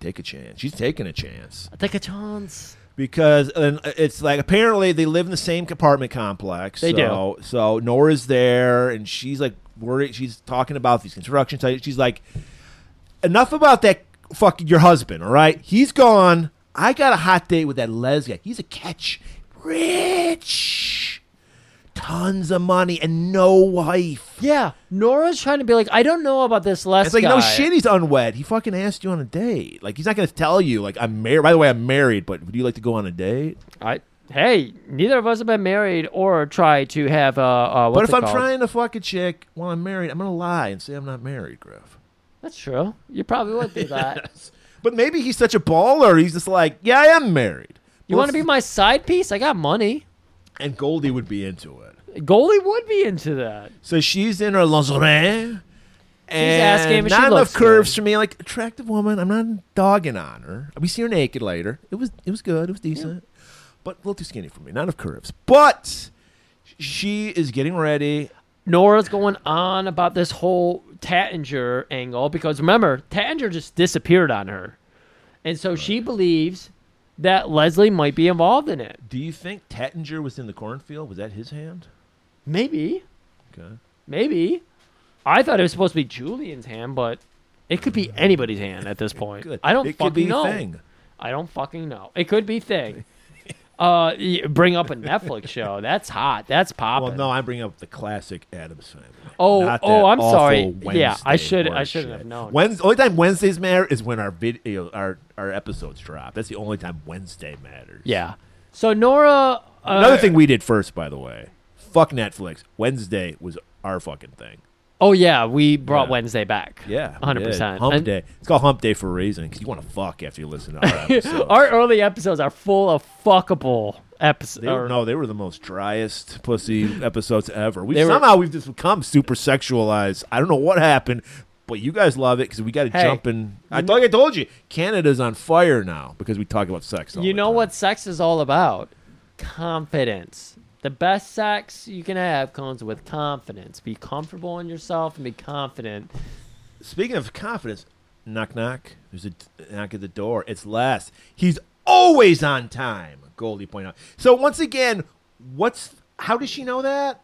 Speaker 2: Take a chance. She's taking a chance
Speaker 3: Take a chance.
Speaker 2: because and it's like apparently they live in the same apartment complex.
Speaker 3: They
Speaker 2: so, do. So Nora's there, and she's like worried. She's talking about these construction sites. She's like, enough about that fucking your husband, all right? He's gone. I got a hot date with that Les guy. He's a catch. Rich. Tons of money and no wife.
Speaker 3: Yeah, Nora's trying to be like, I don't know about this last
Speaker 2: It's like,
Speaker 3: guy.
Speaker 2: no shit, he's unwed. He fucking asked you on a date. Like, he's not going to tell you, like, I'm married. By the way, I'm married, but would you like to go on a date?
Speaker 3: I hey, neither of us have been married or tried to have a. Uh,
Speaker 2: But
Speaker 3: what's
Speaker 2: if
Speaker 3: it
Speaker 2: I'm
Speaker 3: called?
Speaker 2: trying to fuck a chick while I'm married, I'm going to lie and say I'm not married, Griff.
Speaker 3: that's true. You probably would do that.
Speaker 2: But maybe he's such a baller, he's just like, yeah, I am married.
Speaker 3: You want to be my side piece? I got money.
Speaker 2: And Goldie would be into it.
Speaker 3: Goldie would be into that.
Speaker 2: So she's in her lingerie. She's
Speaker 3: asking if she
Speaker 2: not enough
Speaker 3: looks
Speaker 2: curves
Speaker 3: good.
Speaker 2: for me. Like attractive woman, I'm not dogging on her. We see her naked later. It was it was good. It was decent, but a little too skinny for me. Not enough curves. But she is getting ready.
Speaker 3: Nora's going on about this whole Tattinger angle because remember, Tattinger just disappeared on her. And so she believes that Leslie might be involved in it.
Speaker 2: Do you think Tattinger was in the cornfield? Was that his hand?
Speaker 3: Maybe.
Speaker 2: Okay.
Speaker 3: Maybe. I thought it was supposed to be Julian's hand, but it could be anybody's hand at this point.
Speaker 2: Mm. Good.
Speaker 3: I don't
Speaker 2: It
Speaker 3: fucking
Speaker 2: could be a
Speaker 3: know.
Speaker 2: thing.
Speaker 3: I don't fucking know. It could be thing. Uh, y- bring up a Netflix show. That's hot. That's popping.
Speaker 2: Well, no, I'm bringing up the classic Adams family.
Speaker 3: Oh,
Speaker 2: Not
Speaker 3: oh,
Speaker 2: that
Speaker 3: I'm
Speaker 2: awful
Speaker 3: sorry. Yeah, I
Speaker 2: Wednesday
Speaker 3: should- I
Speaker 2: horse
Speaker 3: shouldn't have
Speaker 2: shit.
Speaker 3: known.
Speaker 2: Wednesday, only time Wednesdays matter is when our video, our our episodes drop. That's the only time Wednesday matters.
Speaker 3: Yeah. So Nora. Uh,
Speaker 2: Another thing we did first, by the way. Fuck Netflix. Wednesday was our fucking thing.
Speaker 3: Oh yeah, we brought
Speaker 2: Yeah.
Speaker 3: Wednesday back.
Speaker 2: Yeah, we
Speaker 3: hundred
Speaker 2: did.
Speaker 3: percent.
Speaker 2: Hump day. It's called Hump Day for a reason because you want to fuck after you listen to our episode.
Speaker 3: Our early episodes are full of fuckable episodes.
Speaker 2: They were, no, they were the most driest pussy episodes ever. We
Speaker 3: They were-
Speaker 2: somehow we've just become super sexualized. I don't know what happened, but you guys love it because we got to
Speaker 3: Hey,
Speaker 2: jump in. I thought I told you Canada's on fire now because we talk about sex. All
Speaker 3: you
Speaker 2: the
Speaker 3: know
Speaker 2: time.
Speaker 3: what sex is all about? Confidence. The best sex you can have comes with confidence. Be comfortable in yourself and be confident.
Speaker 2: Speaking of confidence, knock knock. There's a d- knock at the door. It's Les. He's always on time. Goldie pointed out. So once again, what's how does she know that?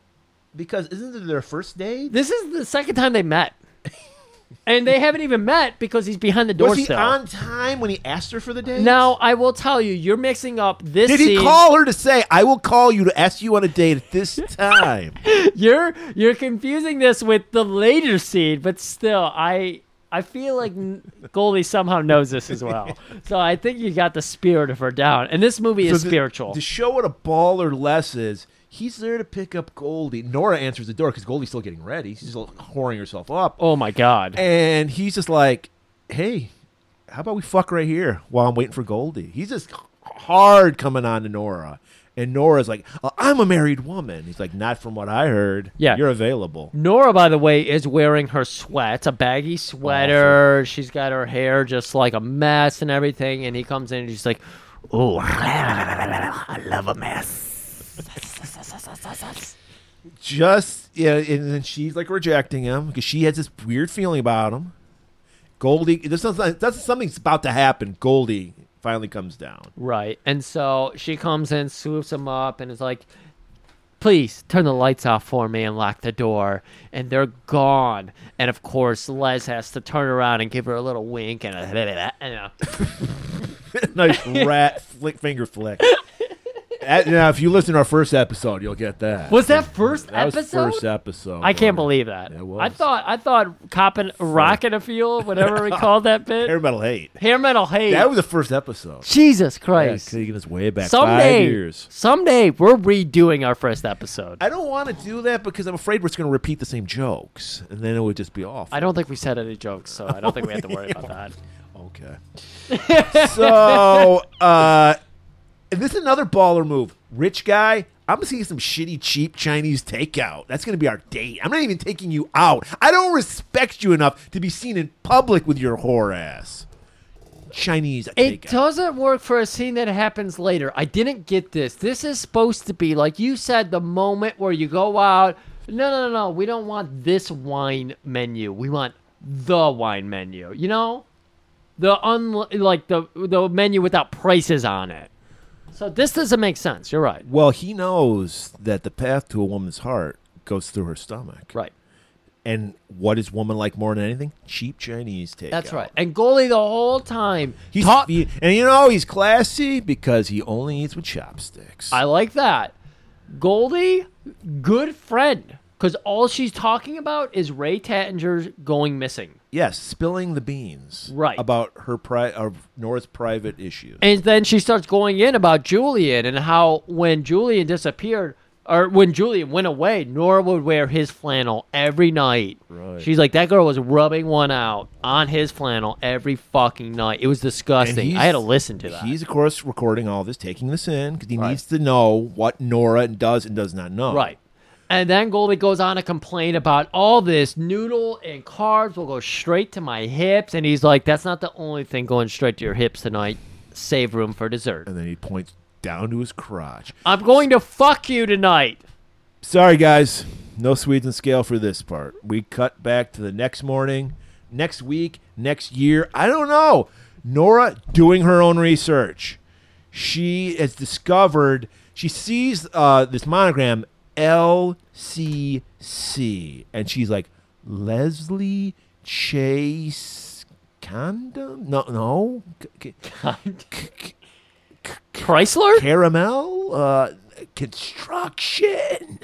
Speaker 2: Because isn't it their first date?
Speaker 3: This is the second time they met. and they haven't even met because he's behind the door
Speaker 2: Was he
Speaker 3: still.
Speaker 2: on time when he asked her for the date?
Speaker 3: now, I will tell you, you're mixing up this
Speaker 2: Did he
Speaker 3: scene-
Speaker 2: call her to say, "I will call you to ask you on a date at this time"?
Speaker 3: You're you're confusing this with the later scene, but still, I I feel like n- Goldie somehow knows this as well. So I think you got the spirit of her down. And this movie is
Speaker 2: So the-
Speaker 3: spiritual.
Speaker 2: To show what a baller Les is, he's there to pick up Goldie. Nora answers the door because Goldie's still getting ready. She's still whoring herself up,
Speaker 3: oh my god.
Speaker 2: and he's just like, "Hey, how about we fuck right here while I'm waiting for Goldie?" He's just hard coming on to Nora, and Nora's like, "Uh, "I'm a married woman." He's like, "Not from what I heard.
Speaker 3: Yeah.
Speaker 2: you're available."
Speaker 3: Nora, by the way, is wearing her sweats, a baggy sweater. She's got her hair just like a mess and everything. And he comes in and she's like, "Oh, I love a mess."
Speaker 2: just yeah, and then she's like rejecting him because she has this weird feeling about him. Goldie, this sounds like that's something's about to happen. Goldie finally comes down.
Speaker 3: Right. And so she comes in, swoops him up, and is like, "Please turn the lights off for me and lock the door." And they're gone. And of course, Les has to turn around and give her a little wink and a, and a
Speaker 2: nice rat flick finger flick. That- now, if you listen to our first episode, you'll get that.
Speaker 3: was that first
Speaker 2: that was
Speaker 3: episode?
Speaker 2: first episode?
Speaker 3: I can't believe that.
Speaker 2: It was.
Speaker 3: I thought I thought copping rocking a fuel, whatever we called that bit.
Speaker 2: hair
Speaker 3: Hair,
Speaker 2: metal hate.
Speaker 3: metal hate.
Speaker 2: That was the first episode.
Speaker 3: Jesus
Speaker 2: Yeah,
Speaker 3: Christ.
Speaker 2: taking us way back
Speaker 3: someday,
Speaker 2: five years.
Speaker 3: someday we're redoing our first episode. I,
Speaker 2: I don't want to do that because I'm afraid we're just going to repeat the same jokes, and then it would just be awful.
Speaker 3: don't think we said any jokes, so I don't think we have to worry about that.
Speaker 2: Okay. so, uh, and this is another baller move. Rich guy, I'm gonna see some shitty, cheap Chinese takeout. That's gonna be our date. I'm not even taking you out. I don't respect you enough to be seen in public with your whore ass. Chinese
Speaker 3: It
Speaker 2: takeout.
Speaker 3: doesn't work for a scene that happens later. I didn't get this. This is supposed to be like you said, the moment where you go out. No, no, no, no. We don't want this wine menu. We want the wine menu. You know, the un like the the menu without prices on it. So this doesn't make sense. You're right.
Speaker 2: well, he knows that the path to a woman's heart goes through her stomach.
Speaker 3: Right.
Speaker 2: And what is woman like more than anything? Cheap Chinese takeout.
Speaker 3: That's right. And goalie the whole time.
Speaker 2: He's
Speaker 3: taught-
Speaker 2: fe- and you know he's classy because he only eats with chopsticks.
Speaker 3: I like that. Goldie, good friend. Because all she's talking about is Ray Tattinger going missing.
Speaker 2: Yes, spilling the beans.
Speaker 3: Right.
Speaker 2: About her pri- uh, Nora's private issues.
Speaker 3: And then she starts going in about Julian and how when Julian disappeared, or when Julian went away, Nora would wear his flannel every night. Right. She's like, that girl was rubbing one out on his flannel every fucking night. It was
Speaker 2: And
Speaker 3: disgusting.
Speaker 2: he's-
Speaker 3: I had to listen to that.
Speaker 2: He's, of course, recording all this, taking this in, because he needs to know what Nora does and does not know.
Speaker 3: Right. And then Goldie goes on to complain about all this noodle and carbs will go straight to my hips. And he's like, that's not the only thing going straight to your hips tonight. Save room for dessert.
Speaker 2: And then he points down to his crotch.
Speaker 3: I'm going to fuck you tonight.
Speaker 2: Sorry, guys. No Swedes and scale for this part. We cut back to the next morning, next week, next year. I don't know. Nora doing her own research. She has discovered, she sees uh, this monogram, LCC. And she's like, Leslie Chase Condom? No, no. C- c- c-
Speaker 3: Chrysler?
Speaker 2: caramel uh, construction.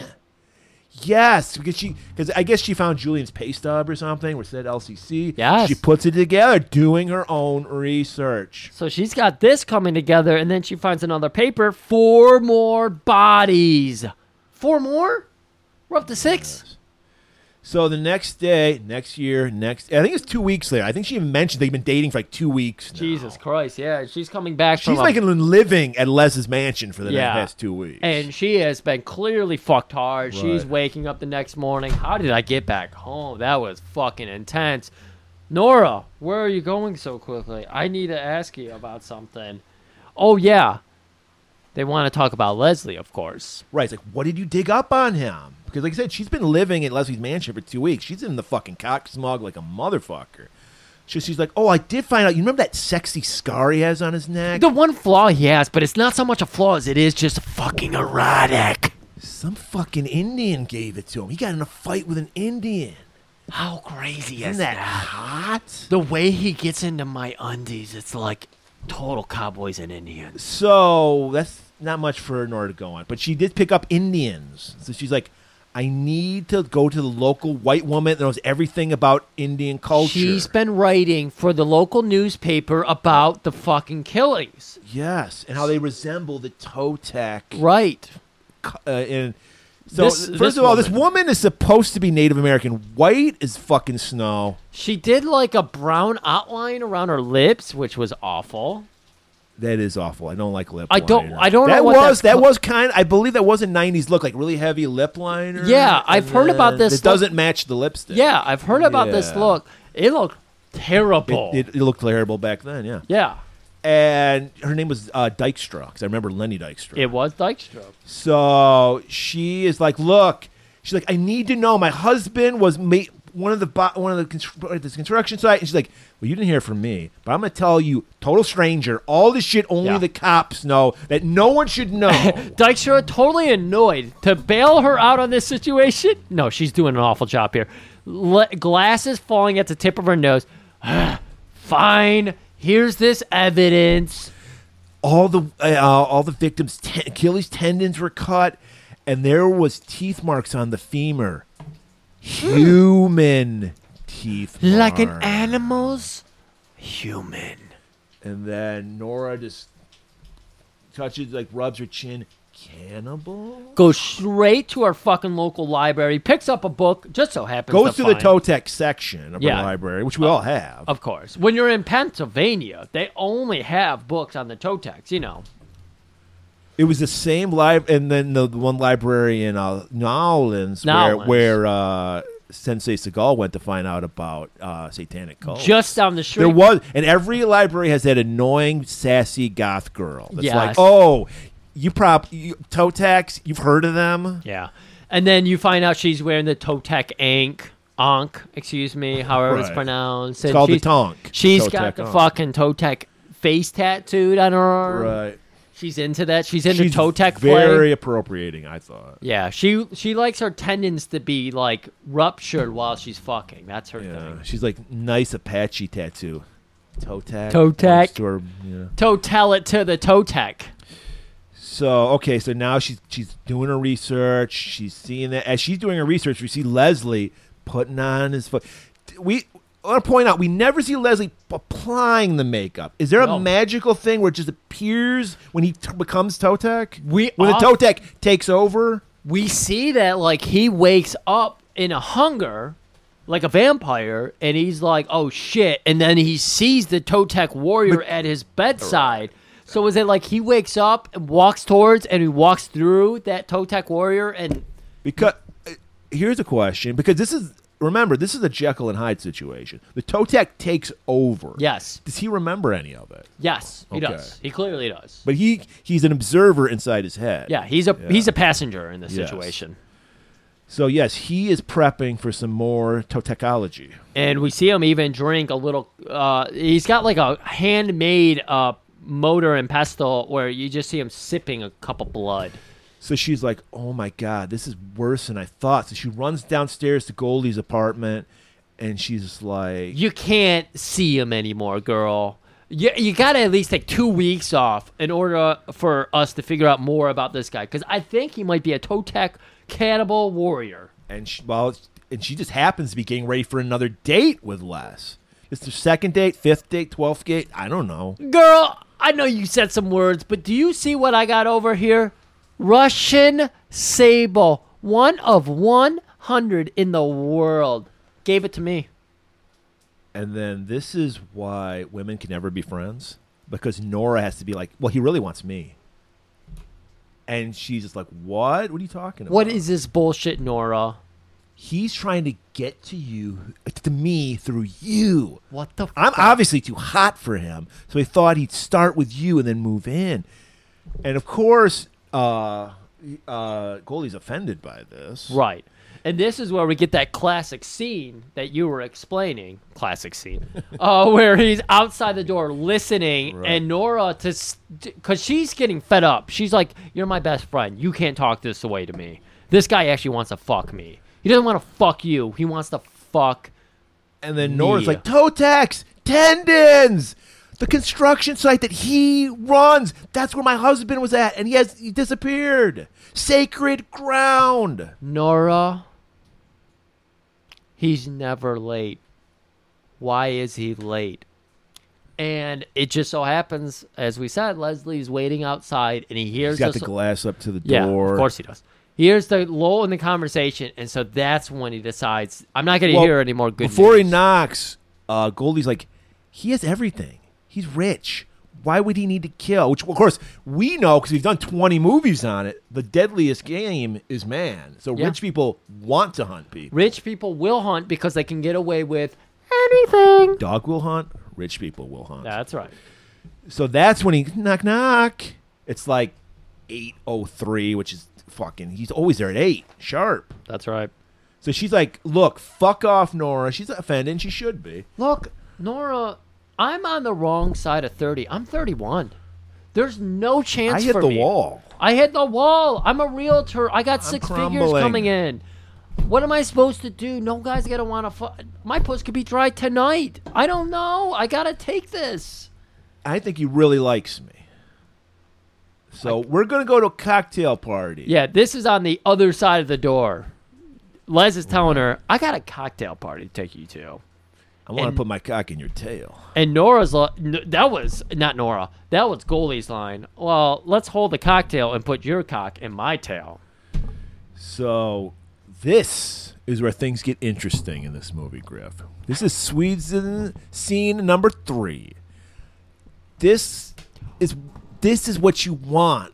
Speaker 2: Yes, because she because I guess she found Julian's pay stub or something, which said LCC.
Speaker 3: Yes.
Speaker 2: she puts it together, doing her own research.
Speaker 3: So she's got this coming together. And then she finds another paper. Four more bodies. Four more? We're up to six?
Speaker 2: So the next day, next year, next I think it's two weeks later. I think she even mentioned they've been dating for like two weeks. now.
Speaker 3: Jesus Christ, yeah, she's coming back.
Speaker 2: She's
Speaker 3: from a-
Speaker 2: making a living at Les's mansion for the
Speaker 3: yeah,
Speaker 2: past two weeks.
Speaker 3: and she has been clearly fucked hard. She's
Speaker 2: Right.
Speaker 3: waking up the next morning. How did I get back home? That was fucking intense. Nora, where are you going so quickly? I need to ask you about something. Oh yeah, they want to talk about Leslie, of course.
Speaker 2: right, it's like, what did you dig up on him? Because like I said, she's been living at Leslie's mansion for two weeks. She's in the fucking cock smog like a motherfucker. So she's like, oh, I did find out. You remember that sexy scar he has on his neck?
Speaker 3: The one flaw he has, but it's not so much a flaw as it is just fucking erotic.
Speaker 2: Some fucking Indian gave it to him. He got in a fight with an Indian.
Speaker 3: How crazy
Speaker 2: Isn't
Speaker 3: is
Speaker 2: that
Speaker 3: that?
Speaker 2: hot?
Speaker 3: The way he gets into my undies, it's like total cowboys and Indians.
Speaker 2: So that's not much for Nora to go on. But she did pick up Indians. So she's like, I need to go to the local white woman that knows everything about Indian culture.
Speaker 3: She's been writing for the local newspaper about the fucking killings.
Speaker 2: yes, and how they resemble the Totec.
Speaker 3: Right.
Speaker 2: cu- Uh, and so,
Speaker 3: This-
Speaker 2: first
Speaker 3: this
Speaker 2: of all, this
Speaker 3: woman-
Speaker 2: woman is supposed to be Native American, white as fucking snow.
Speaker 3: She did like a brown outline around her lips, which was awful.
Speaker 2: That is awful. I don't like lip.
Speaker 3: I don't-
Speaker 2: liner.
Speaker 3: I don't know
Speaker 2: That
Speaker 3: what
Speaker 2: was
Speaker 3: that's
Speaker 2: that
Speaker 3: co-
Speaker 2: was kind. I believe that was a '90s look, like really heavy lip liner.
Speaker 3: Yeah,
Speaker 2: and
Speaker 3: I've heard about
Speaker 2: then
Speaker 3: this
Speaker 2: It
Speaker 3: look-
Speaker 2: doesn't match the lipstick.
Speaker 3: Yeah, I've heard about this
Speaker 2: Yeah.
Speaker 3: look. It looked terrible.
Speaker 2: It, it, it looked terrible back then, yeah.
Speaker 3: yeah.
Speaker 2: And her name was uh, Dykstra, because I remember Lenny Dykstra.
Speaker 3: It was Dykstra.
Speaker 2: so she is like, look, she's like, I need to know. My husband was ma- one of the bo- one of the constru- at this construction site, and she's like, well, you didn't hear from me, but I'm gonna tell you, total stranger, all this shit only
Speaker 3: Yeah.
Speaker 2: the cops know that no one should know.
Speaker 3: Dykstra totally annoyed to bail her out on this situation. No, she's doing an awful job here. Le- glasses falling at the tip of her nose. Fine. Here's this evidence.
Speaker 2: all the uh, all the victims' ten- Achilles tendons were cut, and there was teeth marks on the femur, human teeth,
Speaker 3: Hmm. Like an
Speaker 2: marks.
Speaker 3: animal's human.
Speaker 2: And then Nora just touches, like rubs her chin. Cannibal
Speaker 3: Goes straight to our fucking local library, picks up a book, just so happens.
Speaker 2: goes to
Speaker 3: to
Speaker 2: the
Speaker 3: find-
Speaker 2: Totec section of the
Speaker 3: Yeah.
Speaker 2: library, which we all have.
Speaker 3: Of course. When you're in Pennsylvania, they only have books on the Totex, you know.
Speaker 2: It was the same live, and then the, the one library in uh, New Orleans where,
Speaker 3: Nowlands.
Speaker 2: where uh, Sensei Segal went to find out about uh, satanic cults.
Speaker 3: Just down the street.
Speaker 2: There was, and every library has that annoying, sassy goth girl. That's like,
Speaker 3: Yes.
Speaker 2: oh, you prop, you, toe tax, you've heard of them?
Speaker 3: Yeah. And then you find out she's wearing the Totec Ankh. Ankh, excuse me, however it's
Speaker 2: Right.
Speaker 3: pronounced.
Speaker 2: It's called the
Speaker 3: she's-
Speaker 2: tonk.
Speaker 3: She's
Speaker 2: Totec
Speaker 3: got the
Speaker 2: Ankh.
Speaker 3: fucking Totec face tattooed on her arm.
Speaker 2: Right.
Speaker 3: She's into that. She's into
Speaker 2: She's
Speaker 3: Totec
Speaker 2: very
Speaker 3: play.
Speaker 2: appropriating, I thought.
Speaker 3: Yeah, she she likes her tendons to be like ruptured while she's fucking. That's her
Speaker 2: Yeah.
Speaker 3: thing.
Speaker 2: She's like, nice Apache tattoo. Toe tax.
Speaker 3: Toe tack.
Speaker 2: Or, yeah.
Speaker 3: Totel it to the Totec.
Speaker 2: So okay, so now she's she's doing her research. She's seeing that as she's doing her research, we see Leslie putting on his foot. We I want to point out we never see Leslie p- applying the makeup. Is there a
Speaker 3: No.
Speaker 2: magical thing where it just appears when he t- becomes Totec?
Speaker 3: We
Speaker 2: when
Speaker 3: off-
Speaker 2: the Totec takes over.
Speaker 3: we see that like he wakes up in a hunger like a vampire and he's like oh shit and then he sees the totec warrior at his bedside so is it like he wakes up and walks towards and he walks through that totec warrior and
Speaker 2: Because uh, here's a question: because this is remember this is a Jekyll and Hyde situation. The Totec takes over.
Speaker 3: yes
Speaker 2: Does he remember any of it?
Speaker 3: yes he
Speaker 2: Okay.
Speaker 3: does he clearly does
Speaker 2: But he he's an observer inside his head.
Speaker 3: yeah he's a he's a passenger in this
Speaker 2: Yes.
Speaker 3: situation
Speaker 2: So yes, he is prepping for some more totecology.
Speaker 3: and we see him even drink a little uh he's got like a handmade uh motor and pestle where you just see him sipping a cup of blood
Speaker 2: So she's like, "Oh my god, this is worse than I thought." So she runs downstairs to Goldie's apartment, and she's like,
Speaker 3: you can't see him anymore, girl. You, you got to at least take two weeks off in order for us to figure out more about this guy because I think he might be a Totec cannibal warrior.
Speaker 2: and she, well, and she just happens to be getting ready for another date with Les. It's the second date, fifth date, twelfth date. I don't know.
Speaker 3: Girl, I know you said some words, but do you see what I got over here? Russian sable, one of one hundred in the world. Gave it to me.
Speaker 2: And then this is why women can never be friends because Nora has to be like, well, he really wants me. And she's just like, what? What are you talking about?
Speaker 3: What is this bullshit, Nora?
Speaker 2: He's trying to get to you, to me through you.
Speaker 3: What the?
Speaker 2: I'm
Speaker 3: fuck?
Speaker 2: obviously too hot for him, so he thought he'd start with you and then move in. And of course, uh, uh, Goldie's offended by this.
Speaker 3: Right. And this is where we get that classic scene that you were explaining. Classic scene. uh, where he's outside the door listening, and Nora, to because she's getting fed up. She's like, You're my best friend. You can't talk this away to me. This guy actually wants to fuck me. He doesn't want to fuck you. He wants to fuck.
Speaker 2: And then Nora's
Speaker 3: Yeah.
Speaker 2: like, Totex, tendons, the construction site that he runs. That's where my husband was at, and he has he disappeared. Sacred ground.
Speaker 3: Nora, he's never late. Why is he late? And it just so happens, as we said, Leslie's waiting outside and he hears
Speaker 2: He's got
Speaker 3: this-
Speaker 2: the glass up to the
Speaker 3: Yeah,
Speaker 2: door.
Speaker 3: of course he does. He hears the lull in the conversation, and so that's when he decides, I'm not going to
Speaker 2: Well,
Speaker 3: hear any more good
Speaker 2: Before
Speaker 3: news.
Speaker 2: he knocks, uh, Goldie's like, he has everything. He's rich. Why would he need to kill? Which, of course, we know because we've done 20 movies on it. The deadliest game is man. So
Speaker 3: Yeah.
Speaker 2: rich people want to hunt people.
Speaker 3: Rich people will hunt because they can get away with anything.
Speaker 2: Dog will hunt. Rich people will hunt.
Speaker 3: That's right.
Speaker 2: So that's when he knock knock. It's like 8:03, which is fucking. He's always there at eight sharp.
Speaker 3: That's right.
Speaker 2: So she's like, "Look, fuck off, Nora. She's offended. and She should be."
Speaker 3: Look, Nora, I'm on the wrong side of 30. I'm 31. There's no chance
Speaker 2: I hit
Speaker 3: for
Speaker 2: the
Speaker 3: me.
Speaker 2: wall.
Speaker 3: I hit the wall. I'm a realtor. I got six figures
Speaker 2: crumbling.
Speaker 3: coming in. What am I supposed to do? No guy's gonna want to. Fu- My post could be dry tonight. I don't know. I gotta take this.
Speaker 2: I think he really likes me. So we're gonna go to a cocktail party.
Speaker 3: Yeah, this is on the other side of the door. Les is telling her, "I got a cocktail party to take you to."
Speaker 2: I want to
Speaker 3: and-
Speaker 2: put my cock in your tail.
Speaker 3: And Nora's li- n- that was not Nora. That was Goalie's line. Well, let's hold the cocktail and put your cock in my tail.
Speaker 2: So this is where things get interesting in this movie, Griff. This is Sweden scene number three. This is this is what you want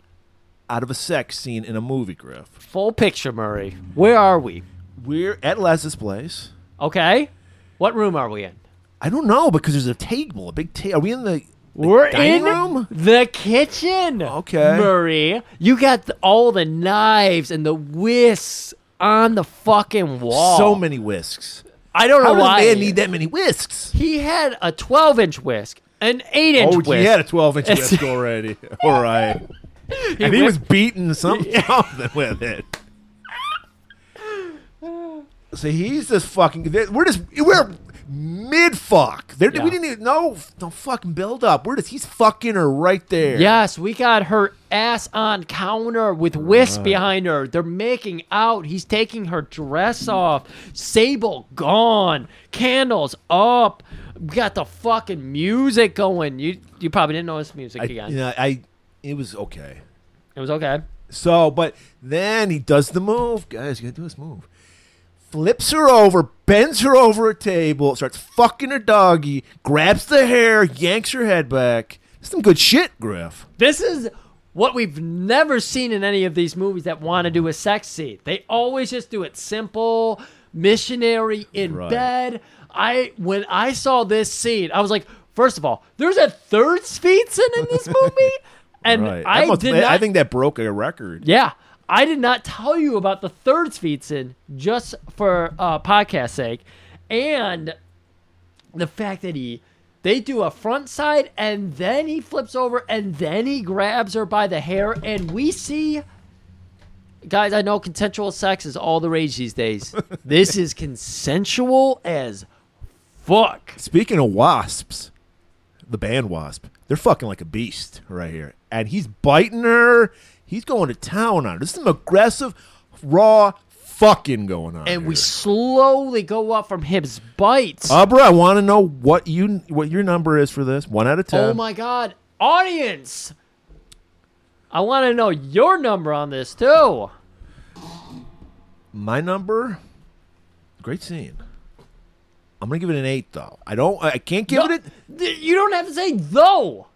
Speaker 2: out of a sex scene in a movie, Griff.
Speaker 3: Full picture, Murray. Where are we?
Speaker 2: We're at Les's place.
Speaker 3: Okay, what room are we in?
Speaker 2: I don't know because there's a table, a big table. Are we in the, the
Speaker 3: We're
Speaker 2: dining
Speaker 3: in
Speaker 2: room?
Speaker 3: the kitchen.
Speaker 2: Okay.
Speaker 3: Murray, you got th- all the knives and the whisks on the fucking wall.
Speaker 2: So many whisks.
Speaker 3: I don't know
Speaker 2: How does
Speaker 3: why
Speaker 2: a man need that many whisks?
Speaker 3: He had a 12 inch whisk, an 8 inch
Speaker 2: Oh,
Speaker 3: whisk.
Speaker 2: he had a 12 inch
Speaker 3: It's-
Speaker 2: whisk already. All right. and he was beating some, something with it. So he's just fucking. they- We're just. We're mid fuck. There
Speaker 3: Yeah.
Speaker 2: We didn't even. No, no fucking build up. We're just. He's fucking her right there.
Speaker 3: Yes, we got her ass on counter with whisk behind her. They're making out. He's taking her dress off. Sable gone. Candles up. We got the fucking music going. You you probably didn't notice music
Speaker 2: I,
Speaker 3: again.
Speaker 2: you know, I. It was okay.
Speaker 3: It was okay.
Speaker 2: So, but then he does the move. Guys, you gotta do this move. Flips her over, bends her over a table, starts fucking her doggy, grabs the hair, yanks her head back. Some good shit, Griff.
Speaker 3: This is what we've never seen in any of these movies that want to do a sex scene. They always just do it simple, missionary in
Speaker 2: Right.
Speaker 3: bed. I when I saw this scene, I was like, first of all, there's a third Svenson in this movie, and
Speaker 2: That
Speaker 3: I
Speaker 2: must-
Speaker 3: did
Speaker 2: that-
Speaker 3: not.
Speaker 2: I think that broke a record.
Speaker 3: yeah. I did not tell you about the third Svenson just for uh, podcast sake, and the fact that he they do a front side and then he flips over and then he grabs her by the hair and we see guys i know consensual sex is all the rage these days this is consensual as fuck
Speaker 2: Speaking of wasps, the band Wasp, they're fucking like a beast right here. And he's biting her. He's going to town on her. This is some aggressive, raw fucking going on.
Speaker 3: and we
Speaker 2: here.
Speaker 3: slowly go up from hips bites
Speaker 2: Abra, I want to know what you what your number is for this. One out of ten.
Speaker 3: oh my god audience i want to know your number on this too
Speaker 2: My number Great scene. I'm gonna give it an eight though. I don't. I can't give
Speaker 3: No,
Speaker 2: it. A,
Speaker 3: th- you don't have to say though.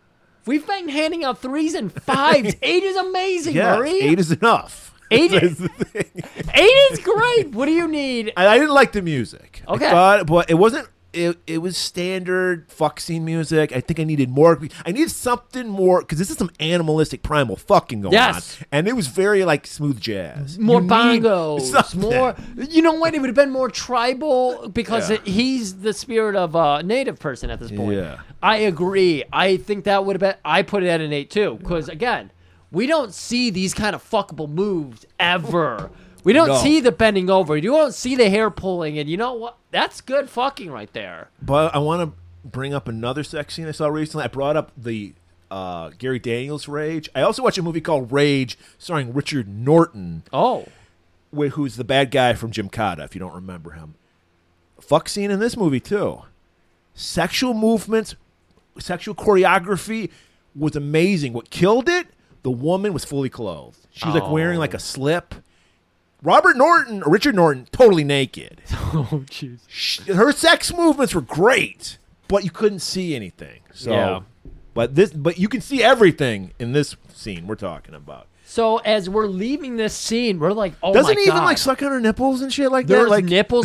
Speaker 3: We've been handing out threes and fives. eight is amazing,
Speaker 2: yeah,
Speaker 3: Marie.
Speaker 2: eight is enough.
Speaker 3: Eight
Speaker 2: That's
Speaker 3: is-
Speaker 2: the thing.
Speaker 3: Eight is great. What do you need?
Speaker 2: I, I didn't like the music. I
Speaker 3: Okay.
Speaker 2: thought- but it wasn't. It, it was standard fuck scene music. I think I needed more. I needed something more because this is some animalistic primal fucking going
Speaker 3: Yes.
Speaker 2: on, and it was very like smooth jazz.
Speaker 3: More
Speaker 2: You need
Speaker 3: bongos,
Speaker 2: something.
Speaker 3: more. You know what? It would have been more tribal because
Speaker 2: Yeah.
Speaker 3: it, he's the spirit of a native person at this point.
Speaker 2: Yeah.
Speaker 3: I agree. I think that would have been. I put it at an eight too because again, we don't see these kind of fuckable moves ever. We don't
Speaker 2: No.
Speaker 3: see the bending over. You don't see the hair pulling, and you know what? That's good fucking right there.
Speaker 2: But I want to bring up another sex scene I saw recently. I brought up the uh, Gary Daniels Rage. I also watched a movie called Rage starring Richard Norton,
Speaker 3: Oh,
Speaker 2: wh- who's the bad guy from Jim Cotta, if you don't remember him. Fuck scene in this movie, too. Sexual movements, sexual choreography was amazing. What killed it, the woman was fully clothed. She was like wearing
Speaker 3: Oh.
Speaker 2: like a slip. Robert Norton, or Richard Norton, totally naked
Speaker 3: oh, jeez.
Speaker 2: sh- her sex movements were great, but you couldn't see anything. So,
Speaker 3: Yeah.
Speaker 2: but this, but you can see everything in this scene we're talking about.
Speaker 3: So as we're leaving this scene, we're like, oh
Speaker 2: Doesn't
Speaker 3: my
Speaker 2: even
Speaker 3: God.
Speaker 2: like suck on her nipples and shit like
Speaker 3: There's
Speaker 2: that. Like
Speaker 3: nipple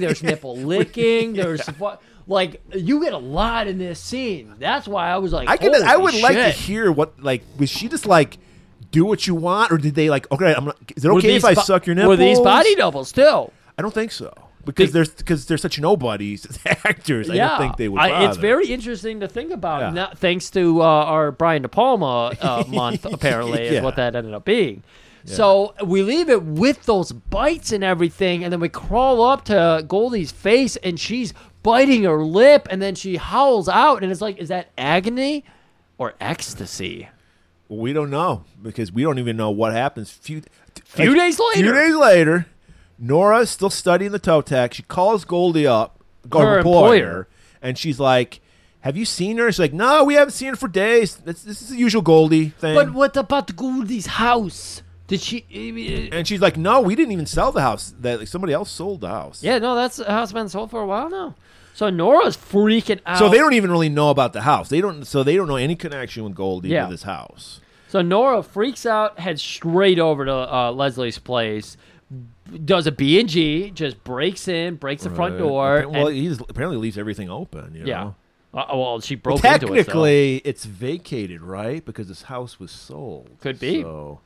Speaker 3: There's nipple licking. There's fu- like you get a lot in this scene. That's why I was like,
Speaker 2: I could, I
Speaker 3: holy
Speaker 2: would like to
Speaker 3: shit.
Speaker 2: hear what like was she just like do what you want or did they like okay I'm not, is it
Speaker 3: Were
Speaker 2: okay if
Speaker 3: these
Speaker 2: I
Speaker 3: bo-
Speaker 2: suck your nipples?
Speaker 3: Were these body doubles too?
Speaker 2: I don't think so because
Speaker 3: They-
Speaker 2: there's because they're such nobodies as actors. I
Speaker 3: yeah,
Speaker 2: don't think they would.
Speaker 3: I- it's
Speaker 2: bother.
Speaker 3: very interesting to think about.
Speaker 2: Yeah.
Speaker 3: Now- thanks to uh, our Brian De Palma uh, month, apparently
Speaker 2: Yeah.
Speaker 3: is what that ended up being. So we leave it with those bites and everything, and then we crawl up to Goldie's face, and she's biting her lip, and then she howls out, and it's like, is that agony or ecstasy?
Speaker 2: We don't know because we don't even know what happens. Few
Speaker 3: Few days later.
Speaker 2: Few days later, Nora is still studying the toe tag. She calls Goldie up,
Speaker 3: Her
Speaker 2: her employer,
Speaker 3: employer.
Speaker 2: and she's like, "Have you seen her?" She's like, "No, we haven't seen her for days. This, this is the usual Goldie thing."
Speaker 3: But what about Goldie's house? Did she? eh,
Speaker 2: and she's like, "No, we didn't even sell the house. That like, somebody else sold the house."
Speaker 3: Yeah, no, that's how it's been sold for a while now. So Nora's freaking out.
Speaker 2: So they don't even really know about the house. They don't. So they don't know any connection with Goldie
Speaker 3: Yeah.
Speaker 2: to this house.
Speaker 3: So Nora freaks out, heads straight over to uh, Leslie's place, does a B and G, just breaks in, breaks the front door.
Speaker 2: Well,
Speaker 3: and-
Speaker 2: he just apparently leaves everything open. You
Speaker 3: yeah.
Speaker 2: know?
Speaker 3: Uh, well, she broke into it. so-
Speaker 2: Technically, it's vacated, right? Because this house was sold.
Speaker 3: Could be.
Speaker 2: So,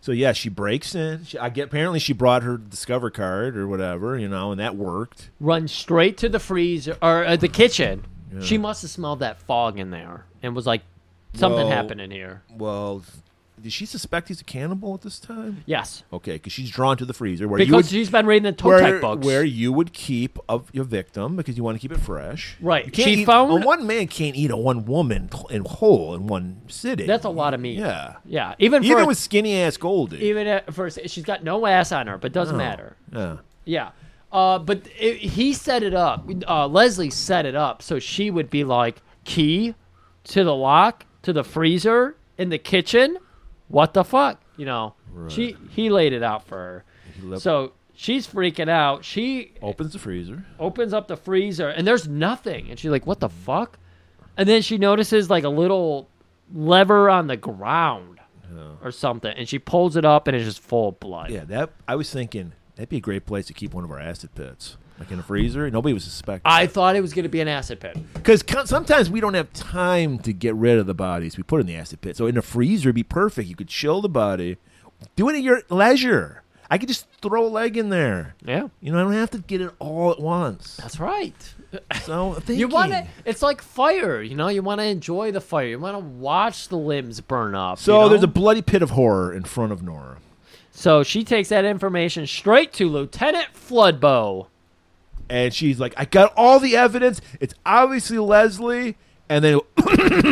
Speaker 2: so yeah, she breaks in. She, I get. Apparently, she brought her Discover card or whatever, you know, and that worked.
Speaker 3: runs straight to the freezer or uh, the kitchen. She must have smelled that fog in there and was like, "Something
Speaker 2: Well-
Speaker 3: happened in here."
Speaker 2: Well, did she suspect he's a cannibal at this time?
Speaker 3: Yes,
Speaker 2: Okay, because she's drawn to the freezer where you
Speaker 3: because
Speaker 2: would,
Speaker 3: she's been reading the toe
Speaker 2: where,
Speaker 3: type books.
Speaker 2: where you would keep of your victim because you want to keep it fresh.
Speaker 3: Right.
Speaker 2: You can't
Speaker 3: She
Speaker 2: eat-
Speaker 3: found-
Speaker 2: well, one man can't eat a one woman cl- in whole in one sitting.
Speaker 3: That's a lot of meat.
Speaker 2: Yeah.
Speaker 3: yeah. Even for
Speaker 2: Even
Speaker 3: a-
Speaker 2: with skinny ass Goldie.
Speaker 3: even at first, she's got no ass on her, but doesn't matter.
Speaker 2: yeah.
Speaker 3: Yeah. Uh, but it, he set it up. Uh, Leslie set it up so she would be like key to the lock to the freezer in the kitchen. What the fuck? You know, she he laid it out for her.
Speaker 2: left-
Speaker 3: So she's freaking out. She
Speaker 2: Opens the freezer.
Speaker 3: opens up the freezer and there's nothing, and she's like, "What the fuck?" And then she notices like a little lever on the ground or something, and she pulls it up and it's just full of blood.
Speaker 2: Yeah, that I was thinking that'd be a great place to keep one of our acid pits, like in a freezer. Nobody was suspecting
Speaker 3: I thought it was going to be an acid pit.
Speaker 2: because sometimes we don't have time to get rid of the bodies we put in the acid pit. So in a freezer, it'd be perfect. You could chill the body, do it at your leisure. I could just throw a leg in there.
Speaker 3: Yeah.
Speaker 2: You know, I don't have to get it all at once.
Speaker 3: That's right.
Speaker 2: So thinking.
Speaker 3: You want to? It's like fire. You know, you want to enjoy the fire. You want to watch the limbs burn up.
Speaker 2: So
Speaker 3: you know?
Speaker 2: there's a bloody pit of horror in front of Nora.
Speaker 3: So she takes that information straight to Lieutenant Floodbow.
Speaker 2: and she's like, "I got all the evidence. It's obviously Leslie." And then,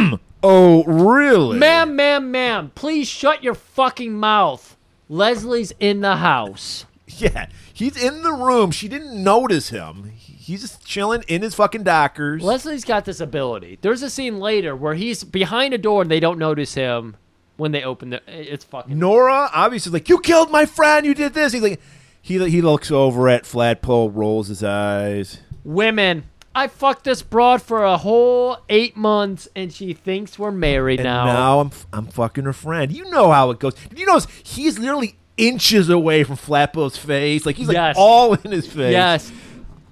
Speaker 2: oh, really,
Speaker 3: Ma'am, ma'am, ma'am, please shut your fucking mouth. Leslie's in the house.
Speaker 2: Yeah, he's in the room. She didn't notice him. He- He's just chilling in his fucking dockers.
Speaker 3: Leslie's got this ability. There's a scene later where he's behind a door and they don't notice him when they open the. It's fucking.
Speaker 2: Nora obviously is like, "You killed my friend. You did this." He's like, He he looks over at Flagpole, rolls his eyes.
Speaker 3: Women, I fucked this broad for a whole eight months, and she thinks we're married
Speaker 2: And
Speaker 3: now.
Speaker 2: now I'm f- I'm fucking her friend. You know how it goes. Did you notice he's literally inches away from Flagpole's face? Like he's like
Speaker 3: Yes.
Speaker 2: all in his face.
Speaker 3: Yes.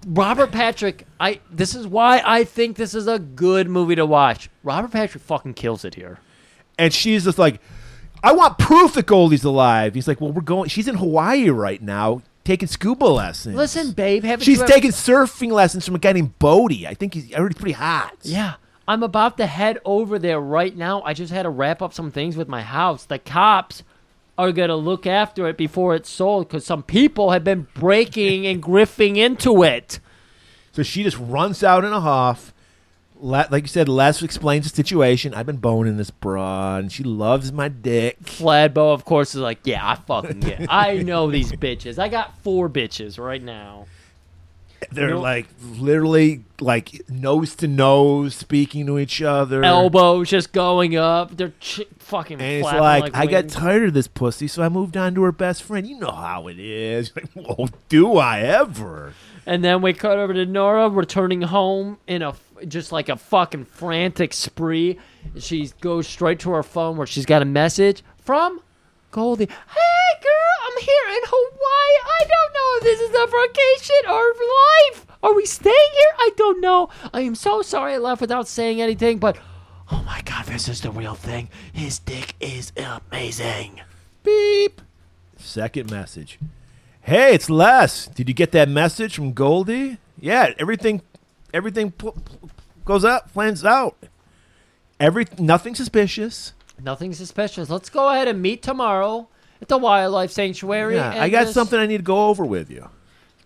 Speaker 3: Robert Patrick, I this is why I think this is a good movie to watch. Robert Patrick fucking kills it here.
Speaker 2: And she's just like, I want proof that Goldie's alive. He's like, Well, we're going. She's in Hawaii right now taking scuba lessons.
Speaker 3: Listen, babe, haven't
Speaker 2: She's
Speaker 3: you ever-
Speaker 2: taking surfing lessons from a guy named Bodie. I think he's already pretty hot.
Speaker 3: Yeah. I'm about to head over there right now. I just had to wrap up some things with my house. The cops are going to look after it before it's sold because some people have been breaking and griffing into it.
Speaker 2: So she just runs out in a huff. La- like you said, Les explains the situation. I've been boning this broad, and she loves my dick.
Speaker 3: Fladbo, of course, is like, yeah, I fucking get it. I know these bitches. I got four bitches right now.
Speaker 2: They're
Speaker 3: Nope.
Speaker 2: like literally like nose to nose, speaking to each other.
Speaker 3: Elbows just going up. They're ch- fucking
Speaker 2: And it's
Speaker 3: flapping
Speaker 2: like,
Speaker 3: like
Speaker 2: I got
Speaker 3: wings.
Speaker 2: tired of this pussy, so I moved on to her best friend. You know how it is. Like, well, do I ever?
Speaker 3: And then we cut over to Nora returning home in a just like a fucking frantic spree. She goes straight to her phone where she's got a message from Goldie. Hey girl, I'm here in Hawaii. I don't know if this is a vacation or life. Are we staying here? I don't know. I am so sorry I left without saying anything, but oh my god, this is the real thing. His dick is amazing.
Speaker 2: Beep. Second message. Hey, it's Les. Did you get that message from Goldie? Yeah, everything, everything pl- pl- goes up, plans out. Every nothing suspicious.
Speaker 3: Nothing suspicious. Let's go ahead and meet tomorrow at the wildlife sanctuary.
Speaker 2: Yeah,
Speaker 3: and
Speaker 2: I got
Speaker 3: this-
Speaker 2: something I need to go over with you.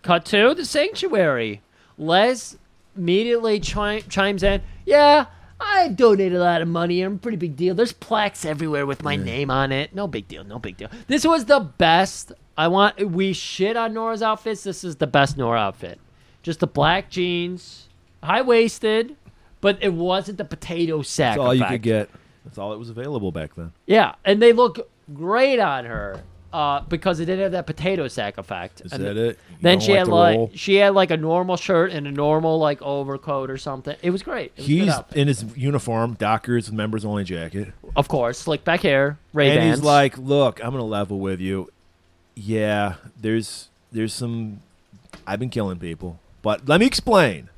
Speaker 3: Cut to the sanctuary. Les immediately chi- chimes in. Yeah, I donate a lot of money. I'm a pretty big deal. There's plaques everywhere with my name on it. No big deal. No big deal. This was the best. I want. We shit on Nora's outfits. This is the best Nora outfit. Just the black jeans, high waisted, but it wasn't the potato sack.
Speaker 2: That's all you
Speaker 3: effect.
Speaker 2: could get. That's all that was available back then.
Speaker 3: Yeah, and they look great on her uh, because it didn't have that potato sack effect.
Speaker 2: Is
Speaker 3: And
Speaker 2: that it? You
Speaker 3: Then
Speaker 2: don't
Speaker 3: she
Speaker 2: like
Speaker 3: had
Speaker 2: the
Speaker 3: like
Speaker 2: roll?
Speaker 3: she had like a normal shirt and a normal like overcoat or something. It was great. It was a good
Speaker 2: He's
Speaker 3: outfit.
Speaker 2: in his uniform, Dockers, members only jacket.
Speaker 3: of course slick back hair, Ray
Speaker 2: and he's like, "Look, I'm gonna level with you. Yeah, there's there's some. I've been killing people, but let me explain."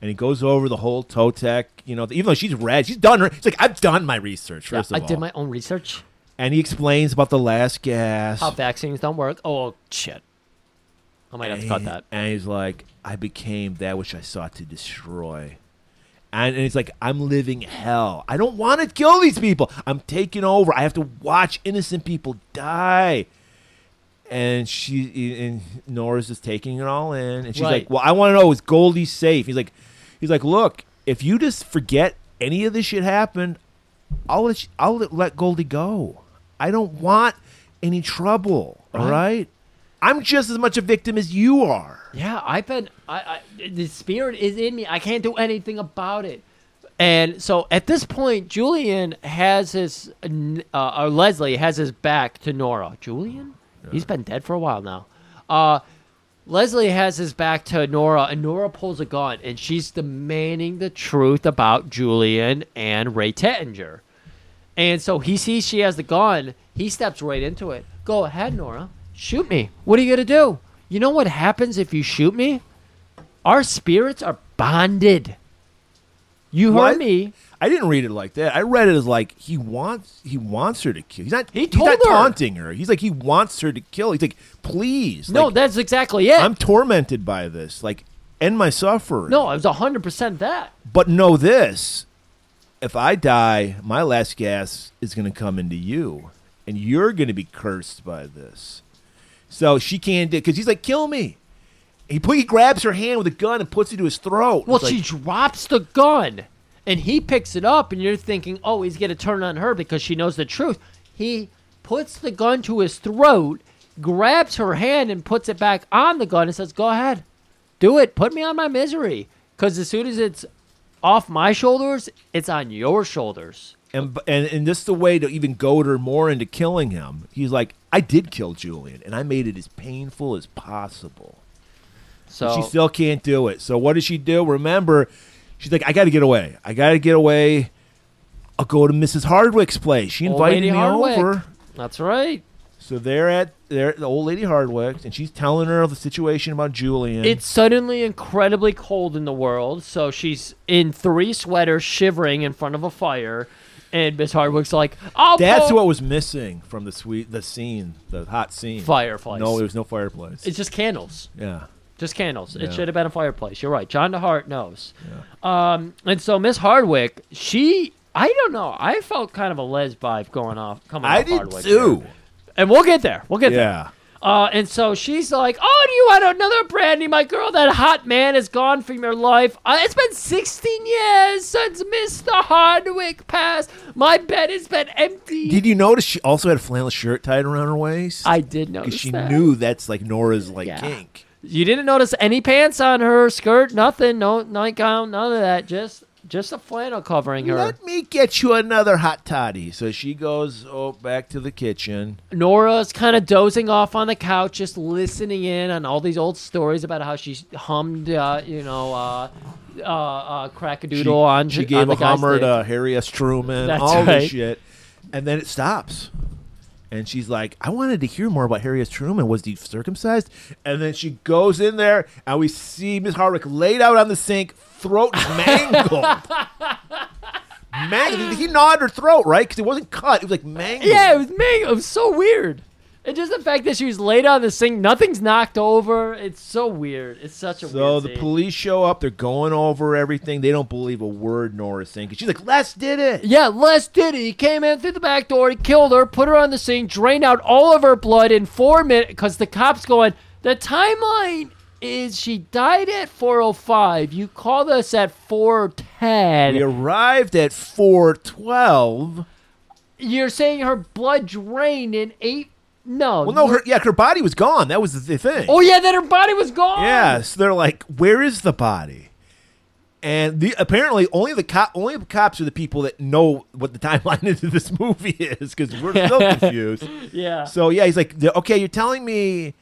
Speaker 2: And he goes over the whole toe tech, you know, even though she's red, she's done her. She's like, "I've done my research first
Speaker 3: I
Speaker 2: of all."
Speaker 3: did my own research.
Speaker 2: and he explains about the last gas.
Speaker 3: How vaccines don't work. Oh shit, I might have to cut
Speaker 2: and,
Speaker 3: that.
Speaker 2: and he's like, "I became that which I sought to destroy." And, and he's like, I'm living hell. I don't want to kill these people. I'm taking over. I have to watch innocent people die. And she and Nora's just taking it all in. And she's
Speaker 3: Right.
Speaker 2: like, Well, I want to know is Goldie safe? He's like, He's like, Look, if you just forget any of this shit happened, I'll let you, I'll let- let Goldie go. I don't want any trouble. All right, I'm just as much a victim as you are.
Speaker 3: Yeah, I've been. I, I the spirit is in me. I can't do anything about it. And so at this point, Julian has his, uh, or Leslie has his back to Nora. Julian, he's been dead for a while now. Uh, Leslie has his back to Nora, and Nora pulls a gun, and she's demanding the truth about Julian and Ray Tettinger. And so he sees she has the gun. He steps right into it. Go ahead, Nora. Shoot me. What are you going to do? You know what happens if you shoot me? Our spirits are bonded. You heard
Speaker 2: What?
Speaker 3: me.
Speaker 2: I didn't read it like that. I read it as like he wants he wants her to kill. He's not
Speaker 3: He
Speaker 2: he's
Speaker 3: told
Speaker 2: not
Speaker 3: her.
Speaker 2: taunting her. He's like he wants her to kill. He's like please.
Speaker 3: No,
Speaker 2: like,
Speaker 3: that's exactly it.
Speaker 2: I'm tormented by this. Like end my suffering.
Speaker 3: no, it was 100% that.
Speaker 2: but know this: if I die, my last gas is going to come into you, and you're going to be cursed by this. So she can't do because he's like kill me. He put, he grabs her hand with a gun and puts it to his throat.
Speaker 3: Well,
Speaker 2: It's like-
Speaker 3: she drops the gun and he picks it up, and you're thinking, oh, he's going to turn on her because she knows the truth. He puts the gun to his throat, grabs her hand, and puts it back on the gun and says, go ahead, do it. Put me on my misery. Because as soon as it's off my shoulders, it's on your shoulders.
Speaker 2: and and and this is the way to even goad her more into killing him. He's like, I did kill Julian, and I made it as painful as possible.
Speaker 3: So
Speaker 2: She still can't do it. So what does she do? Remember, she's like, I got to get away. I got to get away. I'll go to Mrs. Hardwick's place. She
Speaker 3: Old
Speaker 2: invited
Speaker 3: Lady
Speaker 2: me
Speaker 3: Hardwick.
Speaker 2: over.
Speaker 3: That's right.
Speaker 2: So they're at they're at the old lady Hardwick's, and she's telling her the situation about Julian.
Speaker 3: It's suddenly incredibly cold in the world, so she's in three sweaters, shivering in front of a fire, and Miss Hardwick's like, "I'll
Speaker 2: that's
Speaker 3: put-
Speaker 2: what was missing from the sweet the scene, the hot scene.
Speaker 3: Fireplace.
Speaker 2: No, there was no fireplace.
Speaker 3: It's just candles,
Speaker 2: yeah.
Speaker 3: just candles.
Speaker 2: Yeah.
Speaker 3: It should have been a fireplace. You're right. John DeHart knows. Um, and so Miss Hardwick, she, I don't know. I felt kind of a les vibe going off. Coming
Speaker 2: I
Speaker 3: off
Speaker 2: did
Speaker 3: Hardwick
Speaker 2: too.
Speaker 3: here. And we'll get there. We'll get there.
Speaker 2: Yeah.
Speaker 3: Uh, and so she's like, "Oh, do you want another brandy, my girl? That hot man is gone from your life. Uh, it's been 16 years since Mr. Hardwick passed. My bed has been empty."
Speaker 2: Did you notice she also had a flannel shirt tied around her waist?
Speaker 3: I did
Speaker 2: 'Cause
Speaker 3: notice
Speaker 2: she
Speaker 3: that.
Speaker 2: knew that's like Nora's like
Speaker 3: Yeah.
Speaker 2: kink.
Speaker 3: You didn't notice any pants on her skirt, nothing, no nightgown, none of that. Just just a flannel covering her.
Speaker 2: Let me get you another hot toddy. So she goes oh, back to the kitchen.
Speaker 3: Nora's kind of dozing off on the couch, just listening in on all these old stories about how she hummed, uh, you know, uh, uh, uh, crack a
Speaker 2: She-
Speaker 3: doodle on.
Speaker 2: She
Speaker 3: on
Speaker 2: gave
Speaker 3: the
Speaker 2: a
Speaker 3: guy's
Speaker 2: hammer
Speaker 3: dick.
Speaker 2: to Harry S. Truman.
Speaker 3: That's
Speaker 2: all this
Speaker 3: right.
Speaker 2: shit, and then it stops. And she's like, I wanted to hear more about Harry S. Truman. Was he circumcised? And then she goes in there, and we see Miss Hardwick laid out on the sink, throat mangled. mangled. He gnawed her throat, right? Because it wasn't cut. It was like mangled.
Speaker 3: Yeah, it was me. It was so weird. And just the fact that she was laid on this thing, nothing's knocked over. It's so weird. It's such a
Speaker 2: So
Speaker 3: weird
Speaker 2: the
Speaker 3: scene.
Speaker 2: police show up. They're going over everything. They don't believe a word Nora's saying. 'cause she's like, Les did it.
Speaker 3: Yeah, Les did it. He came in through the back door. He killed her, put her on the sink, drained out all of her blood in four minutes. Because the cops going, the timeline is she died at 4:05. You called us at 4:10.
Speaker 2: We arrived at 412.
Speaker 3: You're saying her blood drained in eight? No.
Speaker 2: Well, no, her, yeah, her body was gone. That was the thing.
Speaker 3: Oh yeah, then her body was gone.
Speaker 2: Yeah, so they're like, where is the body? And the, apparently, only the cop, only the cops are the people that know what the timeline is of this movie is because we're so confused.
Speaker 3: Yeah.
Speaker 2: So yeah, he's like, okay, you're telling me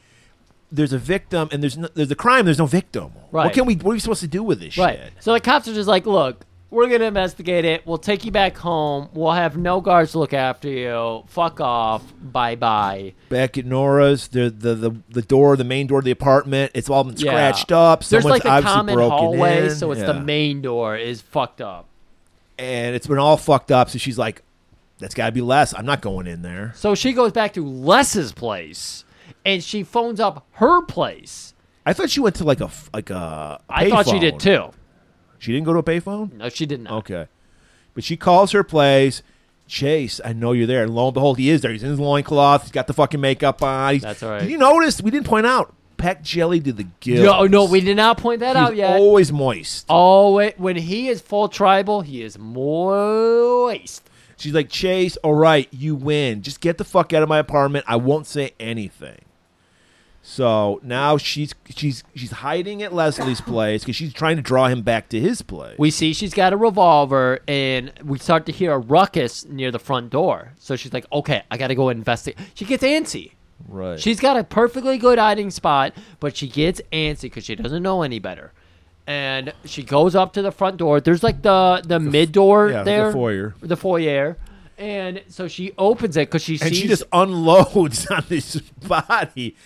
Speaker 2: there's a victim and there's no, there's a crime, there's no victim.
Speaker 3: Right.
Speaker 2: What can we? What are we supposed to do with this
Speaker 3: Right.
Speaker 2: shit?
Speaker 3: So the cops are just like, look, we're going to investigate it. We'll take you back home. We'll have no guards look after you. Fuck off. Bye bye.
Speaker 2: Back at Nora's, the, the the the door, the main door of the apartment, it's all been
Speaker 3: Yeah.
Speaker 2: scratched up.
Speaker 3: There's
Speaker 2: Someone's
Speaker 3: like the
Speaker 2: obviously
Speaker 3: common
Speaker 2: broken
Speaker 3: hallway,
Speaker 2: in.
Speaker 3: so it's
Speaker 2: Yeah.
Speaker 3: the main door is fucked up.
Speaker 2: and it's been all fucked up. So she's like, "That's got to be less. I'm not going in there."
Speaker 3: So she goes back to Les's place and she phones up her place.
Speaker 2: I thought she went to like a f- like a.
Speaker 3: I thought she did
Speaker 2: payphone.
Speaker 3: too.
Speaker 2: She didn't go to a payphone.
Speaker 3: No, she didn't.
Speaker 2: Okay, but she calls her place. Chase, I know you're there. And lo and behold, he is there. He's in his loincloth. He's got the fucking makeup on. He's,
Speaker 3: That's all right.
Speaker 2: Did you notice? We didn't point out. Pack jelly to the gills.
Speaker 3: No, no, we did not point that
Speaker 2: He's
Speaker 3: out yet.
Speaker 2: always moist.
Speaker 3: Oh, wait, when he is full tribal, he is moist.
Speaker 2: She's like, Chase, all right, you win. Just get the fuck out of my apartment. I won't say anything. So now she's she's she's hiding at Leslie's place because she's trying to draw him back to his place.
Speaker 3: We see she's got a revolver, and we start to hear a ruckus near the front door. So she's like, "Okay, I gotta go investigate." She gets antsy.
Speaker 2: right.
Speaker 3: She's got a perfectly good hiding spot, but she gets antsy because she doesn't know any better. And she goes up to the front door. There's like the the, mid door
Speaker 2: yeah, the
Speaker 3: there,
Speaker 2: foyer.
Speaker 3: the foyer. And so she opens it because she
Speaker 2: and
Speaker 3: sees
Speaker 2: she just unloads on this body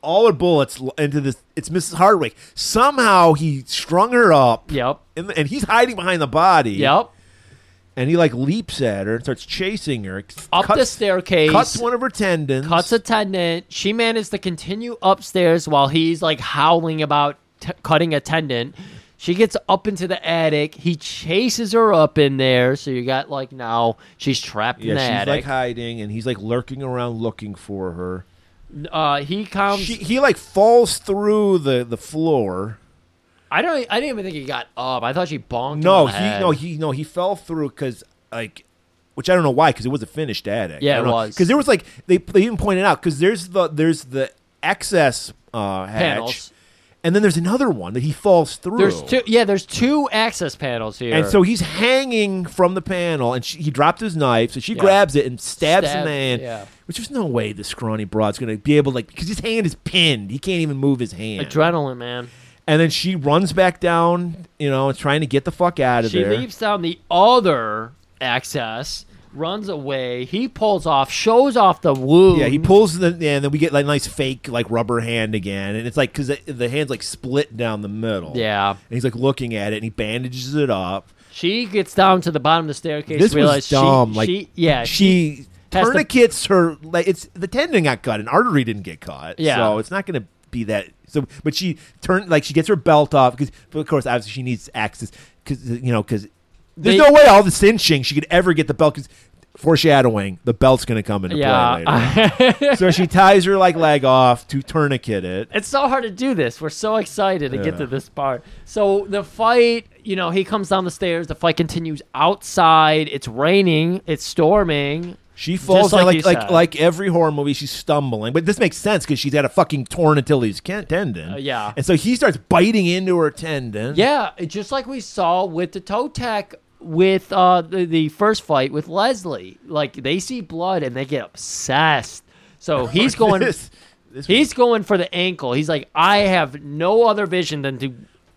Speaker 2: all her bullets l- into this. It's Mrs. Hardwick. Somehow he strung her up.
Speaker 3: Yep.
Speaker 2: In the, and he's hiding behind the body.
Speaker 3: Yep.
Speaker 2: And he like leaps at her and starts chasing her.
Speaker 3: Up the staircase.
Speaker 2: Cuts one of her tendons.
Speaker 3: cuts a tendon. She managed to continue upstairs while he's like howling about t- cutting a tendon. She gets up into the attic. He chases her up in there. So you got like now she's trapped
Speaker 2: Yeah,
Speaker 3: in the
Speaker 2: she's like
Speaker 3: attic.
Speaker 2: hiding, and he's like lurking around looking for her.
Speaker 3: uh, he comes.
Speaker 2: She, he like falls through the the floor.
Speaker 3: I don't. e, I didn't even think he got up. I thought she bonked.
Speaker 2: No,
Speaker 3: him on the
Speaker 2: he
Speaker 3: head.
Speaker 2: no he no he fell through because like. Which I don't know why, because it was a finished attic.
Speaker 3: Yeah, it was.
Speaker 2: Because there was like they they even pointed out because there's the there's the excess uh, hatch,
Speaker 3: Panels.
Speaker 2: And then there's another one that he falls through.
Speaker 3: There's two. Yeah, there's two access panels here.
Speaker 2: And so he's hanging from the panel, and she, he dropped his knife. So she
Speaker 3: Yeah.
Speaker 2: grabs it and stabs
Speaker 3: Stab-
Speaker 2: the man.
Speaker 3: yeah.
Speaker 2: Which there's no way the scrawny broad's gonna be able to, like because his hand is pinned. He can't even move his hand.
Speaker 3: adrenaline, man.
Speaker 2: and then she runs back down, you know, trying to get the fuck out of
Speaker 3: She
Speaker 2: there.
Speaker 3: leaps down the other access, runs away. He pulls off, shows off the wound.
Speaker 2: Yeah, he pulls the yeah, and then we get like nice fake like rubber hand again, and it's like because the, the hand's like split down the middle.
Speaker 3: Yeah.
Speaker 2: and he's like looking at it, and he bandages it up.
Speaker 3: She gets down to the bottom of the staircase.
Speaker 2: this was
Speaker 3: realizes
Speaker 2: dumb.
Speaker 3: She,
Speaker 2: like
Speaker 3: she, yeah,
Speaker 2: she,
Speaker 3: has to-
Speaker 2: tourniquets her. Like it's the tendon got cut, an artery didn't get cut.
Speaker 3: Yeah.
Speaker 2: so it's not going to be that. So, but she turned like she gets her belt off because, of course, obviously she needs access because you know because there's
Speaker 3: They-
Speaker 2: no way all the cinching she could ever get the belt because foreshadowing the belt's going to come into play later.
Speaker 3: yeah.
Speaker 2: so she ties her like leg off to tourniquet it.
Speaker 3: it's so hard to do this. We're so excited to get to this part. So the fight, you know, he comes down the stairs. The fight continues outside. It's raining. It's storming.
Speaker 2: She falls down,
Speaker 3: like
Speaker 2: like
Speaker 3: you
Speaker 2: like,
Speaker 3: said.
Speaker 2: like every horror movie. She's stumbling, but this makes sense because she's had a fucking torn Achilles can- tendon.
Speaker 3: Uh, yeah.
Speaker 2: and so he starts biting into her tendon.
Speaker 3: Yeah, it- just like we saw with the toe tech with uh, the, the first fight with Leslie. Like they see blood and they get obsessed. So he's going.
Speaker 2: This- this
Speaker 3: He's going for the ankle. He's like, I have no other vision than to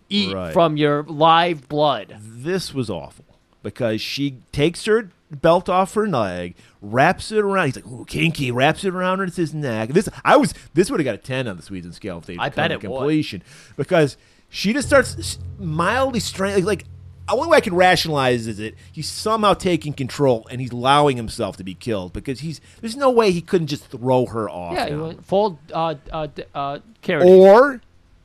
Speaker 3: eat
Speaker 2: Right.
Speaker 3: from your live blood.
Speaker 2: this was awful because she takes her belt off her leg, wraps it around. He's like, "Ooh, kinky!" Wraps it around his neck. This I was this would have got a ten on the Sweden scale if they come
Speaker 3: I bet
Speaker 2: to
Speaker 3: it would.
Speaker 2: completion because she just starts s- mildly strangling. Like, the only way I can rationalize is it he's somehow taking control and he's allowing himself to be killed because he's there's no way he couldn't just throw her off.
Speaker 3: Yeah, he
Speaker 2: now.
Speaker 3: went full uh, uh, d- uh, carriage.
Speaker 2: or.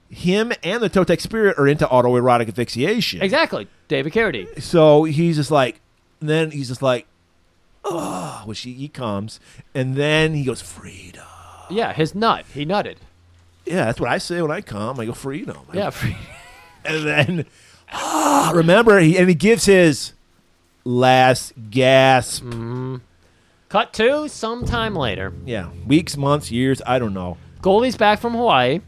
Speaker 2: Him and the Totec spirit are into autoerotic asphyxiation.
Speaker 3: exactly, David Carradine.
Speaker 2: So he's just like, then he's just like, oh, well, she, he comes, and then he goes, freedom.
Speaker 3: Yeah, his nut. He nutted.
Speaker 2: Yeah, that's what I say when I come. I go, freedom.
Speaker 3: Yeah,
Speaker 2: And then, ah, remember, he, and he gives his last gasp.
Speaker 3: Mm. cut to sometime later.
Speaker 2: Yeah, weeks, months, years, I don't know.
Speaker 3: Goalie's back from Hawaii.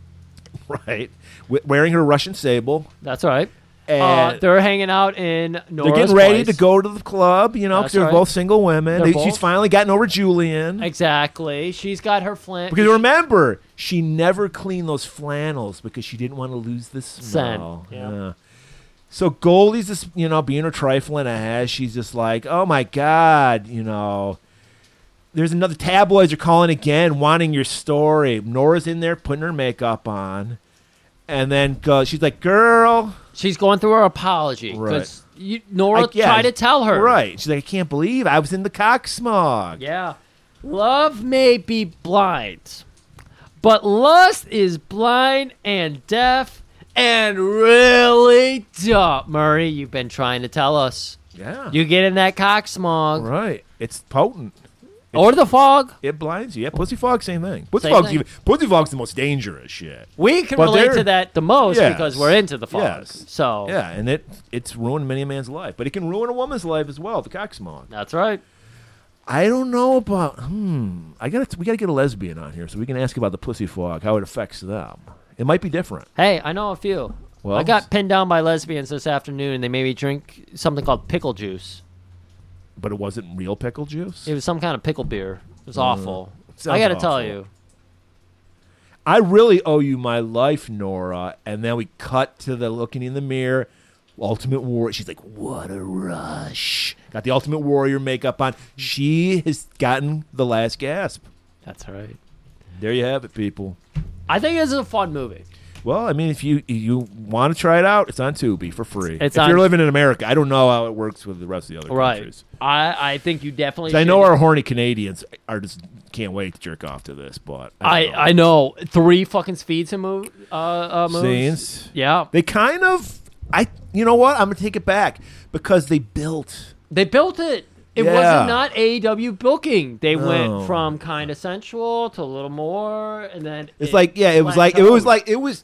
Speaker 2: Right. W- wearing her Russian sable.
Speaker 3: That's all right. uh,
Speaker 2: And
Speaker 3: they're hanging out in Nora's
Speaker 2: they're getting ready
Speaker 3: place.
Speaker 2: to go to the club, you know, because
Speaker 3: That's
Speaker 2: they're
Speaker 3: right.
Speaker 2: both single women.
Speaker 3: They're
Speaker 2: They-
Speaker 3: both-
Speaker 2: She's finally gotten over Julian.
Speaker 3: Exactly. She's got her flint.
Speaker 2: Because remember, she never cleaned those flannels because she didn't want to lose the smell.
Speaker 3: Scent, yeah.
Speaker 2: So Goldie's just, you know, being her trifling ass. She's just like, oh my God, you know. There's another tabloids are calling again, wanting your story. Nora's in there putting her makeup on. And then go, she's like, girl.
Speaker 3: She's going through her apology because Nora
Speaker 2: I- yeah,
Speaker 3: tried to tell her.
Speaker 2: Right. She's like, I can't believe I was in the cock smog.
Speaker 3: Yeah. Love may be blind, but lust is blind and deaf and really dumb. Murray, you've been trying to tell us.
Speaker 2: Yeah.
Speaker 3: You get in that cock smog
Speaker 2: right. It's potent.
Speaker 3: or the fog.
Speaker 2: It blinds you. Yeah, pussy fog, same thing. Pussy
Speaker 3: Same
Speaker 2: fog's
Speaker 3: thing.
Speaker 2: even pussy fog's the most dangerous shit.
Speaker 3: We can
Speaker 2: But
Speaker 3: relate
Speaker 2: they're-
Speaker 3: to that the most
Speaker 2: Yes.
Speaker 3: because we're into the fog.
Speaker 2: Yes.
Speaker 3: So
Speaker 2: Yeah, and it it's ruined many a man's life, but it can ruin a woman's life as well. The cock smog.
Speaker 3: that's right.
Speaker 2: I don't know about. Hmm. I got to we got to get a lesbian on here so we can ask about the pussy fog, how it affects them. It might be different.
Speaker 3: Hey, I know a few.
Speaker 2: Well-
Speaker 3: I got pinned down by lesbians this afternoon, and they made me drink something called pickle juice.
Speaker 2: But it wasn't real pickle juice.
Speaker 3: It was some kind of pickle beer. It was awful.
Speaker 2: Mm. sounds
Speaker 3: I got to
Speaker 2: awful.
Speaker 3: tell you,
Speaker 2: I really owe you my life, Nora. And then we cut to the looking in the mirror. Ultimate Warrior. She's like, what a rush. Got the Ultimate Warrior makeup on. She has gotten the last gasp.
Speaker 3: that's all right.
Speaker 2: There you have it, people.
Speaker 3: I think this is a fun movie.
Speaker 2: Well, I mean, if you you want to try it out, it's on Tubi for free.
Speaker 3: It's
Speaker 2: if
Speaker 3: on-
Speaker 2: you're living in America, I don't know how it works with the rest of the other
Speaker 3: Right.
Speaker 2: countries.
Speaker 3: I, I think you definitely.
Speaker 2: 'Cause I know
Speaker 3: should-
Speaker 2: our horny Canadians are just can't wait to jerk off to this, but
Speaker 3: I
Speaker 2: don't
Speaker 3: I know three fucking speeds in move. Uh, uh
Speaker 2: know.
Speaker 3: movies.
Speaker 2: Scenes.
Speaker 3: Yeah,
Speaker 2: They kind of I you know what? I'm gonna take it back because they built
Speaker 3: they built it. It
Speaker 2: Yeah.
Speaker 3: wasn't not AEW booking. They
Speaker 2: No.
Speaker 3: went from kind of sensual to a little more, and then
Speaker 2: it's
Speaker 3: it
Speaker 2: like yeah, it was like it
Speaker 3: plateaued.
Speaker 2: was like it was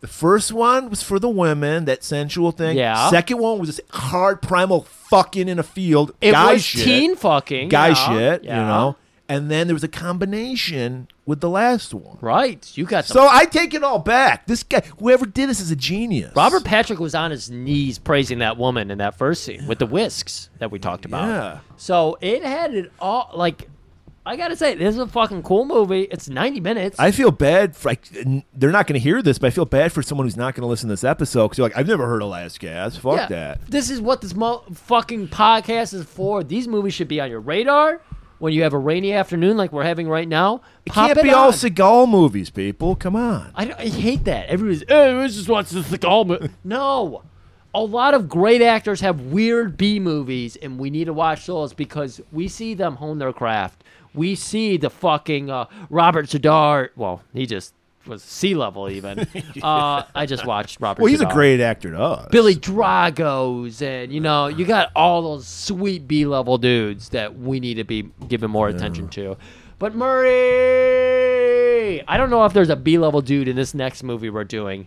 Speaker 2: the first one was for the women, that sensual thing.
Speaker 3: Yeah.
Speaker 2: Second one was this hard primal fucking in a field.
Speaker 3: it
Speaker 2: guy
Speaker 3: was
Speaker 2: shit.
Speaker 3: teen fucking
Speaker 2: guy
Speaker 3: yeah,
Speaker 2: shit,
Speaker 3: yeah.
Speaker 2: you know. and then there was a combination with the last one.
Speaker 3: Right. You got the
Speaker 2: So I take it all back. This guy, whoever did this, is a genius.
Speaker 3: Robert Patrick was on his knees praising that woman in that first scene with the whisks that we talked about.
Speaker 2: Yeah.
Speaker 3: So it had it all. Like, I gotta say, this is a fucking cool movie. It's ninety minutes.
Speaker 2: I feel bad. For, like, n- they're not going to hear this, but I feel bad for someone who's not going to listen to this episode because you're like, I've never heard of Last Gas. Fuck
Speaker 3: Yeah.
Speaker 2: that.
Speaker 3: This is what this mo- fucking podcast is for. These movies should be on your radar when you have a rainy afternoon like we're having right now.
Speaker 2: It
Speaker 3: Pop
Speaker 2: can't
Speaker 3: it
Speaker 2: be all
Speaker 3: on.
Speaker 2: Seagal movies, people. Come on.
Speaker 3: I, don't- I hate that. Everybody's, eh, everyone just wants the Seagal movie. No. A lot of great actors have weird B movies, and we need to watch those because we see them hone their craft. We see the fucking uh, Robert Zadar. Well, he just was sea level, even. uh, I just watched Robert
Speaker 2: Well, he's a
Speaker 3: Zadar.
Speaker 2: great actor to us.
Speaker 3: Billy Dragos, and you know, you got all those sweet B level dudes that we need to be giving more attention to. But Murray, I don't know if there's a B level dude in this next movie we're doing.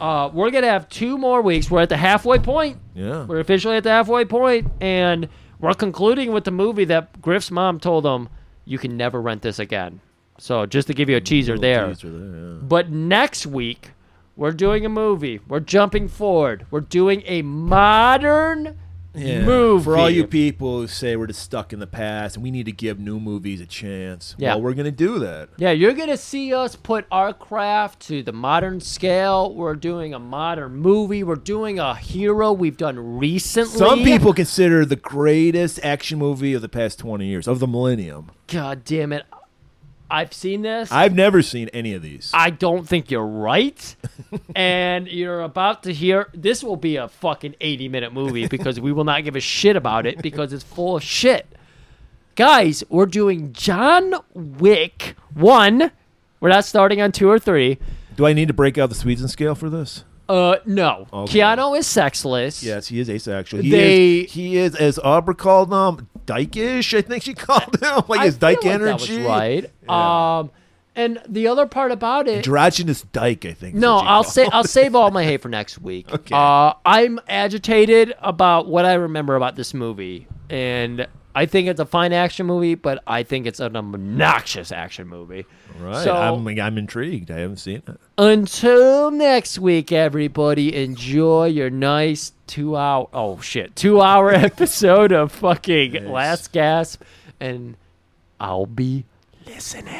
Speaker 3: Uh, we're gonna have two more weeks. We're at the halfway point.
Speaker 2: Yeah.
Speaker 3: we're officially at the halfway point, and we're concluding with the movie that Griff's mom told him you can never rent this again. So just to give you a teaser there.
Speaker 2: These are there, yeah.
Speaker 3: But next week, we're doing a movie. We're jumping forward. We're doing a modern movie.
Speaker 2: For all you people who say we're just stuck in the past and we need to give new movies a chance,
Speaker 3: Yeah.
Speaker 2: well, we're going to do that.
Speaker 3: Yeah, you're going to see us put our craft to the modern scale. We're doing a modern movie. We're doing a hero we've done recently.
Speaker 2: Some people consider the greatest action movie of the past 20 years, of the millennium.
Speaker 3: God damn it. I've seen this.
Speaker 2: I've never seen any of these.
Speaker 3: I don't think you're right. and you're about to hear this will be a fucking 80 minute movie because we will not give a shit about it because it's full of shit. Guys, we're doing John Wick 1. We're not starting on 2 or 3.
Speaker 2: Do I need to break out the Sweden scale for this?
Speaker 3: Uh no.
Speaker 2: Okay.
Speaker 3: Keanu is sexless.
Speaker 2: Yes, he is asexual. He
Speaker 3: They-
Speaker 2: is, he is as Aubrey called him, dykish. I think she called him like
Speaker 3: I
Speaker 2: his
Speaker 3: feel
Speaker 2: dyke
Speaker 3: like
Speaker 2: energy,
Speaker 3: That was right. Um and the other part about it
Speaker 2: Androgynous dyke, I think. is
Speaker 3: No,
Speaker 2: what she
Speaker 3: I'll
Speaker 2: called
Speaker 3: say I'll save all my hate for next week.
Speaker 2: Okay.
Speaker 3: Uh, I'm agitated about what I remember about this movie, and I think it's a fine action movie, but I think it's an obnoxious action movie.
Speaker 2: him. Right.
Speaker 3: So
Speaker 2: I'm, I'm intrigued. I haven't seen it.
Speaker 3: until next week, everybody, enjoy your nice two hour oh shit two hour episode of fucking Last Gasp, and I'll be listening.